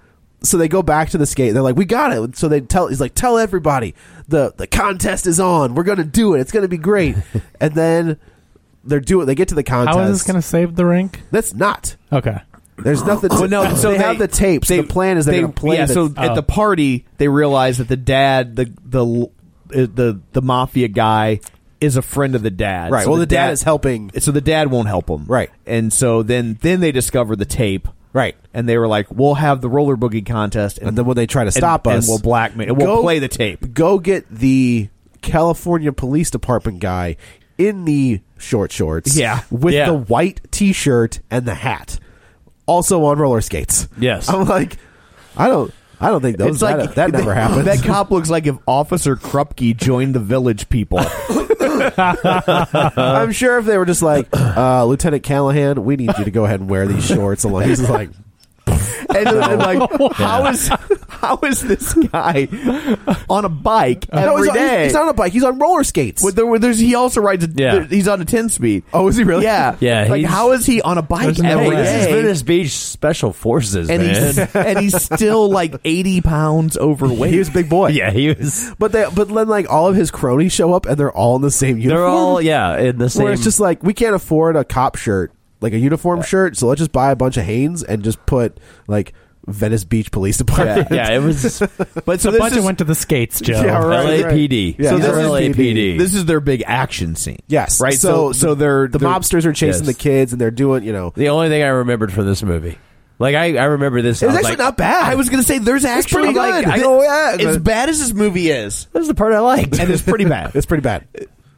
Speaker 7: so they go back to the skate. They're like, "We got it." So they tell he's like, "Tell everybody the the contest is on. We're gonna do it. It's gonna be great." and then they're doing. They get to the contest.
Speaker 6: How is this going to save the rink?
Speaker 7: That's not
Speaker 6: Okay.
Speaker 7: There's nothing. To,
Speaker 5: Well, no, so
Speaker 7: they, have the tapes.
Speaker 5: they-
Speaker 7: the plan is they're
Speaker 5: they-
Speaker 7: going to play.
Speaker 5: Yeah,
Speaker 7: the-
Speaker 5: so at
Speaker 8: Oh.
Speaker 5: the party, they realize that the dad, the the uh, the the mafia guy, is a friend of the dad.
Speaker 7: right.
Speaker 5: So
Speaker 7: well, the dad, is helping.
Speaker 5: so the dad won't help him.
Speaker 7: Right.
Speaker 5: And so then then they discover the tape.
Speaker 7: Right.
Speaker 5: And they were like, "We'll have the roller boogie contest,
Speaker 7: And then when they try to
Speaker 5: and-
Speaker 7: stop
Speaker 5: and
Speaker 7: us,
Speaker 5: we'll blackmail, and we'll
Speaker 7: go-
Speaker 5: play the tape."
Speaker 7: Go get the California Police Department guy in the short shorts.
Speaker 5: Yeah.
Speaker 7: with
Speaker 5: Yeah.
Speaker 7: the white T-shirt and the hat. Also on roller skates.
Speaker 8: Yes.
Speaker 7: I'm like, I don't. I don't think those.
Speaker 5: It's like
Speaker 7: that, that never happened.
Speaker 5: That cop looks like if Officer Krupke joined the Village People.
Speaker 7: I'm sure if they were just like uh, Lieutenant Callahan, we need you to go ahead and wear these shorts. And like, he's like,
Speaker 5: and, and like, how is how is this guy on a bike
Speaker 7: no,
Speaker 5: every
Speaker 7: he's,
Speaker 5: day?
Speaker 7: on, he's- he's on a bike. He's on roller skates.
Speaker 5: Well, there, were- there's, he also rides. A,
Speaker 8: Yeah.
Speaker 5: there- he's on a ten speed.
Speaker 7: Oh, is he really?
Speaker 5: Yeah,
Speaker 8: Yeah,
Speaker 5: Like,
Speaker 8: he's-
Speaker 5: how is he on a bike
Speaker 6: no
Speaker 5: every
Speaker 6: way.
Speaker 5: day?
Speaker 6: This
Speaker 8: This is Venice Beach Special Forces,
Speaker 5: and
Speaker 8: man.
Speaker 5: he's and he's still like eighty pounds overweight.
Speaker 7: he was a big boy.
Speaker 8: yeah, he was.
Speaker 7: But they, but then like all of his cronies show up and they're all in the same uniform.
Speaker 8: They're all yeah in the same.
Speaker 7: Where it's just like we can't afford a cop shirt, like a uniform shirt, so let's just buy a bunch of Hanes and just put like Venice Beach Police Department.
Speaker 8: yeah, it was
Speaker 5: but so
Speaker 6: the
Speaker 5: this
Speaker 6: budget
Speaker 5: is,
Speaker 6: went to the skates, Joe.
Speaker 7: Yeah, right, right.
Speaker 8: LAPD.
Speaker 7: Yeah,
Speaker 8: so
Speaker 7: he's
Speaker 8: this
Speaker 7: on
Speaker 8: is
Speaker 7: LAPD.
Speaker 8: LAPD.
Speaker 5: this is their big action scene.
Speaker 7: Yes.
Speaker 5: right. So so,
Speaker 7: the-
Speaker 5: they're
Speaker 7: the
Speaker 5: they're-
Speaker 7: mobsters are chasing
Speaker 8: yes.
Speaker 7: the kids and they're doing you know
Speaker 8: the only thing I remembered from this movie. Like I, I remember this. I
Speaker 7: It was
Speaker 8: was
Speaker 7: actually
Speaker 8: like,
Speaker 7: not bad.
Speaker 5: I was gonna say there's actually
Speaker 7: pretty
Speaker 5: like
Speaker 7: good.
Speaker 5: I-
Speaker 7: Oh, yeah.
Speaker 5: as bad as this movie is,
Speaker 8: This is the part I liked.
Speaker 5: and it's pretty bad.
Speaker 7: it's pretty bad.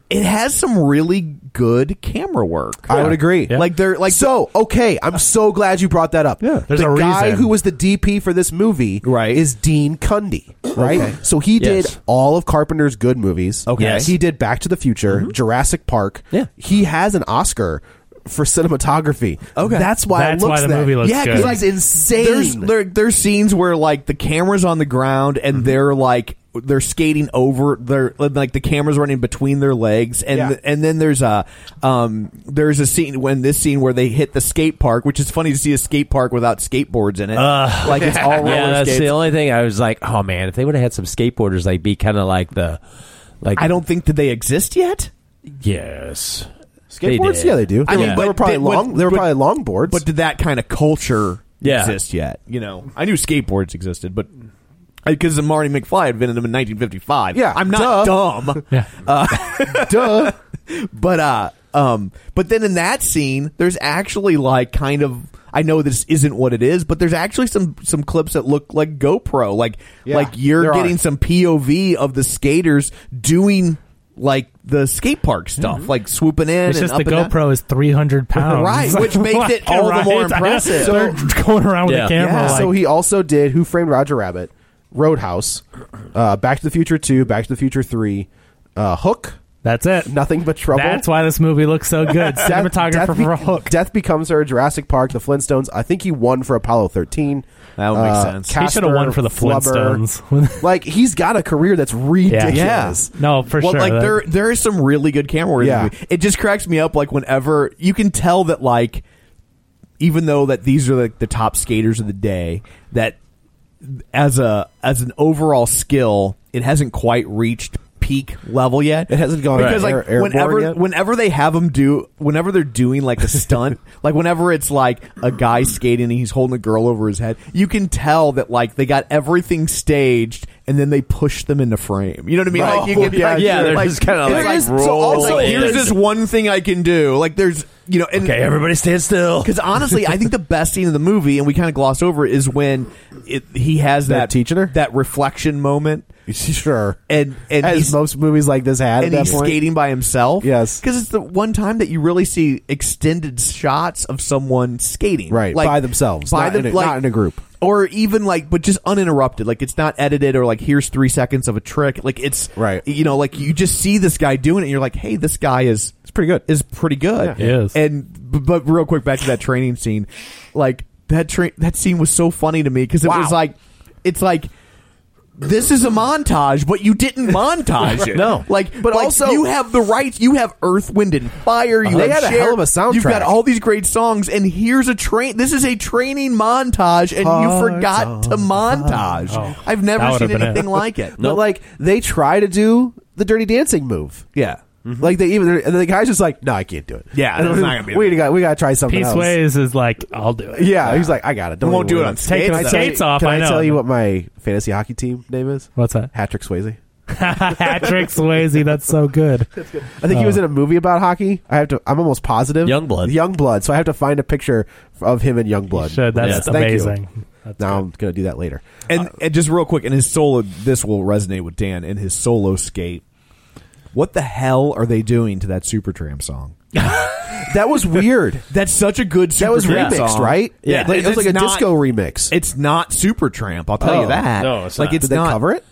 Speaker 5: it has some really good camera work.
Speaker 7: I would agree.
Speaker 6: Yeah.
Speaker 5: Like they're like
Speaker 7: so okay, I'm so glad you brought that up. Yeah,
Speaker 6: there's
Speaker 7: the
Speaker 6: a
Speaker 7: guy
Speaker 6: reason.
Speaker 7: who was the DP for this movie,
Speaker 5: Right.
Speaker 7: is Dean Cundy, right? So he
Speaker 8: Yes.
Speaker 7: did all of Carpenter's good movies.
Speaker 8: Okay. Yes.
Speaker 7: he did Back to the Future, Jurassic Park.
Speaker 8: Yeah.
Speaker 7: he has an Oscar for cinematography.
Speaker 5: Okay.
Speaker 7: that's why
Speaker 6: That's
Speaker 7: it
Speaker 6: why
Speaker 7: looks
Speaker 6: the
Speaker 7: that.
Speaker 6: movie looks
Speaker 7: yeah,
Speaker 6: good.
Speaker 7: it's insane.
Speaker 5: there's there, there's scenes where like the camera's on the ground and
Speaker 8: Mm-hmm.
Speaker 5: they're like they're skating over they're like the camera's running between their legs and
Speaker 7: Yeah.
Speaker 5: and then there's a um there's a scene when this scene where they hit the skate park which is funny to see a skate park without skateboards in it like it's all roller
Speaker 8: Uh, yeah, that's
Speaker 5: skates
Speaker 8: the only thing I was like, oh man, if they would have had some skateboarders, like be kind of like the, like
Speaker 5: I don't think that they exist yet
Speaker 8: yes,
Speaker 7: skateboards.
Speaker 8: did.
Speaker 7: yeah, they do.
Speaker 5: I
Speaker 7: They
Speaker 5: mean,
Speaker 7: were-
Speaker 5: but
Speaker 7: they were probably
Speaker 5: did- what-
Speaker 7: long. They were
Speaker 5: but-
Speaker 7: probably long boards.
Speaker 5: but did that kind of culture
Speaker 8: Yeah.
Speaker 5: exist yet you know I knew skateboards existed but because Marty McFly invented them in 1955
Speaker 7: Yeah,
Speaker 5: I'm not
Speaker 7: duh.
Speaker 5: dumb
Speaker 6: Yeah.
Speaker 5: duh. But uh, um, but then in that scene, there's actually like kind of. I know this isn't what it is, but there's actually some some clips that look like GoPro, like
Speaker 7: Yeah,
Speaker 5: like you're
Speaker 7: there
Speaker 5: getting
Speaker 7: are.
Speaker 5: some POV of the skaters doing like the skate park stuff, like swooping in.
Speaker 6: It's
Speaker 5: and
Speaker 6: just
Speaker 5: up
Speaker 6: the
Speaker 5: and down.
Speaker 6: GoPro is 300 pounds.
Speaker 5: Right,
Speaker 6: It's like,
Speaker 5: which makes it all the more
Speaker 6: right?
Speaker 5: impressive.
Speaker 6: They're going around with
Speaker 8: Yeah.
Speaker 6: a camera.
Speaker 7: Yeah,
Speaker 6: like,
Speaker 7: so he also did Who Framed Roger Rabbit, Roadhouse, uh, Back to the Future 2, Back to the Future 3, uh, Hook,
Speaker 6: that's it.
Speaker 7: Nothing But Trouble.
Speaker 6: That's why this movie looks so good. Cinematographer
Speaker 7: Death,
Speaker 6: for
Speaker 7: Be-
Speaker 6: Hook.
Speaker 7: Death Becomes Her, Jurassic Park, The Flintstones. I think he won for Apollo 13.
Speaker 5: That would make sense. He
Speaker 6: He should have won for the
Speaker 7: Flubber.
Speaker 6: Flintstones.
Speaker 7: like, he's got a career that's ridiculous.
Speaker 6: No, for
Speaker 5: well,
Speaker 6: sure.
Speaker 5: Like
Speaker 6: That-
Speaker 5: there, there is some really good camera work. in
Speaker 7: Yeah.
Speaker 5: the movie. it just cracks me up. Like whenever you can tell that, like, even though that these are like the top skaters of the day, that as a as an overall skill, it hasn't quite reached peak level yet.
Speaker 7: It hasn't gone
Speaker 5: because
Speaker 7: air-
Speaker 5: like
Speaker 7: airborne
Speaker 5: whenever
Speaker 7: yet?
Speaker 5: whenever they have them do whenever they're doing like a stunt, like whenever it's like a guy skating and he's holding a girl over his head, you can tell that like they got everything staged and then they push them into frame. You know what I mean?
Speaker 7: Oh,
Speaker 5: like you can
Speaker 7: yeah,
Speaker 5: like,
Speaker 7: yeah,
Speaker 8: they're
Speaker 5: like,
Speaker 8: just kinda,
Speaker 5: it's
Speaker 8: like,
Speaker 5: so also
Speaker 8: rolling.
Speaker 5: here's this one thing I can do. Like there's you know and
Speaker 8: Okay, everybody stand still.
Speaker 5: because honestly, I think the best scene in the movie, and we kind of glossed over, it, is when it, he has
Speaker 7: That
Speaker 5: that
Speaker 7: teaching her?
Speaker 5: that reflection moment,
Speaker 7: Sure.
Speaker 5: and and
Speaker 7: As
Speaker 5: he's,
Speaker 7: most movies like this had
Speaker 5: and
Speaker 7: at
Speaker 5: he's
Speaker 7: that point.
Speaker 5: skating by himself.
Speaker 7: Yes.
Speaker 5: because it's the one time that you really see extended shots of someone skating,
Speaker 7: Right, by themselves, not
Speaker 5: them-
Speaker 7: in a- not in a group.
Speaker 5: or even like, but just uninterrupted. Like it's not edited, or like here's three seconds of a trick. Like it's
Speaker 7: Right.
Speaker 5: You know, like you just see this guy doing it, and you're like, hey, this guy is
Speaker 7: It's pretty good.
Speaker 5: is pretty good.
Speaker 6: Yeah. It is.
Speaker 5: And b- but real quick back to that training scene, like that train that scene was so funny to me because it
Speaker 7: Wow.
Speaker 5: was like it's like this is a montage, but you didn't montage it.
Speaker 7: No.
Speaker 5: like,
Speaker 7: But
Speaker 5: but like
Speaker 7: also-
Speaker 5: also you have the rights. You have Earth, Wind, and Fire. You
Speaker 7: Uh-huh. They
Speaker 5: have
Speaker 7: had a
Speaker 5: Cher.
Speaker 7: hell of a
Speaker 5: You've
Speaker 7: soundtrack.
Speaker 5: got all these great songs, and here's a train. This is a training montage, and you forgot to montage. I've
Speaker 6: that
Speaker 5: never
Speaker 6: would've
Speaker 5: seen
Speaker 6: been it.
Speaker 5: anything like it.
Speaker 7: Oh. But like they try to do the dirty dancing move. Mm-hmm.
Speaker 5: yeah,
Speaker 7: Like they even and the guy's just like, no, I can't do it.
Speaker 5: Yeah,
Speaker 7: And
Speaker 5: that's not gonna be-
Speaker 7: we got we got to try something
Speaker 6: Peace
Speaker 7: else.
Speaker 6: Ways is like, I'll do it.
Speaker 7: Yeah, he's like, I got it. Don't
Speaker 5: Won't
Speaker 7: even
Speaker 5: do it
Speaker 7: worry
Speaker 5: on
Speaker 7: about
Speaker 6: Take
Speaker 7: Can
Speaker 6: my
Speaker 7: I tell
Speaker 6: skates
Speaker 7: you-
Speaker 6: off,
Speaker 7: Can
Speaker 6: I
Speaker 7: I
Speaker 6: know.
Speaker 7: tell you what my fantasy hockey team name is?
Speaker 6: What's that?
Speaker 7: Patrick Swayze.
Speaker 6: Patrick Swayze. That's so good.
Speaker 7: I
Speaker 6: Oh.
Speaker 7: think he was in a movie about hockey. I have to. I'm almost positive.
Speaker 8: Youngblood.
Speaker 7: Youngblood. So I have to find a picture of him in Youngblood.
Speaker 6: Should, that's
Speaker 7: Yes, thank you.
Speaker 6: amazing. That's
Speaker 7: Now
Speaker 6: good.
Speaker 7: I'm gonna do that later.
Speaker 5: And, and just real quick, in his solo, this will resonate with Dan in his solo skate. What the hell are they doing to that Supertramp song?
Speaker 7: That was weird.
Speaker 5: That's such a good. Supertramp
Speaker 7: that was remixed,
Speaker 5: song.
Speaker 7: right?
Speaker 5: Yeah,
Speaker 7: Like, it was
Speaker 5: It's
Speaker 7: like a
Speaker 5: not-
Speaker 7: disco remix.
Speaker 5: It's not Supertramp. I'll tell
Speaker 7: Oh.
Speaker 5: you that.
Speaker 8: No, it's
Speaker 5: like
Speaker 8: not.
Speaker 5: it's
Speaker 7: Did they
Speaker 5: not
Speaker 7: cover it?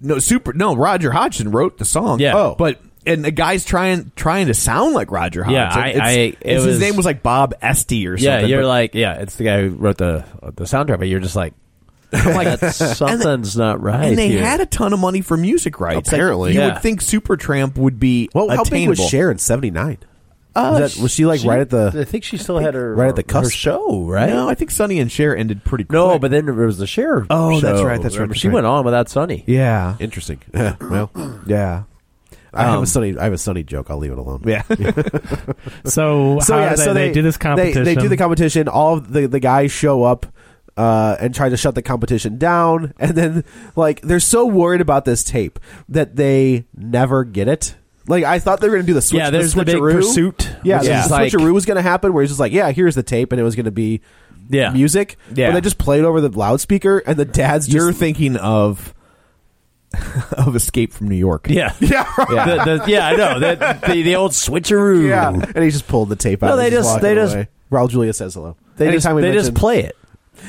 Speaker 5: No, super. No, Roger Hodgson wrote the song.
Speaker 8: Yeah.
Speaker 7: Oh.
Speaker 5: but and the guy's trying trying to sound like Roger Hodgson.
Speaker 8: Yeah, I-
Speaker 5: It's-
Speaker 8: I- it
Speaker 5: it's-
Speaker 8: was-
Speaker 5: his name was like Bob Esty or
Speaker 8: Yeah,
Speaker 5: something.
Speaker 8: you're
Speaker 5: but-
Speaker 8: like, yeah, it's the guy who wrote the the soundtrack, but you're just like, I'm like something's not right.
Speaker 5: and they
Speaker 8: here.
Speaker 5: had a ton of money for music rights. Like,
Speaker 7: Apparently.
Speaker 5: you
Speaker 8: Yeah.
Speaker 5: would think Supertramp would be
Speaker 7: Well, Oh, how big was
Speaker 5: attainable.
Speaker 7: Cher in '79?
Speaker 5: Uh,
Speaker 7: was, that, was she like right at the?
Speaker 8: I think she still had her
Speaker 7: right at the
Speaker 8: her
Speaker 7: cusp.
Speaker 8: show, right?
Speaker 5: No, I think Sonny and Cher ended pretty. Quick.
Speaker 8: No, but then there was the share.
Speaker 5: Oh, that's
Speaker 8: show,
Speaker 5: right, that's right,
Speaker 8: remember?
Speaker 5: that's
Speaker 8: She
Speaker 5: right.
Speaker 8: went on without Sonny.
Speaker 5: yeah,
Speaker 7: Interesting. well,
Speaker 5: yeah,
Speaker 7: I have
Speaker 8: Um,
Speaker 7: a sunny. I have a sunny joke. I'll leave it alone.
Speaker 5: yeah.
Speaker 6: So,
Speaker 7: So
Speaker 6: how
Speaker 7: yeah,
Speaker 6: do they,
Speaker 7: so
Speaker 6: they
Speaker 7: they,
Speaker 6: do this competition.
Speaker 7: They, they do the competition. All of the the guys show up uh, and try to shut the competition down, and then like they're so worried about this tape that they never get it. Like I thought they were going to do the switch.
Speaker 8: yeah, there's
Speaker 7: the
Speaker 8: the, big
Speaker 7: switcheroo.
Speaker 8: pursuit.
Speaker 7: Yeah,
Speaker 8: which
Speaker 7: there's
Speaker 8: is
Speaker 7: the
Speaker 8: like-
Speaker 7: switcheroo was going to happen where he's just like, "Yeah, here's the tape," and it was going to be
Speaker 8: Yeah,
Speaker 7: music.
Speaker 5: Yeah.
Speaker 7: but they just played over the loudspeaker, and the dad's just
Speaker 5: You're thinking of of Escape from New York.
Speaker 8: Yeah,
Speaker 7: yeah, right.
Speaker 8: yeah. The, the, yeah, I know that the, the old switcheroo.
Speaker 7: yeah, and he just pulled the tape out.
Speaker 8: No,
Speaker 7: and
Speaker 8: they
Speaker 7: he's
Speaker 8: just-
Speaker 7: walking
Speaker 8: they just-
Speaker 7: away. Raul Julia says hello.
Speaker 8: they just,
Speaker 7: Anytime we
Speaker 8: they just
Speaker 7: mention-
Speaker 8: play it.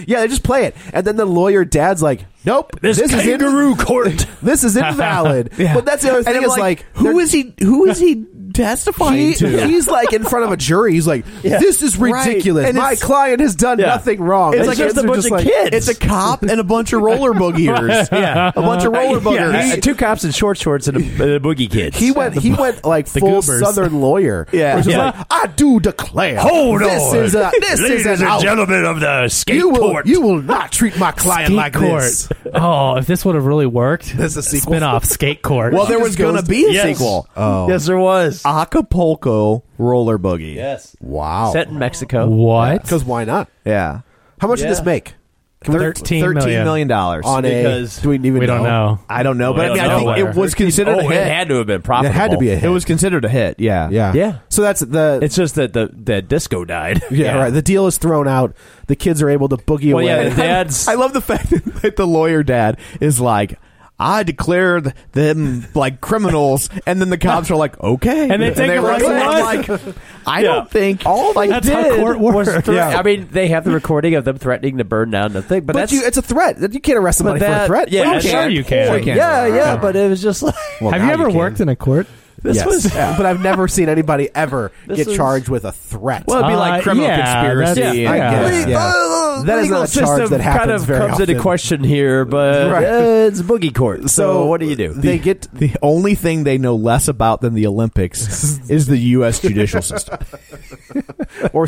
Speaker 7: Yeah, they just play it, and then the lawyer dad's like, "Nope,
Speaker 8: This,
Speaker 7: is in-
Speaker 8: kangaroo court.
Speaker 7: This is invalid.
Speaker 5: Yeah.
Speaker 7: But that's the other
Speaker 5: And
Speaker 7: thing
Speaker 5: I'm
Speaker 7: is
Speaker 5: like,
Speaker 7: like,
Speaker 5: who
Speaker 7: they're-
Speaker 5: is he? Who is he testifying
Speaker 7: he-
Speaker 5: to?
Speaker 7: he's like in front of a jury. He's like, this is
Speaker 5: Right.
Speaker 7: ridiculous.
Speaker 5: And
Speaker 7: My
Speaker 5: it's-
Speaker 7: client has done
Speaker 8: Yeah.
Speaker 7: nothing wrong.
Speaker 8: It's
Speaker 7: And
Speaker 8: like
Speaker 7: the
Speaker 8: just
Speaker 7: kids
Speaker 8: a
Speaker 7: are
Speaker 8: bunch of kids.
Speaker 5: It's a cop and a bunch of roller boogiers.
Speaker 8: Yeah.
Speaker 5: a bunch of roller boogers.
Speaker 8: Yeah, two cops in short shorts and a, and a boogie kid.
Speaker 7: He went. He went like
Speaker 6: The
Speaker 7: full
Speaker 6: goobers.
Speaker 7: Southern lawyer.
Speaker 5: Yeah.
Speaker 7: which is
Speaker 8: Yeah.
Speaker 7: like, I do declare.
Speaker 8: Hold
Speaker 7: this
Speaker 8: on.
Speaker 7: is a, this
Speaker 8: Ladies
Speaker 7: is an
Speaker 8: and
Speaker 7: out.
Speaker 8: gentlemen of the skate
Speaker 7: You will,
Speaker 8: court.
Speaker 7: you will not treat my client
Speaker 6: Skate
Speaker 7: like
Speaker 6: court.
Speaker 7: this.
Speaker 6: Oh, if this would have really worked,
Speaker 5: This is a sequel.
Speaker 6: spin-off skate court.
Speaker 5: Well, there
Speaker 7: He
Speaker 5: was
Speaker 7: just goes
Speaker 5: going to
Speaker 7: to-
Speaker 5: be a
Speaker 8: Yes.
Speaker 5: sequel.
Speaker 8: Oh. Yes, there was.
Speaker 7: Uh,
Speaker 5: Acapulco roller boogie.
Speaker 8: Yes.
Speaker 7: Wow.
Speaker 8: Set in Mexico.
Speaker 6: what?
Speaker 7: Because why not?
Speaker 5: Yeah.
Speaker 7: How much did
Speaker 8: Yeah.
Speaker 7: this make? Can we-
Speaker 6: Thirteen million.
Speaker 5: Thirteen million dollars
Speaker 7: on
Speaker 8: Because-
Speaker 7: a. Do we even
Speaker 6: We don't know.
Speaker 5: I don't know,
Speaker 8: We
Speaker 5: but I
Speaker 8: don't
Speaker 5: mean,
Speaker 8: know
Speaker 5: I think
Speaker 6: where.
Speaker 5: it was considered
Speaker 8: Oh,
Speaker 5: a
Speaker 8: it
Speaker 5: hit.
Speaker 8: had to have been profitable.
Speaker 7: It had to be a hit.
Speaker 5: It was considered a hit. Yeah.
Speaker 7: Yeah.
Speaker 8: Yeah.
Speaker 7: So that's the.
Speaker 8: It's just that the that disco died.
Speaker 7: yeah, right. The deal is thrown out. The kids are able to boogie
Speaker 8: Well,
Speaker 7: away.
Speaker 8: yeah, the dad's.
Speaker 5: I love the fact that the lawyer dad is like, I declare th- them like criminals, and then the cops are like, okay,
Speaker 6: And they take
Speaker 5: they're
Speaker 6: them like
Speaker 5: like, I'm like, I don't think all they
Speaker 6: That's how
Speaker 5: did
Speaker 6: court
Speaker 5: was
Speaker 6: works.
Speaker 5: threat-
Speaker 8: I mean, they have the recording of them threatening to burn down the thing, but,
Speaker 7: but
Speaker 8: that's
Speaker 7: you, it's a threat. You can't arrest somebody
Speaker 8: but that,
Speaker 7: for a threat.
Speaker 8: Yeah,
Speaker 6: Well,
Speaker 8: that's-
Speaker 6: sure you can.
Speaker 8: Sure
Speaker 6: You can.
Speaker 8: Yeah, yeah, but it was just like
Speaker 6: have you ever worked in a court?
Speaker 8: this
Speaker 7: yes.
Speaker 8: was.
Speaker 7: but I've never seen anybody ever
Speaker 8: This
Speaker 7: get
Speaker 8: is-
Speaker 7: charged with a threat.
Speaker 5: Well, it'd be like
Speaker 6: Uh,
Speaker 5: criminal
Speaker 6: yeah,
Speaker 5: conspiracy.
Speaker 6: that's-
Speaker 5: and-
Speaker 6: yeah.
Speaker 7: I guess,
Speaker 5: uh,
Speaker 7: yeah. That is
Speaker 8: legal
Speaker 7: not a charge
Speaker 8: system kind
Speaker 7: that happens
Speaker 8: of
Speaker 7: very
Speaker 8: comes into
Speaker 7: often.
Speaker 8: question here, but
Speaker 7: Right.
Speaker 8: uh, it's boogie court. So, what do you do?
Speaker 7: They get
Speaker 5: The only thing they know less about than the Olympics is the U.S. judicial system
Speaker 7: or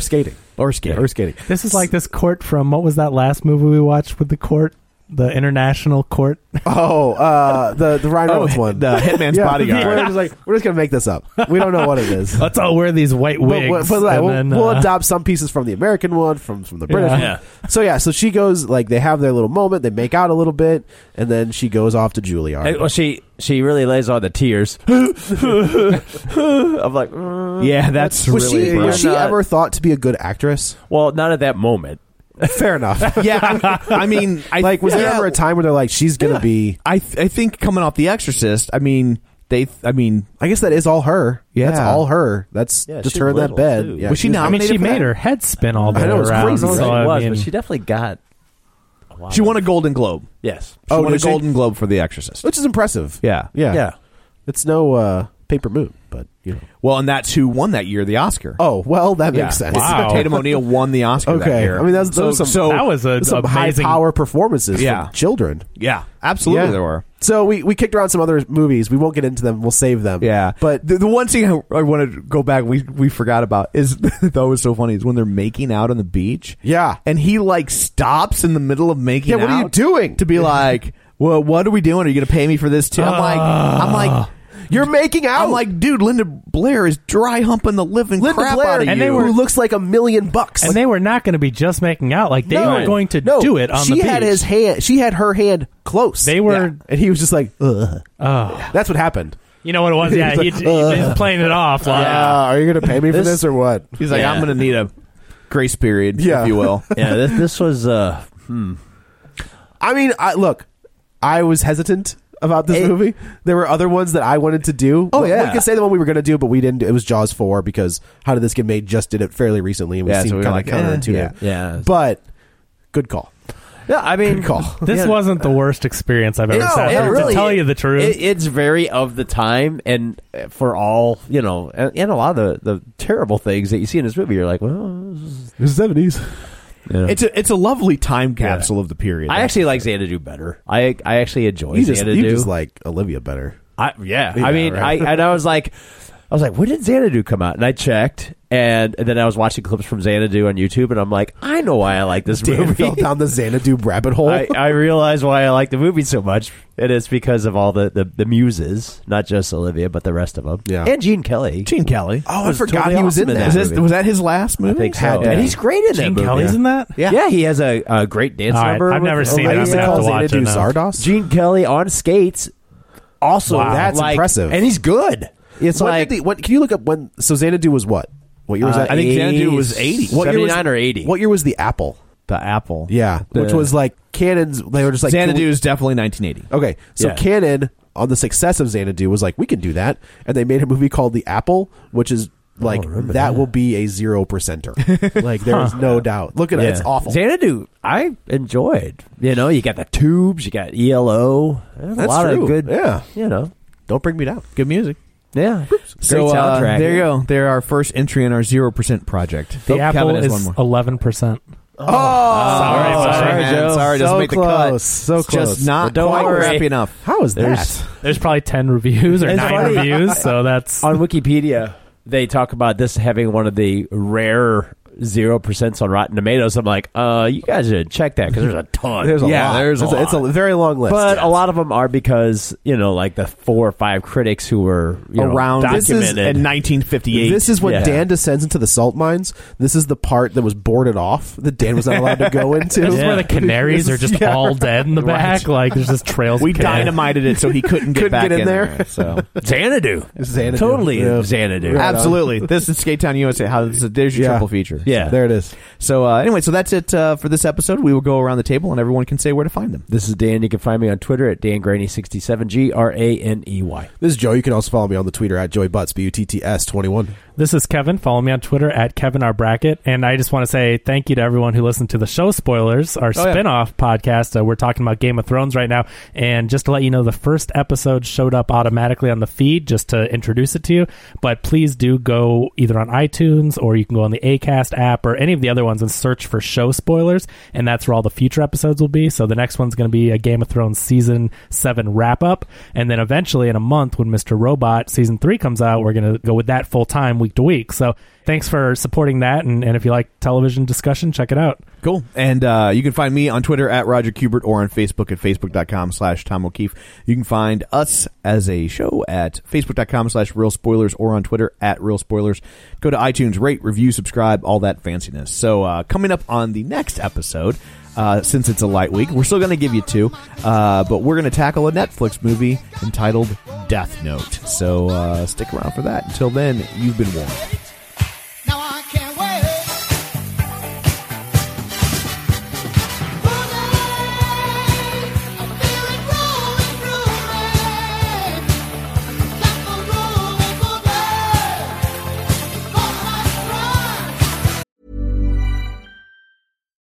Speaker 7: skating
Speaker 5: or skating.
Speaker 7: or skating.
Speaker 6: This is like this court from what was that last movie we watched with the court? The international court.
Speaker 7: Oh, uh, the the Ryan
Speaker 5: Oh,
Speaker 7: Reynolds one,
Speaker 5: the Hitman's
Speaker 7: yeah,
Speaker 5: Bodyguard.
Speaker 7: We're just like we're just gonna make this up. We don't know what it is.
Speaker 6: Let's all wear these white
Speaker 7: But-
Speaker 6: wigs.
Speaker 7: but- but, like,
Speaker 6: and
Speaker 7: we'll,
Speaker 6: then,
Speaker 7: we'll
Speaker 6: uh,
Speaker 7: adopt some pieces from the American one, from from the British.
Speaker 6: Yeah.
Speaker 7: one.
Speaker 8: Yeah.
Speaker 7: So yeah, so she goes like they have their little moment, they make out a little bit, and then she goes off to Juilliard.
Speaker 5: oh,
Speaker 8: Hey, well, she she really lays on the tears. I'm like, mm.
Speaker 5: Yeah, that's
Speaker 7: was
Speaker 5: really.
Speaker 7: she
Speaker 5: rough.
Speaker 7: was she
Speaker 8: You're not-
Speaker 7: ever thought to be a good actress?
Speaker 8: well, not at that moment.
Speaker 7: Fair enough.
Speaker 5: yeah, I, I mean, I,
Speaker 7: like was there
Speaker 5: yeah.
Speaker 7: ever a time where they're like she's gonna be?
Speaker 5: I th- I think coming off The Exorcist, I mean they. I mean,
Speaker 7: I guess that is all her.
Speaker 5: Yeah.
Speaker 7: that's all her. That's
Speaker 8: Yeah,
Speaker 7: just
Speaker 8: she's
Speaker 7: her in that
Speaker 8: little,
Speaker 7: bed.
Speaker 8: too.
Speaker 7: Yeah,
Speaker 5: Was she
Speaker 7: was-
Speaker 6: I mean,
Speaker 5: nominated
Speaker 6: she
Speaker 5: for
Speaker 6: made
Speaker 5: that?
Speaker 6: her head spin all the
Speaker 7: I
Speaker 6: way
Speaker 7: know, it's
Speaker 6: around.
Speaker 7: crazy,
Speaker 6: so,
Speaker 7: right?
Speaker 6: I
Speaker 8: it was,
Speaker 6: mean,
Speaker 8: but she definitely got. a lot
Speaker 5: She
Speaker 8: of
Speaker 5: won a
Speaker 8: it.
Speaker 5: Golden Globe.
Speaker 8: Yes.
Speaker 5: She
Speaker 7: Oh,
Speaker 5: won a
Speaker 7: did she?
Speaker 5: Golden Globe for The Exorcist.
Speaker 7: which is impressive.
Speaker 5: Yeah.
Speaker 7: yeah,
Speaker 8: Yeah.
Speaker 7: It's no uh, Paper Moon, but you know.
Speaker 5: Well, and that's who won that year the Oscar.
Speaker 7: Oh, well, that makes sense.
Speaker 5: Wow. Tatum O'Neal won the Oscar
Speaker 7: Okay,
Speaker 5: that year.
Speaker 7: I mean that's those
Speaker 5: so,
Speaker 7: are some
Speaker 5: so-
Speaker 6: that was a-
Speaker 7: some
Speaker 6: amazing-
Speaker 7: high power performances.
Speaker 5: Yeah.
Speaker 7: from children.
Speaker 5: yeah, absolutely
Speaker 7: Yeah.
Speaker 5: there were.
Speaker 7: So we, we kicked around some other movies. We won't get into them. We'll save them.
Speaker 5: Yeah,
Speaker 7: but
Speaker 5: the, the one thing I, I want to go back we we forgot about is that was so funny is when they're making out on the beach.
Speaker 7: Yeah.
Speaker 5: and he like stops in the middle of making.
Speaker 7: Yeah, what are you
Speaker 5: out
Speaker 7: doing?
Speaker 5: To be like, well, what are we doing? Are you going to pay me for this too? I'm like, I'm like.
Speaker 7: Ah. you're making out.
Speaker 5: I'm like, dude, Linda Blair is dry humping the living
Speaker 7: Linda
Speaker 5: crap
Speaker 7: Blair,
Speaker 5: out of
Speaker 6: And
Speaker 5: you.
Speaker 6: they were-
Speaker 7: who looks like a million bucks.
Speaker 6: And they were not going to be just making out; like they
Speaker 7: No.
Speaker 6: were going to
Speaker 7: No,
Speaker 6: do it on
Speaker 7: she
Speaker 6: the beach.
Speaker 7: had his hand. She had her hand close.
Speaker 6: They were- Uh.
Speaker 7: and he was just like, Ugh. that's what happened.
Speaker 6: you know what it was? Yeah, Oh. he, he was playing it off. Like, "Ah,
Speaker 7: Uh, are you going to pay me for
Speaker 8: This-
Speaker 7: this or what?
Speaker 5: He's like, I'm going to need a grace period,
Speaker 7: Yeah.
Speaker 5: if you will.
Speaker 8: yeah, this, this was uh,
Speaker 7: I mean, I look, I was hesitant about this
Speaker 5: It-
Speaker 7: movie. There were other ones that I wanted to do.
Speaker 5: Oh,
Speaker 7: Well,
Speaker 5: yeah.
Speaker 7: we could say the one we were going to do, but we didn't. do- It was Jaws four because how did this get made? Just did it fairly recently, and we
Speaker 5: Yeah, so
Speaker 7: seemed
Speaker 5: we were
Speaker 7: kind
Speaker 5: like,
Speaker 7: of counterintuitive.
Speaker 5: eh,
Speaker 8: yeah.
Speaker 7: but good call.
Speaker 8: yeah. I mean,
Speaker 7: Good call.
Speaker 6: This wasn't the worst experience I've ever
Speaker 8: No,
Speaker 6: sat
Speaker 8: it
Speaker 6: through.
Speaker 8: really-
Speaker 6: to tell you the truth,
Speaker 8: It, it's very of the time, and uh, for all you know, and, and a lot of the, the terrible things that you see in this movie, you're like, well, this is-
Speaker 7: The seventies.
Speaker 8: Yeah.
Speaker 5: It's a it's a lovely time capsule of the period.
Speaker 8: I actually like Xanadu better. I I actually enjoy
Speaker 7: You just,
Speaker 8: Xanadu.
Speaker 7: you just like Olivia better.
Speaker 8: I, yeah.
Speaker 7: Yeah,
Speaker 8: I mean,
Speaker 7: right.
Speaker 8: I and I was like, I was like, when did Xanadu come out? And I checked, and, and then I was watching clips from Xanadu on YouTube, and I'm like, I know why I like this
Speaker 7: Dan
Speaker 8: movie.
Speaker 7: fell down the Xanadu rabbit hole.
Speaker 8: I, I realize why I like the movie so much, and it's because of all the, the, the muses, not just Olivia, but the rest of them.
Speaker 7: Yeah.
Speaker 8: And Gene Kelly.
Speaker 5: Gene Kelly.
Speaker 7: Oh, I
Speaker 8: was
Speaker 7: forgot
Speaker 8: totally
Speaker 7: he was
Speaker 8: awesome
Speaker 7: in that.
Speaker 5: Is this-
Speaker 8: movie.
Speaker 5: was that his last movie?
Speaker 8: I think so.
Speaker 7: to
Speaker 8: And
Speaker 7: be.
Speaker 8: he's great in that
Speaker 6: Gene
Speaker 8: movie.
Speaker 6: Kelly's in that.
Speaker 8: Yeah. yeah, he has a, a great dance
Speaker 6: All right,
Speaker 8: number.
Speaker 6: I've
Speaker 8: with-
Speaker 6: never seen
Speaker 7: Oh, I
Speaker 6: it.
Speaker 7: used to
Speaker 6: gonna have
Speaker 7: call
Speaker 6: to watch
Speaker 7: Xanadu
Speaker 6: it now.
Speaker 7: Zardos.
Speaker 8: Gene Kelly on skates. Also,
Speaker 7: Wow. That's
Speaker 8: like-
Speaker 7: impressive.
Speaker 8: and he's good. It's
Speaker 7: When
Speaker 8: like
Speaker 7: did the- what? Can you look up when? So Xanadu was what? What year was
Speaker 8: Uh,
Speaker 7: that?
Speaker 8: I think Xanadu was 80.
Speaker 7: What year was-
Speaker 8: 79 or 80.
Speaker 7: What year was the Apple?
Speaker 8: the Apple.
Speaker 7: Yeah, which
Speaker 8: The-
Speaker 7: was like Cannon's. They were just like
Speaker 5: Xanadu is definitely 1980.
Speaker 7: Okay, so
Speaker 8: Yeah.
Speaker 7: Cannon on the success of Xanadu was like, we can do that, and they made a movie called The Apple, which is like that,
Speaker 8: remember that.
Speaker 7: will be a zero percenter. like there is no doubt. Look at it;
Speaker 8: Yeah.
Speaker 7: it's awful.
Speaker 8: Xanadu, I enjoyed. You know, you got the tubes, you got ELO. There's a
Speaker 7: That's
Speaker 8: lot
Speaker 7: true.
Speaker 8: of good.
Speaker 7: Yeah.
Speaker 8: you know,
Speaker 7: Don't bring me down.
Speaker 5: Good music.
Speaker 8: yeah. Great
Speaker 5: So uh,
Speaker 8: soundtrack.
Speaker 5: there you go. They're our first entry in our zero percent project.
Speaker 6: The
Speaker 5: Oh,
Speaker 6: apple
Speaker 5: Kevin has
Speaker 6: is eleven percent.
Speaker 5: sorry,
Speaker 6: sorry,
Speaker 5: man.
Speaker 8: Joe.
Speaker 5: Sorry, it doesn't
Speaker 7: Oh, So
Speaker 5: make the cut.
Speaker 7: close, so
Speaker 5: It's
Speaker 7: close.
Speaker 5: Just not
Speaker 8: Well, don't
Speaker 5: quite
Speaker 8: worry.
Speaker 5: happy enough.
Speaker 7: How is
Speaker 8: There's-
Speaker 7: that?
Speaker 6: There's probably ten reviews or
Speaker 8: It's
Speaker 6: nine
Speaker 8: funny.
Speaker 6: reviews, so that's
Speaker 8: on Wikipedia, they talk about this having one of the rare zero percents on Rotten Tomatoes. I'm like, uh, you guys should check that because there's a ton.
Speaker 7: There's a
Speaker 5: Yeah,
Speaker 7: lot.
Speaker 5: there's a
Speaker 7: it's, it's a very long list.
Speaker 8: but a lot of them are because you know, like the four or five critics who were you know,
Speaker 5: Around this
Speaker 8: documented.
Speaker 5: is in 1958.
Speaker 7: This is when
Speaker 8: Yeah.
Speaker 7: Dan descends into the salt mines. This is the part that was boarded off that Dan was not allowed to go into.
Speaker 6: This is where the canaries are just all dead in the back. Like there's just trails.
Speaker 5: we
Speaker 6: of canaries.
Speaker 5: dynamited it so he couldn't get
Speaker 7: Couldn't
Speaker 5: back
Speaker 7: get in there.
Speaker 5: So
Speaker 8: Xanadu.
Speaker 7: Xanadu.
Speaker 8: Totally
Speaker 7: Yeah.
Speaker 8: Xanadu.
Speaker 7: Right on.
Speaker 5: absolutely, this is Skate Town USA. How this is there's your
Speaker 7: Yeah.
Speaker 5: triple feature.
Speaker 8: Yeah.
Speaker 7: There it is.
Speaker 5: So uh, anyway, so that's it uh, for this episode. We will go around the table and everyone can say where to find them.
Speaker 8: This is Dan. You can find me on Twitter at DanGraney67, G R A N E Y.
Speaker 7: This is Joe. You can also follow me on the Twitter at Joey Butts, B U T T S 21.
Speaker 6: This is Kevin. Follow me on Twitter at Kevin R Brackett. And I just want to say thank you to everyone who listened to the show spoilers, our
Speaker 5: yeah.
Speaker 6: spin-off podcast. Uh, we're talking about Game of Thrones right now. And just to let you know, the first episode showed up automatically on the feed just to introduce it to you. But please do go either on iTunes or you can go on the ACAST app or any of the other ones and search for show spoilers. And that's where all the future episodes will be. So the next one's going to be a Game of Thrones season seven wrap up. And then eventually in a month when Mr. Robot season three comes out, we're going to go with that full time week to week. So thanks for supporting that. And, and if you like television discussion, check it out.
Speaker 5: Cool. And uh, you can find me on Twitter at Roger Kubert or on Facebook at Facebook.com slash Tom O'Keefe. You can find us as a show at Facebook.com slash Real Spoilers or on Twitter at Real Spoilers. Go to iTunes, rate, review, subscribe, all that fanciness. So uh, coming up on the next episode, uh, since it's a light week, we're still going to give you two, uh, but we're going to tackle a Netflix movie entitled Death Note. So uh, stick around for that. Until then, you've been warned.
Speaker 4: Now I can't wait.